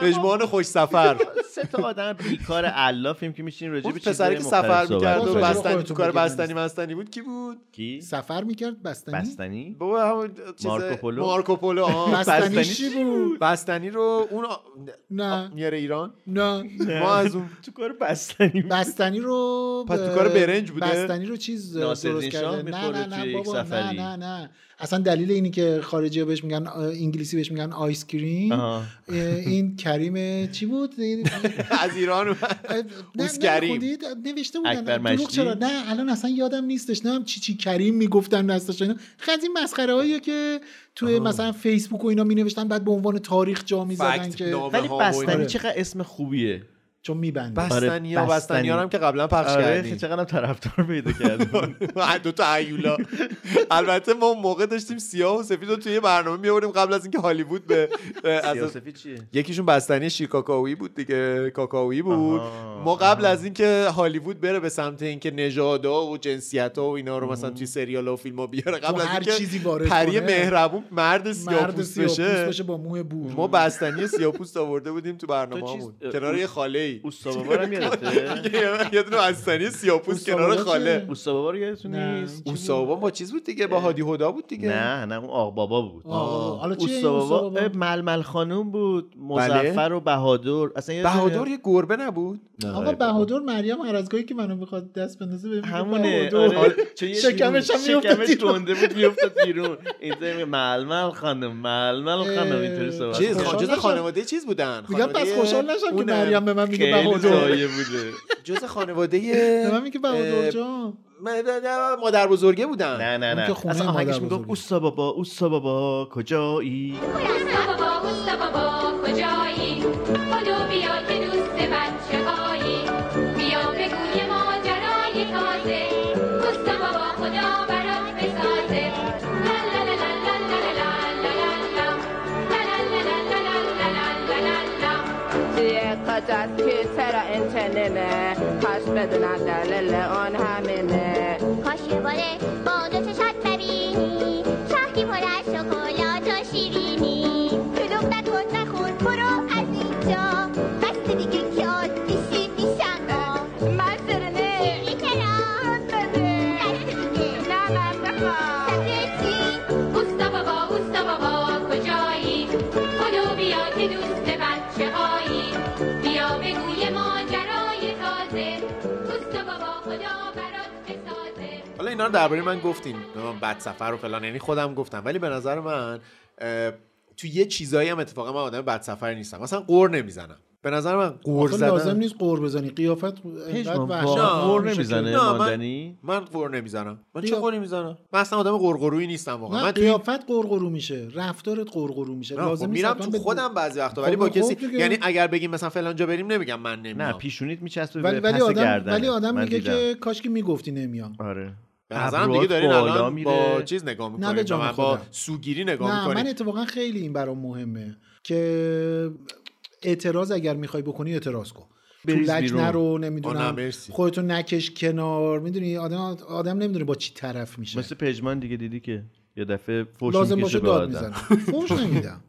S3: پژمان خوش سفر
S2: سه تا آدم بیکار علافیم که میشینیم راجع
S3: اون
S2: به
S3: پسری
S2: چیزای
S3: که
S2: مختلف
S3: سفر
S2: صحبت
S3: میکرد و
S2: می‌کنیم.
S3: بستنی تو کار بستنی مستنی بود کی بود
S2: کی
S1: سفر میکرد بستنی
S2: بستنی
S3: بابا همون چیز
S2: مارکوپولو؟
S3: مارکوپولو آه.
S1: بستنی چی بود؟
S3: بستنی رو اون آ-
S1: نه
S3: میاره ایران
S1: نه
S3: ما از اون
S2: تو کار بستنی
S1: بستنی رو
S3: پس تو
S1: ب-
S3: کار برنج بوده؟
S1: بستنی رو چیز
S2: ناصرالدین
S1: درست
S2: شاه
S1: کرده نه
S2: می‌خوره
S1: نه
S2: توی
S1: نه
S2: یک
S1: بابا نه
S2: سفری.
S1: نه نه اصلا دلیل اینی که خارجی بهش میگن آه، انگلیسی بهش میگن آیس کریم
S2: آها.
S1: اه، این کریم چی بود این-
S3: از ایران
S1: نه، نه،
S3: اوس کریم.
S1: خودی نوشته بودن
S2: اکبر
S1: دروغ
S2: مجدی؟
S1: چرا نه الان اصلا یادم نیستش نه هم چی چی کریم میگفتن دستش اینا از این مسخره هایی که توی مثلا فیسبوک و اینا می نوشتن بعد به عنوان تاریخ جا میزدن
S3: فکت
S1: که
S3: نامه
S2: ولی
S3: ها و
S2: بستنی
S3: اینا.
S2: چقدر اسم خوبیه
S1: چون میبنده
S3: بستنی ها
S2: آره،
S3: بستنی ها رو هم که قبلا پخش
S2: آره
S3: کردیم
S2: خیلی چقدرم طرفدار پیدا کردیم
S3: دو تا ایولا البته ما اون موقع داشتیم سیاه و سفید رو توی یه برنامه میآوردیم قبل از اینکه هالیوود به از
S2: سیاسفید چیه
S3: یکیشون بستنی شیر کاکائویی بود دیگه کاکائویی بود
S2: آها.
S3: ما قبل از اینکه هالیوود بره به سمت اینکه نژادها و جنسیت‌ها و اینا رو مثلا توی سریال و فیلم ها بیاره قبل
S1: تو
S3: از
S1: هر
S3: اینکه
S1: چیزی وارد
S3: پری
S1: کنه.
S3: مهربون مرد
S1: مرد
S3: سیاپوست
S1: سیاپوست
S3: بشه
S1: بشه با موه بور
S2: خب،
S3: ما بستنی سیاپوست آورده بودیم
S2: تو
S3: تو
S2: چیز-
S3: برنامه‌مون کنار
S2: او-
S3: یه خاله ای
S2: اوستابابا رو هم یادته
S3: یه دونه بستنی سیاپوست
S1: اوستابا
S3: کنار
S1: چیه؟
S3: خاله
S2: اوستابابا رو یادتون
S1: نه.
S2: نیست
S3: اون سابا با چیز بود دیگه با هادی هدا بود دیگه
S2: نه نه اون آق بابا بود
S1: آه، حالا چیه این
S2: اوستابابا
S1: اوستابابا؟
S2: اه، ململ خانوم بود مزفر و بهادر اصلا یادتونه؟
S3: بله. بهادر یه گربه نبود
S2: نه،
S1: آقا
S2: بابا.
S1: بهادر مریم هرزگاهی که منو میخواد دست بندازه بهم میگه
S2: همونه
S1: بهادر.
S2: آره. چون یه
S1: شکمش هم می‌افتاد
S2: شکمش
S1: بیرون.
S2: گنده بود میافتاد بیرون اینطوری میگه ململ خانم ململ خانم اینطوری صحبت
S3: چیز
S2: می‌کنه.
S1: خوشحال
S3: جز
S1: نشم.
S3: خانواده چیز بودن
S1: میگم
S2: خب،
S1: پس
S3: خانواده
S1: خوشحال نشم که
S3: اونه.
S1: مریم به من میگه
S2: خیلی
S1: بهادر
S2: سایه بوده
S3: جز خانواده
S1: به من میگه بهادر جان
S3: اه، مادر بزرگه بودن
S2: نه نه
S1: اون که
S2: نه
S1: خونه
S2: اصلا
S1: مادر
S2: آهنگش میگفت
S1: بزرگه.
S2: اوستا بابا اوستا بابا کجایی
S8: اوستا بابا اوستا بابا کجایی بدو بیا که دوست بچه هایی بیا بگو یه ماجرای تازه اوستا بابا خدا برات بسازه لا لا لا لا لا لا لا لا لا لا. لا لا لا لا لا لا لا لا لا لا.
S16: دقت است که چرا این چنینه کاش بدونم دلیل آن همینه
S17: کاش یه باره با دو چشات ببینی شهری پر از شکلات و شیرینی کلوب نکن نخور برو از اینجا بس دیگه که عادی شیدی شنگا
S16: من سرنه
S17: دیگه چرا
S16: بده
S17: دست دیگه
S16: نه من بخوام
S17: سفر چی
S13: اوستا بابا اوستا بابا کجایی خودو بیا که دوست بچه هایی بیا بگو یه ماجرای تازه اوستا بابا خدا برات بسازه
S3: حالا اینا رو درباره من گفتیم من بد سفر و فلان یعنی خودم گفتم ولی به نظر من اه، تو یه چیزایی هم اتفاقا من آدم بد سفر نیستم مثلا قور نمیزنم به نظر من قور
S1: آخه لازم
S3: زدن
S1: نیست قور بزنی قیافت انقدر
S2: پژمان
S1: وحشت
S3: واقعا
S2: قور
S1: میشه که-
S2: نمیزنه
S3: نه، من-
S2: ماندنی
S3: من قور نمیزنم من چه
S1: بیا.
S3: قوری میزنم من اصلا آدم قرقرویی نیستم واقعا
S1: نه
S3: من توی
S1: قیافت قرقرو میشه رفتارت قرقرو میشه
S3: نه، خب
S1: لازم نیست
S3: میرم
S1: حتما
S3: تو
S1: به-
S3: خودم بعضی وقتا
S1: خب،
S3: ولی با
S1: خب
S3: کسی
S1: دیگه.
S3: یعنی اگر بگیم مثلا فلان جا بریم نمیگم من
S2: نه
S3: نمیام
S2: پیشونیت میچسبه
S1: ولی
S2: به
S1: ولی
S2: پس
S1: آدم
S2: گردنه.
S1: ولی آدم
S2: من
S1: میگه
S2: دیدم.
S1: که کاش که میگفتی نمیام
S2: آره
S3: به نظرم دیگه
S2: ابروات
S3: دارین
S2: بالا
S3: الان با
S2: میره.
S3: چیز نگاه
S1: به
S3: میکنیم
S1: جان
S3: من با
S1: خودم.
S3: سوگیری نگاه
S1: نه من
S3: میکنیم
S1: اتفاقا خیلی این برام مهمه که اعتراض اگر میخوای بکنی اعتراض کن تو
S2: بریز
S1: لج
S2: بیرون.
S1: نرو
S3: آه، نه،
S1: نمیدونم
S3: مرسی.
S1: خودتو نکش کنار میدونی آدم آدم نمیدونه با چی طرف میشه
S2: مثل پژمان دیگه دیدی که یه دفعه فوش
S1: لازم
S2: می‌کشه
S1: باشه
S2: به
S1: داد
S2: آدم.
S1: میزنم فوش نمیدم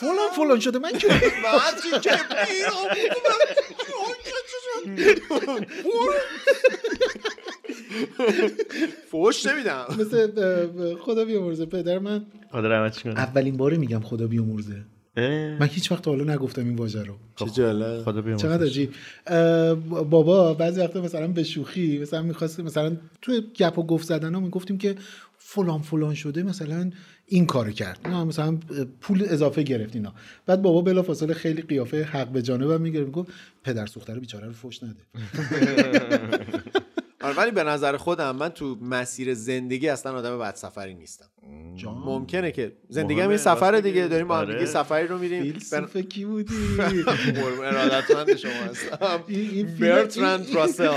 S1: فلان فلان شده من که
S3: فوش نمیدم
S1: مثل اه، خدا بیامرزه پدر من
S2: خدا رحمتش کنه
S1: اولین باره میگم خدا بیامرزه
S2: اه،
S1: من هیچ وقت تا حالا نگفتم این واژه رو
S3: چه جالب
S2: خدا بیامرزش.
S1: چقدر عجیب اه، بابا بعضی وقتا مثلا به شوخی مثلا میخواست مثلا تو گپ و گفت زدن ها میگفتیم که فلان فلان شده مثلا این کارو کرد اینا هم مثلا اه، پول اضافه گرفت اینا بعد بابا بلافاصله خیلی قیافه حق به جانب هم میگرفت میگفت پدر سوختر بیچاره رو فوش نده
S3: آره ولی به نظر خودم من تو مسیر زندگی اصلا آدم بد سفری نیستم ممکنه که زندگی هم یه
S2: مهمه،
S3: سفر
S2: راست
S3: دیگه
S2: میگی.
S3: داریم با هم دیگه
S2: آره.
S3: سفری رو میریم بن...
S1: فیلسوف کی بودی
S3: قربون ارادتمند شما هستم
S1: این- این فیل-
S3: برتراند راسل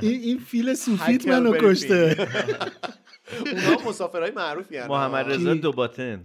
S1: این این فیل سوفیت
S3: هکل
S1: منو
S3: بری
S1: کشته
S3: اونا مسافرهای معروفی هستن خب،
S2: محمد رضا دوباتن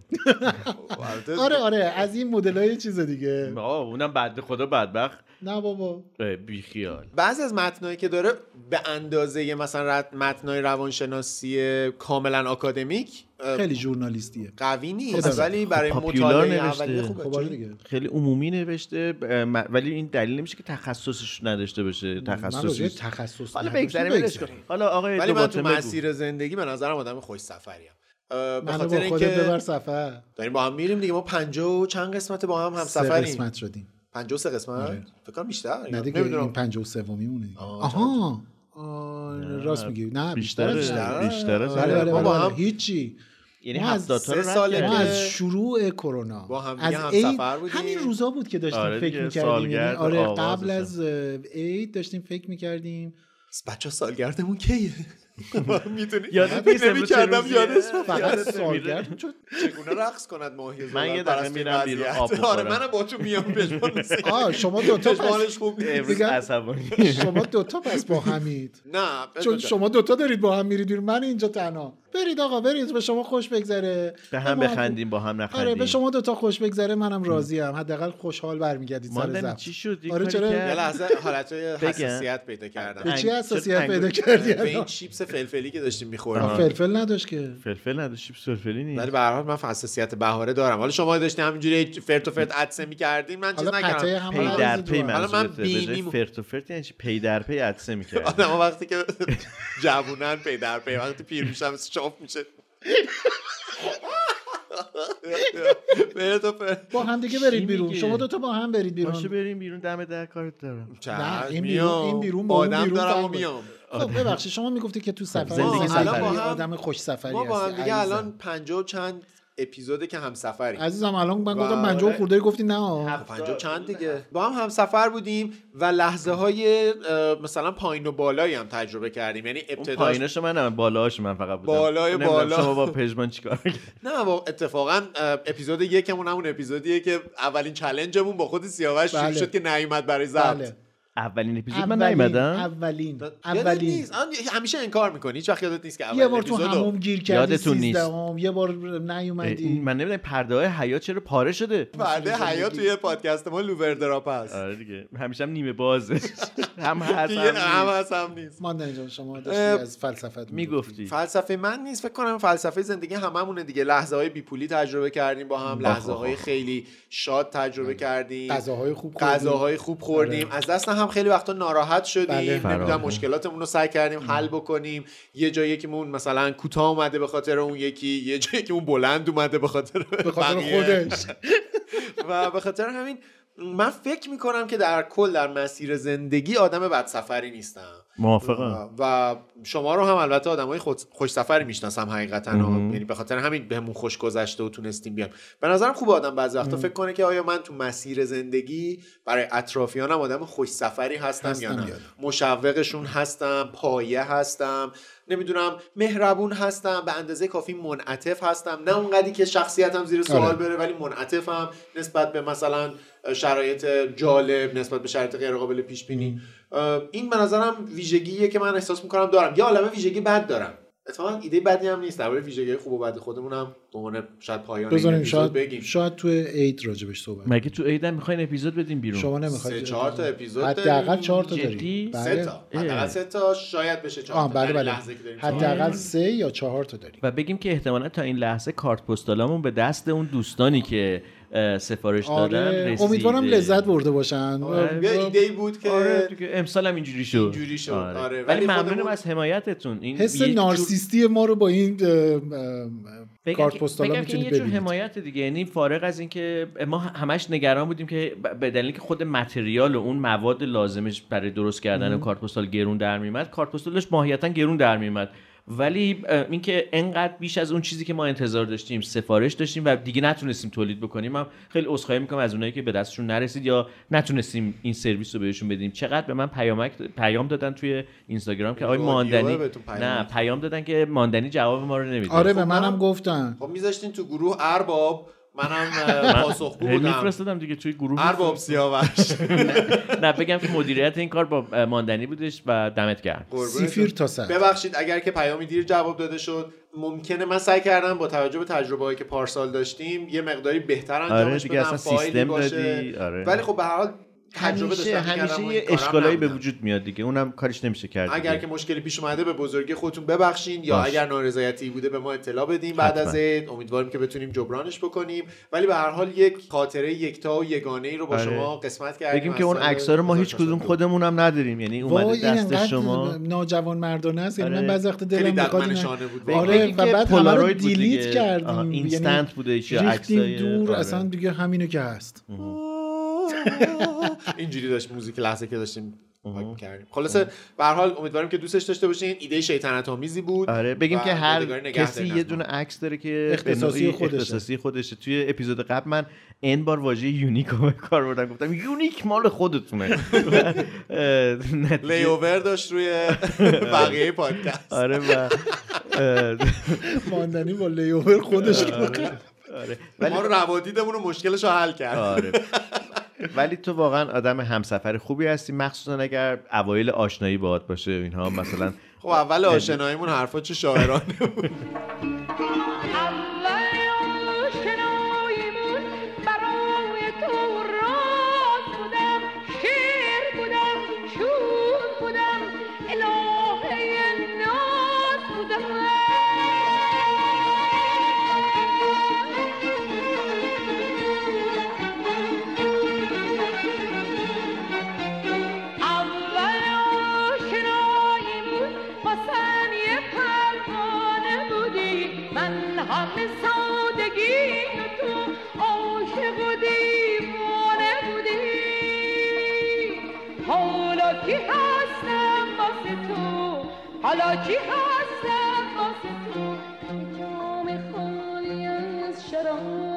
S1: آره آره از این مدل های چیز دیگه
S2: آه اونم بعد خدا بدبخت
S1: نه بابا
S2: اه، بیخیال
S3: بعضی از متنایی که داره به اندازه یه مثلا رد- متنای روانشناسی کاملا آکادمیک اه،
S1: خیلی ژورنالیستیه
S3: قوی نیست
S2: خب،
S3: ولی
S2: خب،
S3: برای
S2: پاپیولار
S3: مطالعه
S2: نوشته.
S3: اولیه خوبه
S2: خب،
S3: چون
S2: آره دیگه. خیلی عمومی نوشته اه، م- ولی این دلیل نمیشه که تخصصش نداشته باشه تخصصی
S1: راجع به تخصص
S2: حالا
S1: نداشته
S2: بگذاریم
S1: بگذاریم.
S2: ولش کنیم. حالا آقای
S3: ولی من
S2: دوباتن
S3: تو
S2: بگو.
S3: مسیر زندگی به نظرم آدم خوش سفریم اه، به
S1: منو
S3: خاطر
S1: با خودت ببر
S3: اینکه
S1: سفر
S3: داریم با هم میریم دیگه ما 50 و چند قسمت با هم هم
S1: سه
S3: سفریم
S1: قسمت شدیم
S3: 53 قسمت فکر کنم بیشتر
S1: نه دیگه
S3: نمیدونم
S1: این پنج و سومیمونه دیگه آها آه، راست میگی نه بیشتر
S2: بیشتره. بیشتره.
S1: بله
S2: ما
S1: بله بله
S2: با
S1: بله.
S2: هم-
S1: هیچی
S2: یعنی
S1: ما از
S2: هفتاد تا
S1: سه
S2: رو رد
S1: سال
S2: کردیم.
S1: ما از شروع کرونا
S3: با هم
S1: از
S3: دیگه هم
S1: عید-
S3: سفر بودیم.
S1: همین روزا بود که داشتیم
S2: آره
S1: فکر
S2: دیگه،
S1: میکردیم یعنی
S2: سالگرد
S1: آره قبل
S2: آغازشون.
S1: از اه، عید داشتیم فکر میکردیم
S3: بچه سالگردمون کیه میتونی
S2: یادت نیست امروز چه
S3: کردم
S2: روزیه؟
S3: یادت رفت.
S1: فقط
S3: یادت نمیاد.
S1: سالگرد
S3: چگونه رقص کند ماهی
S2: من یه
S3: زلال
S2: دقیقه میرم بیرون
S3: پرستوی وضعیت.
S2: آب
S3: آره
S2: بخورم.
S3: منم با تو میام پشمان
S1: آه شما دوتا
S3: پشمانش خوب نیست
S2: امروز
S1: دیگه-
S2: عصبانی
S1: شما دوتا پس با همید
S3: نه بذار
S1: چون
S3: جا.
S1: شما دوتا دارید با هم میرید بیرون. من اینجا تنها برید آقا برید به شما خوش بگذره
S2: به هم
S1: ما
S2: بخندیم با هم
S1: آره به
S2: نخندیم
S1: شما دوتا خوش بگذره منم راضی ام حداقل خوشحال برمیگردید سر
S2: ماندنی
S1: زب
S2: چی شد یه
S1: آره
S2: کاری
S1: چرا؟
S3: یه
S2: کرد؟
S3: لحظه حالت حساسیت پیدا
S1: به
S3: کردم
S1: چی
S2: انگ- چرا
S1: حساسیت
S2: انگ-
S1: پیدا کردی
S3: به این
S1: الان؟
S3: چیپس فلفلی که داشتیم
S1: آه،
S3: میخوردیم
S1: فلفل نداشت که
S2: فلفل نداشت چیپس فلفلی
S3: ولی
S2: نیست
S3: به هر حال من حساسیت بهاره دارم حالا شما داشتین همینجوری فرت و فرت عدسه میکردین من چیز
S1: حالا پته
S3: نکردم
S1: هم
S2: پی در پی
S3: حالا من
S2: منظورته به جای
S3: بینیم.
S2: فرت و فرت یعنی چی؟ پی در پی عدسه میکرد
S3: آدم وقتی که جوونن پی در پی وقتی پیر میشم شاف میشه بره تو پر
S1: با هم دیگه برید بیرون
S2: میگه؟
S1: شما دوتا با هم برید
S2: باشه
S1: بیرون
S2: بریم بیرون دم در کارت دارم
S1: نه
S3: چشم،
S1: این بیرون
S3: میام.
S1: این بیرون با اون
S3: آدم
S1: بیرون
S3: دارم
S1: فرق
S3: و
S1: داره.
S3: میام
S1: خب ببخشید شما میگفتی که تو سفر
S2: زندگی سفری.
S1: زندگی سفری
S3: ما با هم-
S1: آدم خوش سفری
S3: ما با هم
S1: هستی
S3: دیگه
S1: عزیزم.
S3: الان پنجاه و چند اپیزود که همسفری
S1: عزیزم الان من
S3: و- آره.
S1: گفتم پنجاه و خورده گفتی نه آه.
S3: پنجاه و چند دیگه خب، با هم همسفر بودیم و لحظه های اه، مثلا پایین و بالایی هم تجربه کردیم یعنی
S2: اون
S3: ابتدا
S2: پاییناشو من هم بالاهاش من فقط بودم
S3: بالای
S2: نمیدونم
S3: بالا.
S2: شما با پژمان چیکار کردی؟
S3: نه با اتفاقا اه، اپیزود یکمون همون اپیزودیه که اولین چلنجمون با خود سیاوش شروع
S1: بله.
S3: شد که نیومد برای ضبط
S1: بله
S2: اولین اپیزود من
S1: اولین-
S2: نیومدم
S1: اولین
S3: یادت
S1: اولین
S3: یعنی نیست آن همیشه انکار میکنی هیچ وقت یادت نیست که اولین
S1: یه بار تو
S3: اپیزودو-
S1: هموم گیر کردی
S2: یادتون نیست.
S1: سیزدهم یه بار
S2: اه، این-
S1: نیومدی
S2: من نمیدونم پرده های حیا چرا پاره شده
S3: بعد حیا توی پادکست ما لووردراپ هست
S2: آره دیگه همیشه هم نیمه بازه هم هست
S3: دیگه هم
S2: هم نیست.
S3: هست هم نیست
S1: ماندنی جان شما داشتی
S3: اه،
S1: از فلسفت
S2: میگفتی
S3: فلسفه من نیست فکر کنم فلسفه زندگی هممونه دیگه لحظه های بیپولی تجربه کردیم با هم لحظه های خیلی شاد تجربه کردیم
S1: خب. آره. غذاهای خوب خوردیم. آره.
S3: غذاهای خوب خوردیم از دست هم خیلی وقتا ناراحت
S1: بله.
S3: شدیم نمیدونم
S2: فراهم.
S3: مشکلاتمون رو سعی کردیم حل بکنیم یه جایی که مون مثلا کوتاه اومده به خاطر اون یکی یه جایی که اون بلند اومده به خاطر
S1: به خاطر
S3: بقیه.
S1: خودش
S3: و به خاطر همین من فکر میکنم که در کل در مسیر زندگی آدم بدسفری نیستم
S2: موافقم
S3: و شما رو هم البته آدم های خوش سفری میشناسم حقیقتا
S2: مهم.
S3: یعنی به خاطر همین بهمون خوش گذشته و تونستیم بیام به نظرم خوب آدم بعضی وقتا فکر کنه که آیا من تو مسیر زندگی برای اطرافیانم آدم خوش سفری هستم, یا
S1: هستم
S3: نه
S1: یا نه.
S3: مشوقشون هستم پایه هستم نمیدونم مهربون هستم به اندازه کافی منعطف هستم نه اونقدری که شخصیتم زیر سوال
S1: آره.
S3: بره ولی منعطفم نسبت به مثلا شرایط جالب نسبت به شرایط غیر قابل پیش بینی این به نظرم ویژگیه که من احساس میکنم دارم یا عالمه ویژگی بد دارم اتفاقا ایده بدی هم نیست درباره ویژگی خوب و بد خودمون هم به عنوان شاید پایان این
S1: بذاریم
S3: اپیزود
S1: شاید
S3: بگیم
S1: شاید تو عید راجبش صحبت
S2: مگه تو عیدم میخواین اپیزود بدیم بیرون
S1: شما
S3: سه
S1: نمیخواید
S3: چهار تا اپیزود
S1: حداقل
S3: داریم.
S1: چهار تا
S2: جدی؟
S1: داریم
S3: سه
S1: بله
S3: تا
S2: اه.
S3: حداقل سه تا شاید بشه چهار
S1: آه
S3: تا.
S1: بله
S3: در این
S1: بله
S3: لحظه که داریم چهار تا.
S1: حداقل سه یا چهار تا داریم
S2: و بگیم که احتمالا تا این لحظه کارت پستالامون به دست اون دوستانی که اه، سفارش دادن
S1: آره
S2: رسیده
S1: امیدوارم لذت برده باشن
S3: یه ایده ای بود که
S2: آره دیگه امسال هم اینجوری شد
S3: اینجوری شد، آره.
S2: ولی
S3: ولی
S2: ممنونم
S3: خودمون-
S2: از حمایتتون این
S1: حس
S2: یه جور-
S1: نارسیستی ما رو با این اه، اه،
S2: بگم
S1: کارت
S2: که-
S1: پستالا
S2: بگم که این
S1: میتونید
S2: یه جور
S1: ببینید
S2: حمایت دیگه یعنی فارغ از اینکه ما همش نگران بودیم که ب- به دلیل که خود متریال و اون مواد لازمش برای درست کردن کارت پستال گرون در میومد کارت پستالش ماهیتا گرون در میومد ولی اه، اینکه انقدر بیش از اون چیزی که ما انتظار داشتیم سفارش داشتیم و دیگه نتونستیم تولید بکنیم من خیلی عذرخواهی میکنم از اونایی که به دستشون نرسید یا نتونستیم این سرویس رو بهشون بدیم چقدر به من پیامک پیام دادن توی اینستاگرام که آقای
S3: رادیوها
S2: ماندنی
S3: بهتون پیام
S2: نه
S3: می‌دن.
S2: پیام دادن که ماندنی جواب ما رو نمیده
S1: آره
S3: خب
S1: به منم
S3: من-
S1: گفتن
S3: خب میذاشتین تو گروه ارباب منم اه، پاسخگو
S2: هی
S3: بودم
S2: میفرستادم دیگه توی گروه
S3: ارباب سیاوش
S2: نه بگم که مدیریت این کار با ماندنی بودش و دمت گرم
S1: سیفیر تا سر
S3: ببخشید اگر که پیامی دیر جواب داده شد ممکنه من سعی کردم با توجه به تجربه هایی که پارسال داشتیم یه مقداری بهتر انجامش
S2: آره دیگه
S3: بدم،
S2: اصلا
S3: فایلی
S2: سیستم
S3: باشه.
S2: دادی آره
S3: ولی خب به هر حال تجربه
S2: همیشه
S3: داشتم می‌کردم
S2: همیشه
S3: و
S2: یه
S3: این کارم
S2: اشکالایی به
S3: نبودم.
S2: وجود میاد دیگه اونم کارش نمیشه کرد
S3: اگر
S2: دیگه.
S3: که مشکلی پیش اومده به بزرگی خودتون ببخشید یا
S2: باش.
S3: اگر نارضایتی بوده به ما اطلاع بدیم بعد
S2: حتما.
S3: از عید امیدواریم که بتونیم جبرانش بکنیم ولی به هر حال یک خاطره یکتا و یگانه ای رو با
S2: آره.
S3: شما قسمت کردیم
S2: بگیم که اون
S3: از سال
S2: عکس رو ما هیچ کدوم خودمون هم نداریم یعنی
S1: وای
S2: اومده
S1: این
S2: دست
S1: انقدر
S2: شما
S1: ناجوان مردانه است یعنی
S2: آره.
S1: من بعضی وقت
S2: خیلی
S1: دلم می‌خواد اینا-
S2: دغدغه‌شانه بود.
S1: آره
S2: بگیم
S1: و
S2: که
S1: بعد همه رو
S2: پولاروید بود
S1: دیلیت
S2: دیگه.
S1: کردیم
S2: آه،
S1: یعنی
S2: اینستنت بوده چی،
S1: ریختیم
S2: عکسای-
S1: دور
S2: آره.
S1: اصلا دیگه همینو که هست
S3: اینجوری داشت موزیک لحظه که داشتیم فکر کردیم خلاصه به هر حال امیدواریم که دوستش داشته باشین ایده شیطنت آمیزی بود
S2: آره بگیم
S3: و
S2: که هر
S3: یادگاری نگه
S2: کسی
S3: دارین
S2: یه
S3: از ما.
S2: دونه عکس داره که
S1: اختصاصی
S2: به نوعی
S1: خودشه.
S2: اختصاصی خودشه توی اپیزود قبل من ان بار واژه یونیک رو به کار بردم گفتم یونیک مال خودتونه
S3: لیوور داشت روی بقیه پادکست
S2: آره و اه،
S1: ماندنی با لیوور خودش رو
S2: آره. آره. ولی-
S3: ما رو روادیدمون رو مشکلش رو حل کرد
S2: آره. ولی تو واقعا آدم همسفر خوبی هستی مخصوصا اگر اوایل آشنایی باهات باشه اینها مثلا
S3: خب اول آشناییمون حرفا چه شاعرانه بود
S18: آشناییمون برای تو راز بودم شیر بودم چون بودم الهه ناز بودم اول آشناییمون با سنی پروانه بودی من همه سادگی و تو عاشق و دیوانه بودی حالا کی هستم واسه تو حالا کی هستم واسه تو یه جام خالی از شراب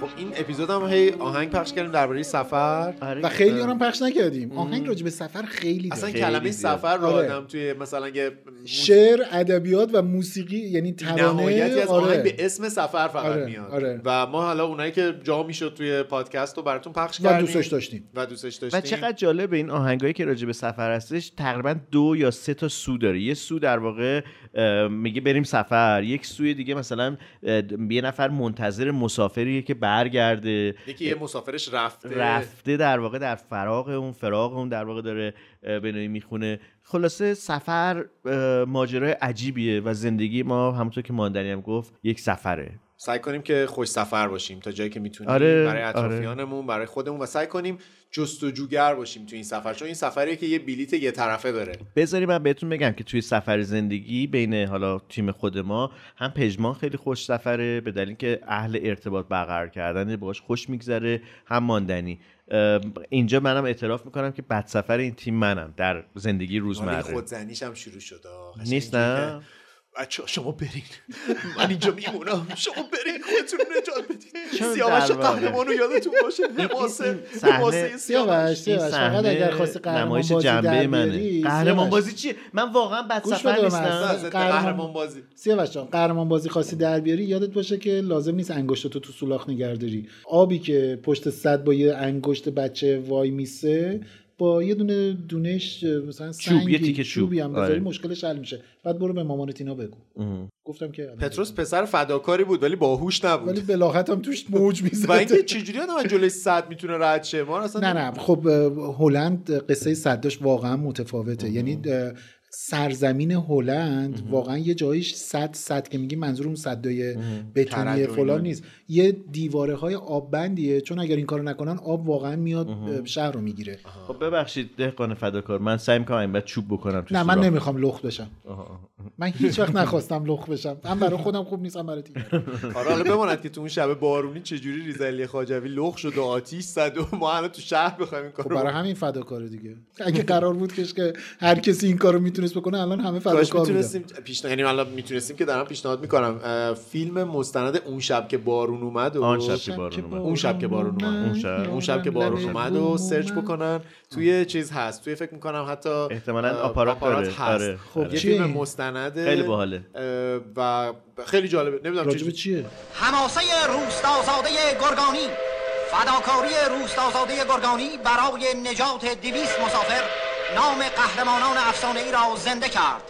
S3: خب این اپیزود هم هی آهنگ پخش کردیم درباره سفر
S2: آره،
S1: و خیلی هم پخش نکردیم آهنگ راجع به سفر خیلی
S3: اصلا
S1: داره.
S3: کلمه سفر رو
S1: آره.
S3: آدم توی مثلا یه
S1: شعر ادبیات و موسیقی یعنی
S3: نهایتی
S1: توانه
S3: از آهنگ
S1: آره
S3: به اسم سفر فقط
S1: آره،
S3: میاد
S1: آره.
S3: و ما حالا اونایی که جا میشد توی پادکست رو براتون پخش
S1: و
S3: کردیم
S1: دوستش داشتیم
S3: و دوستش داشتیم
S2: و چقدر جالب این آهنگایی که راجع به سفر هستش تقریبا دو یا سه تا سو داره یه سو در واقع اه، میگه بریم سفر یک سوی دیگه مثلا اه، یه نفر منتظر مسافریه که برگرده
S3: یکی یه مسافرش رفته
S2: رفته در واقع در فراغ اون فراغ اون در واقع داره اه، به نوعی میخونه خلاصه سفر اه، ماجرای عجیبیه و زندگی ما همونطور که ماندنی هم گفت یک سفره
S3: سعی کنیم که خوش سفر باشیم تا جایی که میتونیم
S2: آره،
S3: برای اطرافیانمون برای خودمون و سعی کنیم جستجوگر باشیم تو این سفر چون این سفریه که یه بلیت یه طرفه داره
S2: بذاری من بهتون بگم که توی سفر زندگی بین حالا تیم خود ما هم پژمان خیلی خوش سفره به دلیل که اهل ارتباط برقرار کردن باش خوش میگذره هم ماندنی ام، اینجا منم اعتراف میکنم که بد سفر این تیم منم در زندگی
S3: آره،
S2: روزمره
S3: خودزنیش هم شروع شد آه. قشنگ
S2: نیست
S3: اینجوری
S2: نه
S3: که، بچه‌ها شما برین من اینجا میمونم شما برین خودتون نجات بدین
S2: چون
S3: سیاوش
S2: در واقع-
S3: قهرمان رو یادتون باشه حماسه
S2: صحنه-
S3: حماسه
S1: سیاوش
S3: سیاوش
S2: این
S1: سیاوش
S2: صحنه
S1: فقط اگر خواستی قهرمان
S2: نمایش
S1: بازی
S2: جنبه
S1: در
S2: منه.
S1: بیاری،
S2: قهرمان
S1: سیاوش.
S2: بازی چیه من واقعا بد
S1: گوش
S2: سفر
S1: بده به من.
S2: نیستم
S3: قهرمان بازی
S1: سیاوش جان قهرمان بازی خواستی در بیاری یادت باشه که لازم نیست انگشتتو تو سولاخ نگهداری آبی که پشت صد با یه انگشت بچه وای میسه با یه دونه دونش مثلا
S2: چوب،
S1: سنگی
S2: یه تیکه چوب.
S1: چوبی هم بذاری
S2: آره.
S1: مشکلش حل میشه بعد برو به مامانت اینا بگو گفتم که
S3: پتروس پسر فداکاری بود ولی باهوش نبود
S1: ولی بلاغت هم توش موج میزد
S3: و اینکه چجوری آدم از جلوی صد میتونه رد شه ما اصلا
S1: نه نه خب اه، هلند قصه صداش واقعا متفاوته یعنی اه، سرزمین هلند واقعا یه جایش صد صد که میگی منظور اون صدای
S3: کرد و
S1: بتونی
S3: اینا.
S1: فلان نیست یه دیواره های آب بندیه چون اگر این کارو نکنن آب واقعا میاد اه، شهر رو میگیره
S2: خب ببخشید دهقان فداکار من سعی میکنم این بعد چوب بکنم تو
S1: نه من
S2: سوراخ.
S1: نمیخوام لخت بشم
S2: آها، آها.
S1: من هیچ وقت نخواستم لخت بشم هم برای خودم خوب نیست هم برای دیگران
S3: آره حالا بماند که تو اون شب بارونی چجوری ریزلی خاجوی لخ شد و آتیش زد و ما الان تو شهر بخوایم این کارو
S1: خب برای همین فداکاره دیگه اگه قرار بود کش که هر کسی این کارو میتونست بکنه الان همه
S3: کاش
S1: فداکار بودن
S3: میتونستیم پیشنهاد یعنی الان میتونستیم که دارم پیشنهاد میکنم اه، فیلم مستند اون شب که بارون اومد و
S2: آن شب که بارون اومد.
S3: اون شب که بارون اومد
S2: اون شب.
S3: اون شب که بارون اومد و سرچ بکنن توی چیز هست توی فکر میکنم حتی
S2: احتمالاً
S3: اه،
S2: آپارات داره.
S3: هست
S2: آره.
S3: خب
S2: آره.
S3: یه
S2: چیه
S3: فیلم
S2: این؟
S3: مستند
S2: خیلی باحاله.
S3: و خیلی جالبه نمیدونم
S1: راجب چیه
S13: هماسه روستازاده گرگانی فداکاری روستازاده گرگانی برای نجات دویست مسافر نام قهرمانان افسانه ای را زنده کرد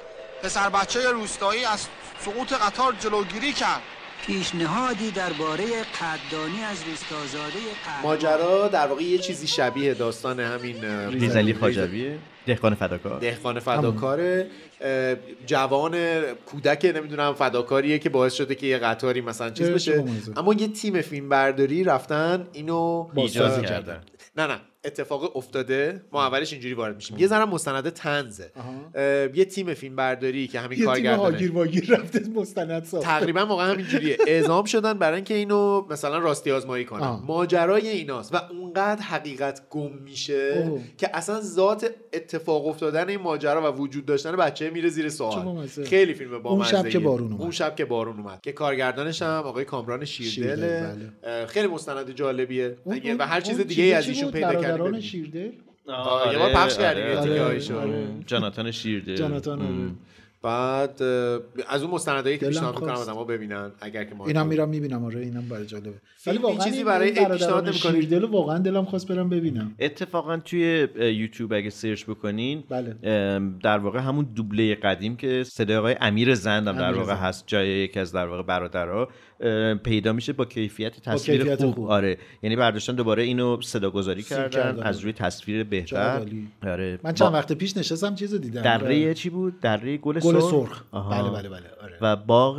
S19: پسر بچه روستایی از سقوط قطار جلوگیری کرد
S12: پیشنهادی درباره قدردانی از ریستازاده
S3: ماجرا در واقع یه چیزی شبیه داستان همین اه،
S2: ریزلی خاجویه دهقان فداکار
S3: دهقان فداکاره اه، جوان کودک نمیدونم فداکاریه که باعث شده که یه قطاری مثلا چیز
S1: چه
S3: بشه
S1: بامزه.
S3: اما یه تیم فیلم برداری رفتن اینو
S2: ایجاد کردن.
S3: نه نه اتفاق افتاده ما اولش اینجوری وارد میشیم یه ذره مستند تنزه اه، یه تیم فیلم برداری که
S1: یه
S3: همین
S1: تیم هاگیر
S3: کارگردانه
S1: واگیر رفته مستند ساخته
S3: تقریبا واقعا خب. همینجوریه اعزام شدن برای اینکه اینو مثلا راستی آزمایی کنن
S1: آه.
S3: ماجرای ایناست و اونقدر حقیقت گم میشه
S1: اوه.
S3: که اصلا ذات اتفاق افتادن این ماجرا و وجود داشتن بچه میره زیر
S1: چه
S3: سوال
S1: بامزه.
S3: خیلی فیلم با
S1: اون شب که بارون اومد.
S3: اون شب که بارون اومد که کارگردانش هم آقای کامران شیردل
S1: شیردل، بله.
S3: خیلی مستند جالبیه
S1: اون-
S3: دیگه و هر
S1: اون-
S3: چیز
S1: اون
S3: دیگه
S1: چیزه
S3: از
S1: چی
S3: ایشون
S1: بود؟
S3: پیدا کردیم
S1: برادران
S3: ببینیم.
S1: شیردل آره،
S3: آه، یه بار پخش کردیم یه
S2: آره،
S3: تیکه‌هایشو.
S2: آره. جاناتان شیرده
S1: جاناتان، آره.
S2: ام.
S3: بعد اه، از اون مستندایی که
S1: دلم
S3: پیشنهاد میکنم
S1: خواست.
S3: آدم‌ها ببینن اگر که ما
S1: اینم میرم میبینم آره اینم برای جالبه ولی
S3: فیلمی
S1: واقعا
S3: چیزی
S1: این-
S3: برای
S1: این
S3: عید
S1: برادران
S3: پیشنهاد نمی‌کنید؟
S1: شیردل رو واقعا دلم خواست برم ببینم
S2: اتفاقا توی اه، یوتیوب اگه سرچ بکنین
S1: بله.
S2: ام، در واقع همون دوبله قدیم که صدای آقای امیر زند هم در
S1: امیر
S2: واقع
S1: زند.
S2: هست جای یکی از در واقع برادرها ام، پیدا میشه با کیفیت تصویر
S1: کیفیت
S2: خوب.
S1: خوب.
S2: آره یعنی برداشتن دوباره اینو صداگذاری
S1: سیب
S2: کردن
S1: کردن.
S2: از روی تصویر
S1: چقدر
S2: بهتر
S1: عالی.
S2: آره
S1: من چند
S2: با-
S1: وقت پیش نشستم چیز رو دیدم
S2: دره چی بود دره گل,
S1: گل
S2: سرخ,
S1: سرخ.
S2: آها.
S1: بله، بله، بله، آره.
S2: و باغ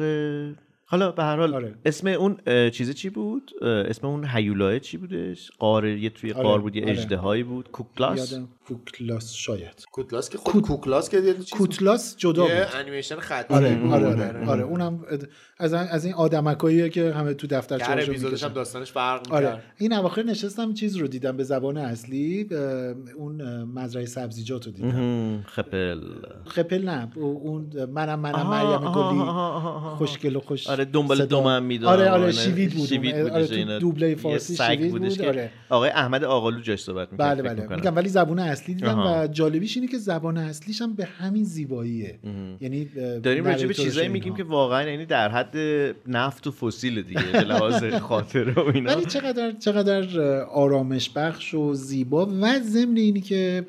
S2: حالا به هر حال اسم اون اه، چیزه چی بود اه، اسم اون هیولاه چی بودش قاره یه توی
S1: آره،
S2: قار بود یه
S1: آره.
S2: اژدهایی بود کوکلاس
S1: یادم کوکلاس شاید
S3: کوتلاس که خود کوکلاس که خب یه چیز-
S1: کوتلاس جدا
S3: یه
S1: بود
S3: انیمیشن خطی
S1: آره آره آره, آره. اونم از از این آدمکاییه که همه تو دفتر
S3: که
S1: چهارشنبه
S3: هر اپیزودش
S1: می‌کشن.
S3: هم داستانش فرق
S1: آره
S3: آره.
S1: این اواخر نشستم چیز رو دیدم به زبان اصلی اه، اون اه، مزرعه سبزیجات رو دیدم
S2: مهم. خپل
S1: خپل نه اون منم منم
S2: آها،
S1: مریم
S2: آها،
S1: گلی
S2: آها، آها، آها.
S1: خوشگل و خوش
S2: آره دنبال
S1: صدا.
S2: دومم میدونم
S1: آره آره شیوید بود
S2: شیوید
S1: اون. آره
S2: بودش
S1: تو
S2: اینا.
S1: دوبله
S2: یه
S1: فارسی
S2: سگ
S1: شیوید
S2: بودش
S1: بود
S2: که
S1: آره
S2: آقای احمد آقالو جاش صحبت می‌کرد
S1: بله
S2: فکر
S1: بله
S2: می‌کنم.
S1: میگم ولی زبون اصلی دیدم
S2: آها.
S1: و جالبیش اینه که زبان اصلیش هم به همین زیباییه یعنی اه،
S2: داریم راجع به
S1: نریتورش
S2: چیزایی
S1: و
S2: میگیم
S1: اینها.
S2: که واقعا یعنی در حد نفت و فسیل دیگه به لحاظ خاطره و اینا
S1: ولی چقدر چقدر آرامش بخش و زیبا و ضمن اینی که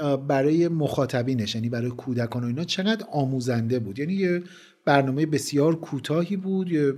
S1: اه، برای مخاطبینش یعنی برای کودکان و اینا چقدر آموزنده بود یعنی یه برنامه بسیار کوتاهی بود یه اه،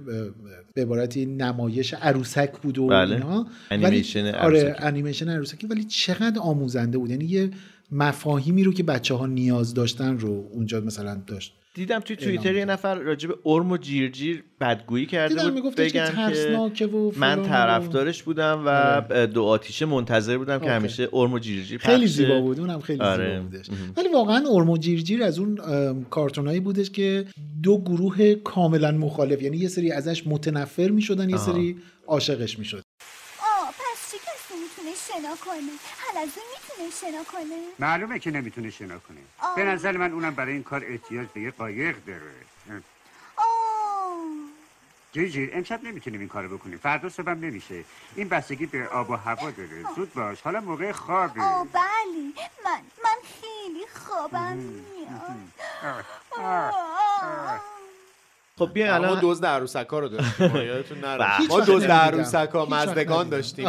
S1: به عبارتی نمایش عروسک بود و
S2: بله.
S1: اینا
S2: انیمیشن
S1: ولی- آره
S2: عروسکی.
S1: انیمیشن عروسکی ولی چقدر آموزنده بود یعنی یه مفاهیمی رو که بچه ها نیاز داشتن رو اونجا مثلا داشت
S2: دیدم توی
S1: اعلام
S2: توییتر یه نفر راجع به ارم و جیرجیر بدگویی کرده
S1: دیدم
S2: بود
S1: میگفتش که
S2: بگن
S1: ترسناکه و فلان
S2: من
S1: و- آره.
S2: طرفدارش بودم و دو آتیشه منتظر بودم که
S1: آخه.
S2: همیشه ارم و جیرجیر
S1: خیلی
S2: پخشه.
S1: زیبا بود اونم خیلی
S2: آره.
S1: زیبا بودش ولی واقعا ارمو جیرجیر از اون ام، کارتونایی بودش که دو گروه کاملا مخالف یعنی یه سری ازش متنفر میشدن یه
S2: آها.
S1: سری عاشقش میشد
S20: آه پس چه کسی میتونه شنا کنه حلزون میتونه شنا کنه
S21: معلومه که نمیتونه شنا کنه
S20: آه.
S21: به نظر من اونم برای این کار احتیاج به یه قایق داره
S20: آه
S21: جیجی امشب نمیتونیم این کارو بکنیم فردا صبحم نمیشه این بستگی به آب و هوا داره زود باش حالا موقع خوابه
S20: آه بله من من خیلی خوابم میاد آه.
S2: خب بیا
S3: ما
S2: الان
S3: دزد عروسکا رو داشتیم
S1: آره.
S3: ما یادتون نره.
S2: بله.
S3: ما
S2: هیچ وقت
S3: دزد
S2: ندیدم.
S3: عروسکا
S1: هیچ وقت
S3: مزدگان
S1: ندیدم.
S3: داشتیم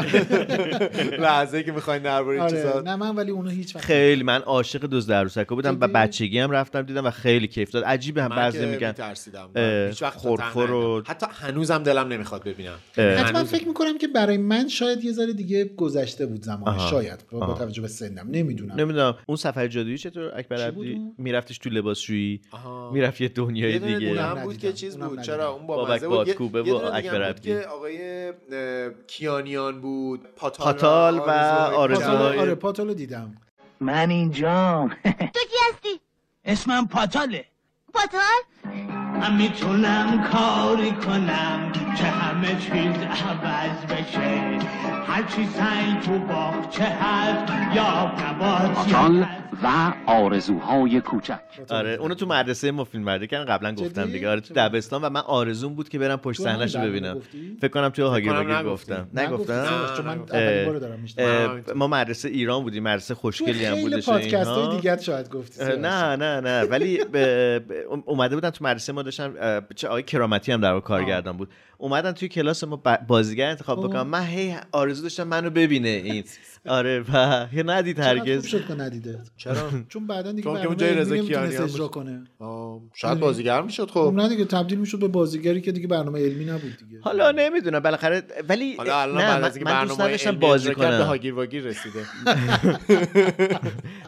S3: لحظه که میخواین درباره این
S1: آره
S3: چیزا
S1: نه من ولی اونو هیچ وقت
S2: خیلی من عاشق دوز عروسکا بودم و بچگی هم رفتم دیدم و خیلی کیف داد عجیبه هم
S3: من
S2: بعضی
S3: که
S2: میگن
S3: می‌ترسیدم. من
S2: اه،
S3: هیچ وقت
S2: خورخور و
S3: حتی هنوزم دلم نمیخواد ببینم
S2: اه.
S1: حتما
S3: هنوز-
S1: فکر میکنم که برای من شاید یه ذره دیگه گذشته بود زمانش
S2: آها.
S1: شاید با, با
S2: آها.
S1: توجه به سنم نمیدونم
S2: نمیدونم اون سفر جادویی چطور اکبر
S1: بود
S2: عبدی
S1: اون؟
S2: میرفتش تو لباسشویی
S3: آها.
S2: میرفت یه دنیای
S3: یه دونه
S2: دیگه
S3: اونم بود که چیز
S1: اونم
S3: بود
S1: ندیدم.
S3: چرا اون با
S2: بابک
S3: مزه بود یه-
S2: بادکوبه
S3: یه
S2: و
S3: دونه دیگه
S2: اکبر
S3: هم بود
S2: عبدی.
S3: که آقای اه، کیانیان بود پاتال,
S2: پاتال و
S1: پاتال-
S2: آرزوهای
S1: آره پاتالو دیدم
S22: من اینجام
S17: تو کی هستی؟
S22: اسمم پاتاله
S17: پاتال؟
S22: من میتونم کاری کنم که همه چیز عوض بشه هرچی سنگ تو باغچه هست یا نبات
S23: پاتال و آرزوهای کوچک
S2: آره اونو تو مدرسه ما فیلم برداری کردن قبلا گفتم دیگه آره تو دبستان و من آرزوم بود که برم پشت
S1: تو همین
S2: صحنه‌شو
S1: برنامه
S2: ببینم
S1: گفتی؟
S2: فکر کنم توی هاگیر
S1: کنم
S2: واگیر
S1: نگفتی.
S2: گفتم
S1: نگفتی،
S2: نگفتم
S1: چون- چون من
S2: اه،
S1: اولین بار دارم می‌شنوم.
S2: اه،
S1: من
S2: ما مدرسه ایران بودیم مدرسه
S1: تو
S2: خوشگلی هم
S1: خیلی
S2: بودش
S1: پادکست
S2: اینا.
S1: های دیگه شاید گفتی
S2: اه، نه نه نه ولی ب- ب- اومده بودن تو مدرسه ما داشتن اه، چه آقای کرامتی هم در واقع کارگردان بود اومدن توی کلاس ما ب- بازیگر انتخاب
S1: اوه.
S2: بکنم من هی آرزو داشتم منو ببینه این آره و یه ندید
S1: چقدر خوب
S2: هرگز
S1: شد که ندیده
S3: چرا
S1: چون بعدا دیگه
S3: چون که
S1: برنامه
S3: اونجای
S1: علمی
S3: رضا کیانی
S1: نمیتونست
S3: هم
S1: اجرا
S3: بود.
S1: کنه
S3: آه،
S2: آره.
S3: شاید بازیگر میشد خب
S1: نه دیگه تبدیل میشد به بازیگری که دیگه برنامه علمی نبود دیگه
S2: حالا نمیدونم بالاخره ولی
S3: حالا الان
S2: نه،
S3: بعد
S2: من-
S3: از اینکه
S2: من دوست
S3: برنامه
S2: نداشتم
S3: علمی
S2: بازی
S3: اجرا کرد، به
S2: کنم.
S3: هاگیر واگیر رسیده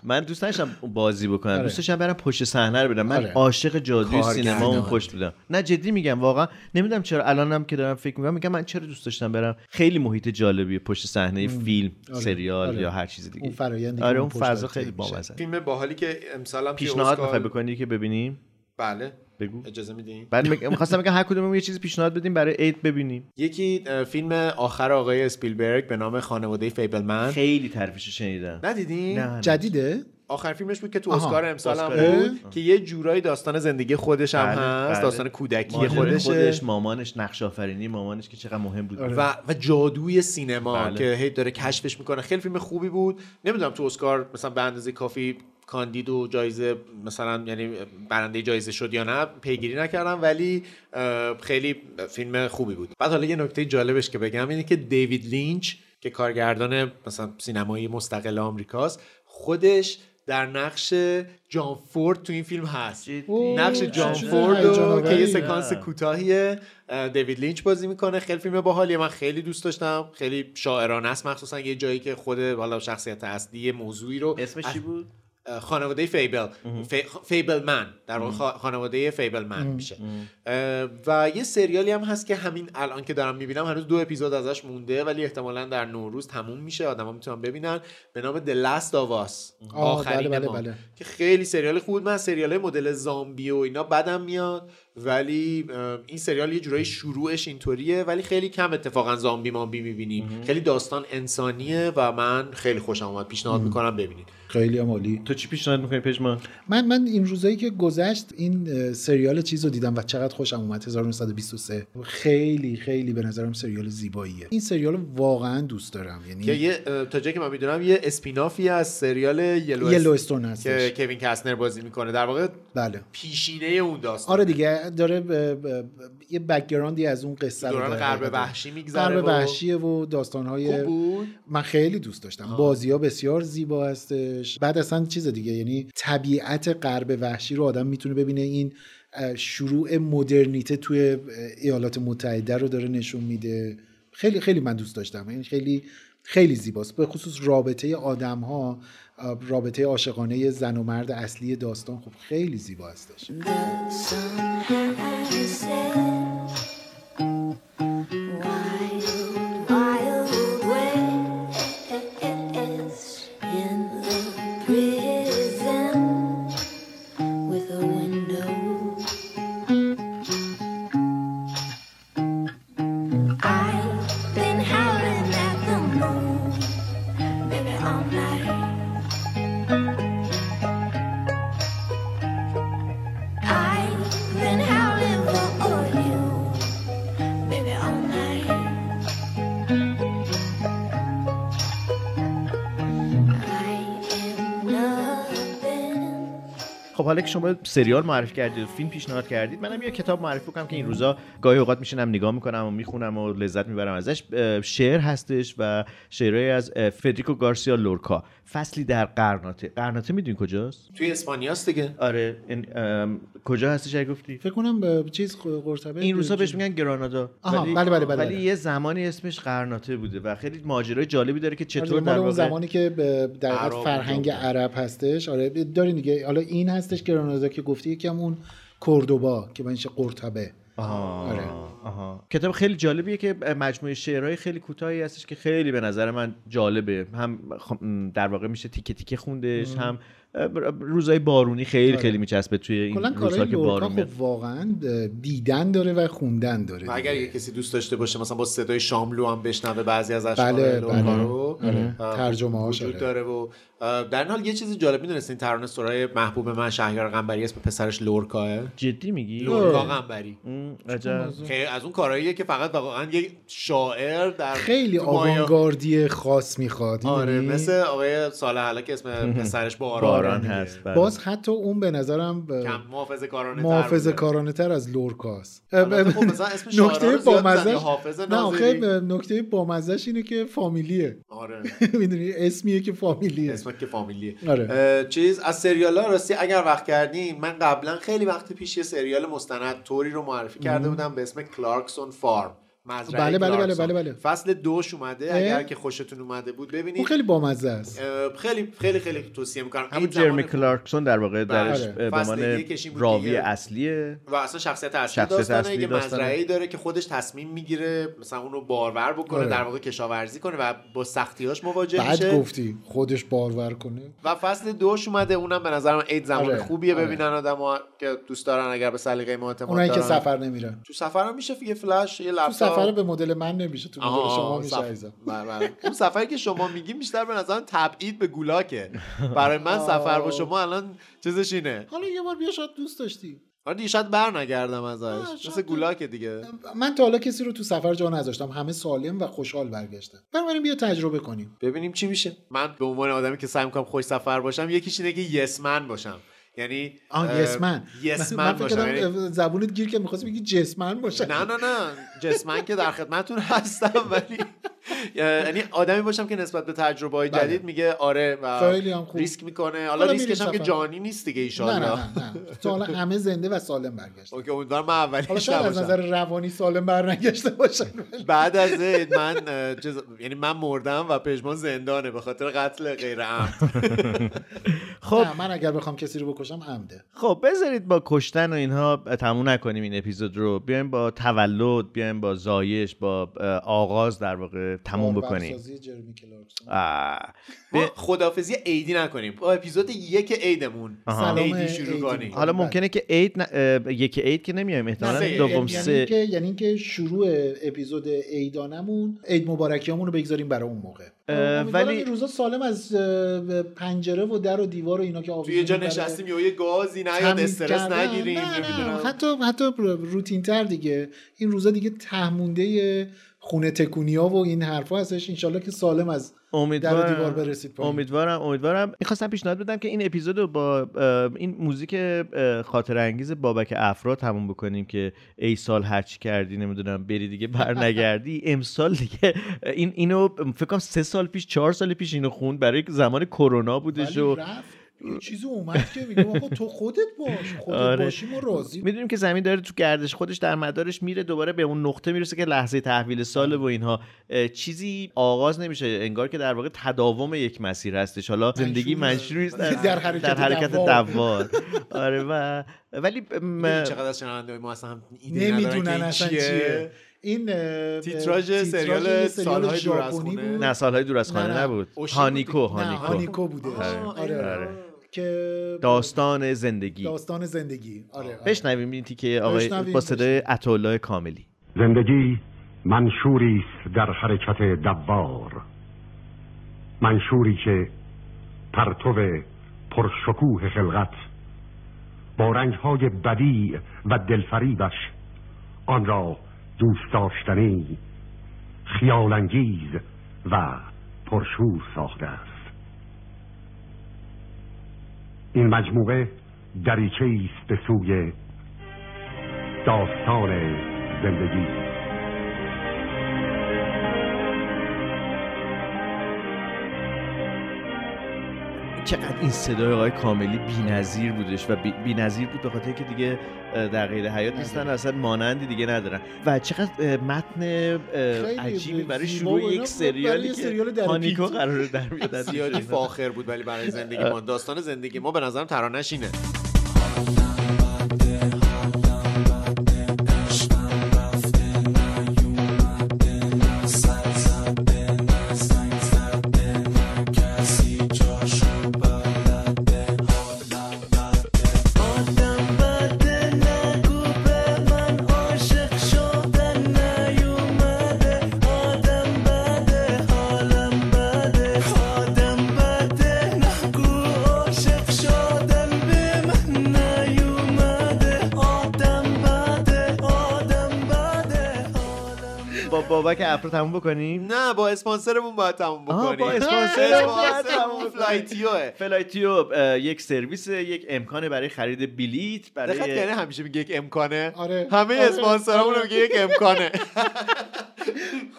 S2: من دوست داشتم بازی بکنم
S3: آره.
S2: دوست داشتم برم پشت صحنه رو برم من
S3: آره.
S2: عاشق جادوی
S3: کارگردان.
S2: سینما اون پشت بودم نه جدی میگم واقعا نمیدونم چرا الانم که دارم فکر میکنم میگم من چرا دوست داشتم برم خیلی محیط جالبیه پشت صحنه
S3: مم.
S2: فیلم
S3: آره.
S2: سریال
S3: آره.
S2: یا هر چیز دیگه
S1: اون فرآیندی که
S2: آره
S1: اون
S2: اون
S1: پشت
S2: فضا
S1: طی
S2: خیلی
S1: میشه.
S2: بامزه
S3: فیلم باحالی که امسال هم توی
S2: پیشنهاد
S3: اسکار-
S2: میخوای بکنی که ببینیم
S3: بله
S2: بگو
S3: اجازه میدین
S2: بعد میگم می‌خواستم بگم هر کدوممون یه چیزی پیشنهاد بدیم برای عید ببینیم
S3: یکی اه، فیلم آخر آقای اسپیلبرگ به نام خانواده فیبلمن
S2: خیلی تعریفش شنیدم
S3: ندیدین
S2: نه، نه.
S1: جدیده
S3: آخر فیلمش بود که تو
S1: آها.
S3: اسکار امسال هم
S1: اسکار.
S3: بود که یه جورایی داستان زندگی خودش هم
S2: بله،
S3: هست
S2: بله.
S3: داستان کودکی
S2: ماجرای
S3: خودشه آره.
S2: خودش مامانش نقش آفرینی مامانش که چقدر مهم بود
S3: و, و جادوی سینما
S2: آره. بله.
S3: که هی داره کشفش میکنه خیلی فیلم خوبی بود نمیدونم تو اسکار مثلا به اندازه کافی کاندید و جایزه مثلا یعنی برنده جایزه شد یا نه پیگیری نکردم ولی اه، خیلی فیلم خوبی بود بعد حالا یه نکته جالبش که بگم اینه که دیوید لینچ که کارگردان مثلا سینمایی مستقل آمریکاست خودش در نقش جان فورد تو این فیلم هست نقش جان
S1: چه
S3: فورد رو که
S1: هیجان‌آوری.
S3: یه سکانس
S1: نه.
S3: کوتاهیه اه، دیوید لینچ بازی میکنه خیلی فیلم باحالیه من خیلی دوست داشتم خیلی شاعرانه است مخصوصا یه جایی که خود والا شخصیت اصلی موضوعی رو
S2: اسمش چی بود
S3: اه، خانواده فیبل فیبل من در واقع خا- خانواده فیبل من میشه اه، و یه سریالی هم هست که همین الان که دارم میبینم هنوز دو اپیزود ازش مونده ولی احتمالا در نوروز تموم میشه آدما میتونن ببینن به نام The Last of Us
S1: آه،
S3: آخرین
S1: بله، بله،
S3: ما.
S1: بله.
S3: که خیلی سریال خوب بود. من سریال مدل زامبی و اینا بدم میاد ولی اه، این سریال یه جورایی شروعش اینطوریه ولی خیلی کم اتفاقا زامبی مامبی میبینیم خیلی داستان انسانیه و من خیلی خوشم اومد پیشنهاد میکنم ببینید
S1: خیلی عالی
S2: تو چی پیشنهاد میکنی پشمان
S1: من من این روزایی که گذشت این اه، سریال چیز رو دیدم و چقدر خوشم اومد 1923 خیلی خیلی به نظرم سریال زیباییه این سریال رو واقعا دوست دارم یعنی
S3: که یه اه، تا جایی که من میدونم یه اسپینافی از سریال یلو
S1: یلوستون هستش.
S3: که کوین کسنر بازی میکنه در واقع
S1: بله
S3: پیشینه اون داستان
S1: آره دیگه داره ب- ب- یه بکگراندی از اون قصه رو
S3: دوران
S1: داره.
S3: غرب وحشی می‌گذره
S1: غرب
S3: و-
S1: وحشیه و داستانهای
S3: خوب بود؟
S1: من خیلی دوست داشتم بازی ها بسیار زیبا هستش بعد اصلا چیز دیگه یعنی طبیعت غرب وحشی رو آدم میتونه ببینه این اه، شروع مدرنیته توی اه، ایالات متحده رو داره نشون میده خیلی خیلی من دوست داشتم این خیلی خیلی زیباست به خصوص رابطه آدم ها رابطه عاشقانه زن و مرد اصلی داستان خب خیلی زیبا هستش
S18: Been howling for you, baby, all night.
S2: خب حالا که شما سریال معرفی کردید و فیلم پیشنهاد کردید منم یه کتاب معرفی کنم که این روزا گاهی اوقات میشینم نگاه میکنم و میخونم و لذت میبرم ازش اه، شعر هستش و شعرهایی از اه، فدریکو گارسیا لورکا فصلی در قرناطه قرناطه میدونی کجاست
S3: توی اسپانیاست دیگه
S2: آره این ام، کجا هستش اگه گفتی
S1: فکر کنم به چیز قرطبه
S2: این روزا بهش میگن گرانادا
S1: آها، بله، بله، بله،
S2: ولی
S1: بله.
S2: یه زمانی اسمش قرناطه بوده و خیلی ماجرای جالبی داره که
S1: آره،
S2: چطور
S1: مال
S2: در
S1: اون
S2: واقع
S1: زمانی که به- در حقیقت
S2: عرب
S1: فرهنگ عرب هستش آره دارین دیگه حالا این هستش گرانادا که گفتی یکم اون کوردوبا که بنش قرطبه
S2: آها.
S1: آره.
S2: آها. کتاب خیلی جالبیه که مجموعه شعرهای خیلی کوتاهی هستش که خیلی به نظر من جالبه هم خ- م، در واقع میشه تیکه تیکه خوندش
S1: مم.
S2: هم اه، روزای بارونی خیلی
S1: آره.
S2: خیلی میچسبه توی این
S1: کلا
S2: روزها
S1: کارهای
S2: که
S1: لورکا
S2: بارون میاد.
S1: خب واقعا دیدن داره و خوندن داره
S3: و اگر یه کسی دوست داشته باشه مثلا با صدای شاملو هم بشنوه بعضی از اشعار
S1: بله،
S3: لورکا
S1: بله.
S3: رو
S1: آره.
S3: اه،
S1: ترجمه‌هاش،
S3: وجود
S1: آره.
S3: داره و اه، در این حال یه چیزی جالب میدونستین ترانه سرای محبوب من شهریار قنبری اسم پسرش لورکاه
S1: آره.
S2: جدی میگی
S3: لورکا قنبری
S2: عجب.
S3: خیلی از اون کارهاییه که فقط واقعا یک شاعر در
S1: خیلی
S3: تو مایا-
S1: آوانگاردی خاص میخواد یعنی
S3: آره
S2: یعنی
S3: مثل آقای ساله حالا که اسم پسرش با آران
S2: هست
S1: آره
S2: بله.
S1: باز حتی اون به نظرم
S3: محافظه کارانه
S1: محافظ کارانه تر از لورکاست
S3: البته خب مثلا اسم شاعران رو زیاد زدی، حافظ
S1: نه
S3: ناظری.
S1: آخه نکته بامزش اینه که فامیلیه
S3: آره
S1: میدونی اسمیه که فامیلیه
S3: اسمت که فامیلیه
S1: آره.
S3: اه، چیز از سریال ها راستی اگر وقت کردیم من قبلا خیلی وقت پیش یه سریال مستند توری رو معرفی کرده
S1: مم.
S3: بودم به اسم کلارکسون فارم مزرعه
S1: بله، بله، بله،
S3: کلارکسون.
S1: بله، بله.
S3: فصل دوش اومده
S1: اه.
S3: اگر که خوشتون اومده بود ببینید
S1: اون خیلی بامزه است
S3: اه، خیلی خیلی خیلی توصیه میکنم
S2: همون جرمی کلارکسون در واقع درش
S3: بله.
S2: به
S3: فصل
S2: عنوان
S3: یکش این بود
S2: راوی
S3: دیگه.
S2: اصلیه
S3: و اصلا شخصیت اصلی
S2: شخصیت
S3: داستانه
S2: اصلی
S3: یه
S2: داستانه.
S3: مزرعه داره که خودش تصمیم میگیره مثلا اونو بارور بکنه
S1: آره.
S3: در واقع کشاورزی کنه و با سختیاش مواجه
S1: بعد
S3: میشه
S1: گفتی خودش بارور کنه
S3: و فصل دوش اومده اونم به نظرم عید زمان
S1: آره،
S3: خوبیه
S1: آره.
S3: ببینن آدما که دوست دارن اگر به سلیقه ما اعتماد
S1: اونایی که
S3: دارن.
S1: سفر نمیرن
S3: تو سفر هم میشه یه فلش یه
S1: تو
S3: لپتاپ
S1: سفر به مدل من نمیشه تو مدل
S3: آها،
S1: شما میشه
S3: سف-
S1: عزیزم
S3: بله، بله. اون سفری که شما میگی بیشتر به نظرم تبعید به گولاکه برای من سفر با شما الان چیزش اینه
S1: حالا یه بار بیا شاید دوست داشتی
S3: آره دیگه شاید بر نگردم ازش مثل گولاکه دیگه
S1: من تا حالا کسی رو تو سفر جا نذاشتم همه سالم و خوشحال برگشتن بنابراین بیا تجربه کنیم
S3: ببینیم چی میشه من به عنوان آدمی که سعی میکنم خوش سفر باشم یکیش اینه که یس من باشم یعنی
S1: آه یس من
S3: یس
S1: من
S3: من
S1: فکر
S3: باشم یعنی-
S1: کردم زبونت گیر که میخواستی بگی جسمن باشه
S3: نه نه نه جسمن که در خدمتتون هستم ولی یعنی آدمی باشم که نسبت به تجربه های
S1: بله.
S3: جدید میگه آره و
S1: خیلی هم خوب
S3: ریسک میکنه حالا
S1: حالا
S3: ریسکش
S1: میریم
S3: هم که
S1: سفر.
S3: جانی نیست دیگه
S1: نه نه
S3: ایشالله
S1: نه, نه. تا حالا همه زنده و سالم برگشتن
S3: اوکی امیدوارم من
S1: حالا
S3: اولیش
S1: شاید از
S3: نباشم
S1: نظر روانی سالم برنگشته باشن
S3: بعد از عید من اه، چیز- یعنی من مردم و پژمان زندانه به خاطر قتل غیر عمد
S1: خب من اگر بخوام کسی رو بکشم عمده
S2: خب بذارید با کشتن و اینها تموم نکنیم این اپیزود رو بیایم با تولد بیایم با زایش با اه، آغاز در واقع تموم بکنیم
S1: باربرسازی خب، جرمی کلارکسون.
S2: آه.
S3: ما خدافزی عیدی نکنیم با اپیزود یک عیدمون
S2: آها. سلام
S3: عیدی شروع کنیم
S2: حالا
S1: بله.
S2: ممکنه که عید ن... اه، یک عید که نمیایم احتمالا
S1: یعنی-
S2: دوم
S1: یعنی
S2: سه
S1: که یعنی اینکه شروع اپیزود عیدانمون عید مبارکیامون رو بگذاریم برای اون موقع امیدوارم
S2: ولی-
S1: این روزا سالم از اه، پنجره و در و دیوار و اینا که
S3: توی یه جا
S1: آویزون برای
S3: نشستیم یه گازی نیاد
S1: تمیز
S3: استرس
S1: کردن.
S3: نگیریم
S1: نه، نه،
S3: نمی‌دونم.
S2: خب،
S1: حتی حتی روتین تر دیگه این روزا دیگه تهمونده خونه تکونیا و این حرفا هستش انشالله که سالم از در و
S2: امیدوارم
S1: دیوار برسید پایین
S2: امیدوارم امیدوارم میخواستم پیشنهاد بدم که این اپیزود رو با اه، این موزیک خاطر انگیز بابک افرا تموم بکنیم که ای سال هرچی کردی نمیدونم بری دیگه بر نگردی امسال دیگه این اینو فکر کنم سه سال پیش چهار سال پیش اینو خوند برای زمان کرونا بودش
S1: ولی
S2: و
S1: رفت یه چیزی اومد که میگم آقا تو خودت باش خودت
S2: آره.
S1: باشی ما راضی
S2: میدونیم که زمین داره تو گردش خودش در مدارش میره دوباره به اون نقطه میرسه که لحظه تحویل
S1: بله.
S2: سال و اینها اه، چیزی آغاز نمیشه انگار که در واقع تداوم یک مسیر هستش حالا زندگی منشوری است در,
S1: در حرکت دوار.
S2: دوار, آره و ولی م-
S3: می‌دونی چقدر از شنونده‌های ما اصلا هم ایده ندارن که
S1: نمیدونن
S3: این
S1: اصلا
S3: چیه؟
S1: چیه این اه،
S3: تیتراژ
S1: یه
S3: سریال
S1: یه
S3: سال‌های دور از
S1: ژاپنی
S3: خونه.
S2: نه سالهای دور از
S1: نه،
S2: خانه
S1: نه.
S2: نبود
S1: اوشی
S2: هانیکو
S1: بود. نه،
S2: هانیکو
S1: هانیکو بوده. آه،
S2: آره.
S1: آره.
S2: آره.
S1: که
S2: داستان زندگی
S1: داستان زندگی آره
S2: بشنویم این تیکه آقای
S1: بشنویم،
S2: با صدای عطاالله کاملی
S6: زندگی منشوری است در حرکت دوار منشوری که پرتو پرشکوه خلقت با رنگهای بدیع و دلفریبش آن را دوست داشتنی خیالانگیز و پرشور ساخته است این مجموعه دریچه است به سوی داستان زندگی
S2: چقدر این صدای آقای کاملی بی‌نظیر بودش و بی‌نظیر بود به خاطر که دیگه اه، در غیر حیات نیستن و اصلا مانندی دیگه ندارن و چقدر اه، متن اه،
S1: خیلی
S2: عجیبی برای
S1: زیبا
S2: شروع
S1: و اینا
S2: یک
S1: برای
S2: سریالی
S1: یه
S2: که
S1: سریال در
S2: هانیکو
S1: پیت.
S2: قرار در بیاد از
S3: زیادی
S2: اینجا.
S3: فاخر بود ولی برای زندگی ما داستان زندگی ما به نظرم ترانش اینه
S7: آدم بده نگو عاشق شدم به من نیومده
S2: با بابک افرا تموم بکنیم
S3: نه با اسپانسرمون باید تموم
S2: آه،
S3: بکنیم
S2: با اسپانسرمون باید
S3: اسپانسرمون
S2: تموم
S3: فلایتیوه
S2: فلایتیو اه، یک سرویس یک امکان برای خرید بلیت برای
S3: دقت یعنی همیشه میگه یک امکانه
S1: آره
S3: همه
S1: آره. خب،
S3: اسپانسرامون رو میگه یک امکانه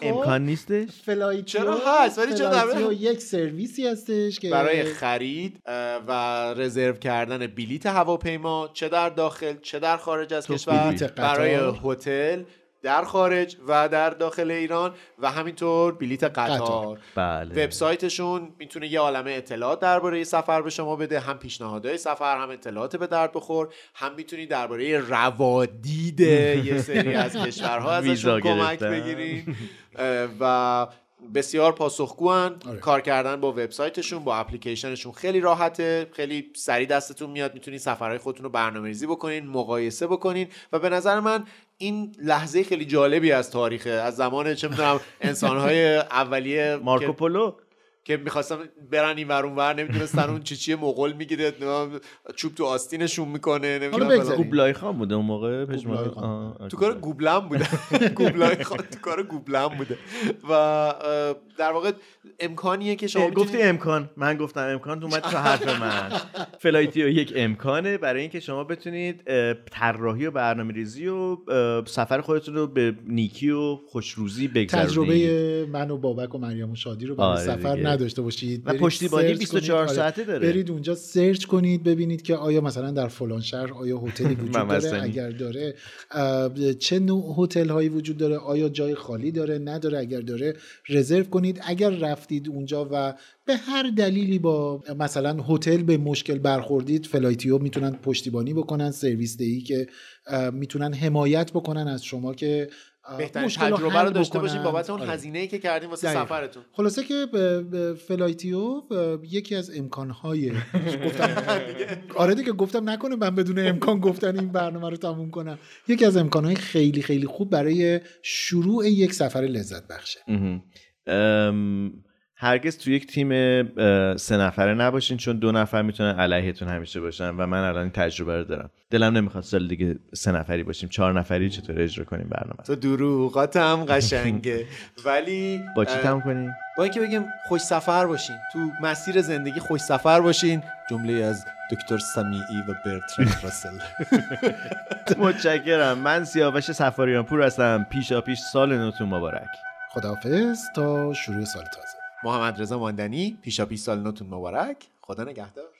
S2: امکان نیستش
S1: فلایتیو
S3: چرا هست؟ ولی چرا در-
S1: فلایتیو یک سرویسی هستش که
S3: برای خرید اه، و رزرو کردن بلیت هواپیما چه در داخل چه در خارج از
S1: تو
S3: کشور
S1: بلیت قطار.
S3: برای هتل در خارج و در داخل ایران و همینطور بلیت قطار
S2: قطار. بله
S3: وبسایتشون میتونه یه عالمه اطلاعات درباره سفر به شما بده هم پیشنهادهای سفر هم اطلاعات به درد بخور هم میتونید درباره روادید یه سری از کشورها
S2: ویزا
S3: ازشون کمک
S2: گرفتن.
S3: بگیرین اه، و بسیار پاسخگوان کار کردن با وبسایتشون با اپلیکیشنشون خیلی راحته خیلی سریع دستتون میاد میتونید سفرهای خودتون رو برنامه‌ریزی بکنین مقایسه بکنین و به نظر من این لحظه خیلی جالبی از تاریخه از زمان چه میدونم انسانهای اولیه
S2: مارکو
S3: که-
S2: پولو
S3: که میخواستم برن این ور اون ور نمیدونستن اون چی چیه مغول میگیره نمیدونم چوب تو آستینشون میکنه نمیدونم
S1: حالا
S3: فلان.
S1: بگذاریم.
S2: گوبلای خان بوده اون موقع پژمان
S3: گوبلای خان.
S2: آه، آه،
S3: تو کار
S2: گوبلای.
S3: گوبلم بوده گوبلای خان تو کار گوبلم بوده و اه، در واقع امکانیه که شما
S2: اه، گفتی
S3: میتونید
S2: امکان من گفتم امکان تو اومد تو حرف من فلایتیو یک امکانه برای اینکه شما بتونید اه، طراحی و برنامه ریزی و اه، سفر خودتون رو به نیکی و خوشروزی بگذرونید
S1: تجربه من و بابک و مریم و شادی رو برای
S2: آره
S1: سفر
S2: دیگه.
S1: نداشته باشید
S2: و
S1: برید
S2: پشتیبانی
S1: سرچ
S2: 24
S1: کنید. آره.
S2: ساعته داره.
S1: برید اونجا سرچ کنید ببینید که آیا مثلا در فلان شهر آیا هتلی وجود
S2: من
S1: داره
S2: مستنی.
S1: اگر داره اه، چه نوع هتل هایی وجود داره آیا جای خالی داره نداره اگر داره رزرو کنید اگر رفتید اونجا و به هر دلیلی با مثلا هتل به مشکل برخوردید فلایتیو میتونن پشتیبانی بکنن سرویس دهی که اه، میتونن حمایت بکنن از شما که اه،
S3: بهترین
S1: مشکل رو
S3: تجربه رو
S1: حل
S3: داشته
S1: بکنن.
S3: باشید بابت اون
S1: آره.
S3: هزینه ای که کردین واسه
S1: دقیقاً.
S3: سفرتون
S1: خلاصه که به- به فلایتیو به یکی از امکانهای گفتم آره دیگه گفتم نکنه من بدون امکان گفتن این برنامه رو تموم کنم یکی از امکانهای خیلی خیلی خوب برای شروع یک سفر لذت بخشه
S2: مهم. ام، هرگز تو یک تیم اه، سه نفره نباشین چون دو نفر میتونن علیهتون همیشه باشن و من الان این تجربه رو دارم دلم نمیخواد سال دیگه سه نفری باشیم چهار نفری چطور اجرا کنیم برنامه
S3: تو دروغاتم قشنگه ولی
S2: با چی
S3: اه،
S2: تم کنیم
S3: با اینکه بگیم خوش سفر باشین تو مسیر زندگی خوش سفر باشین جمله از دکتر سمیعی و برتران راسل
S2: متشکرم من سیاوش سفاریان پور هستم پیشا پیش سال نوتون مبارک
S1: خداحافظ تا شروع سال تازه
S3: محمد رضا ماندنی پیشا پیش سال نوتون مبارک خدا نگهدار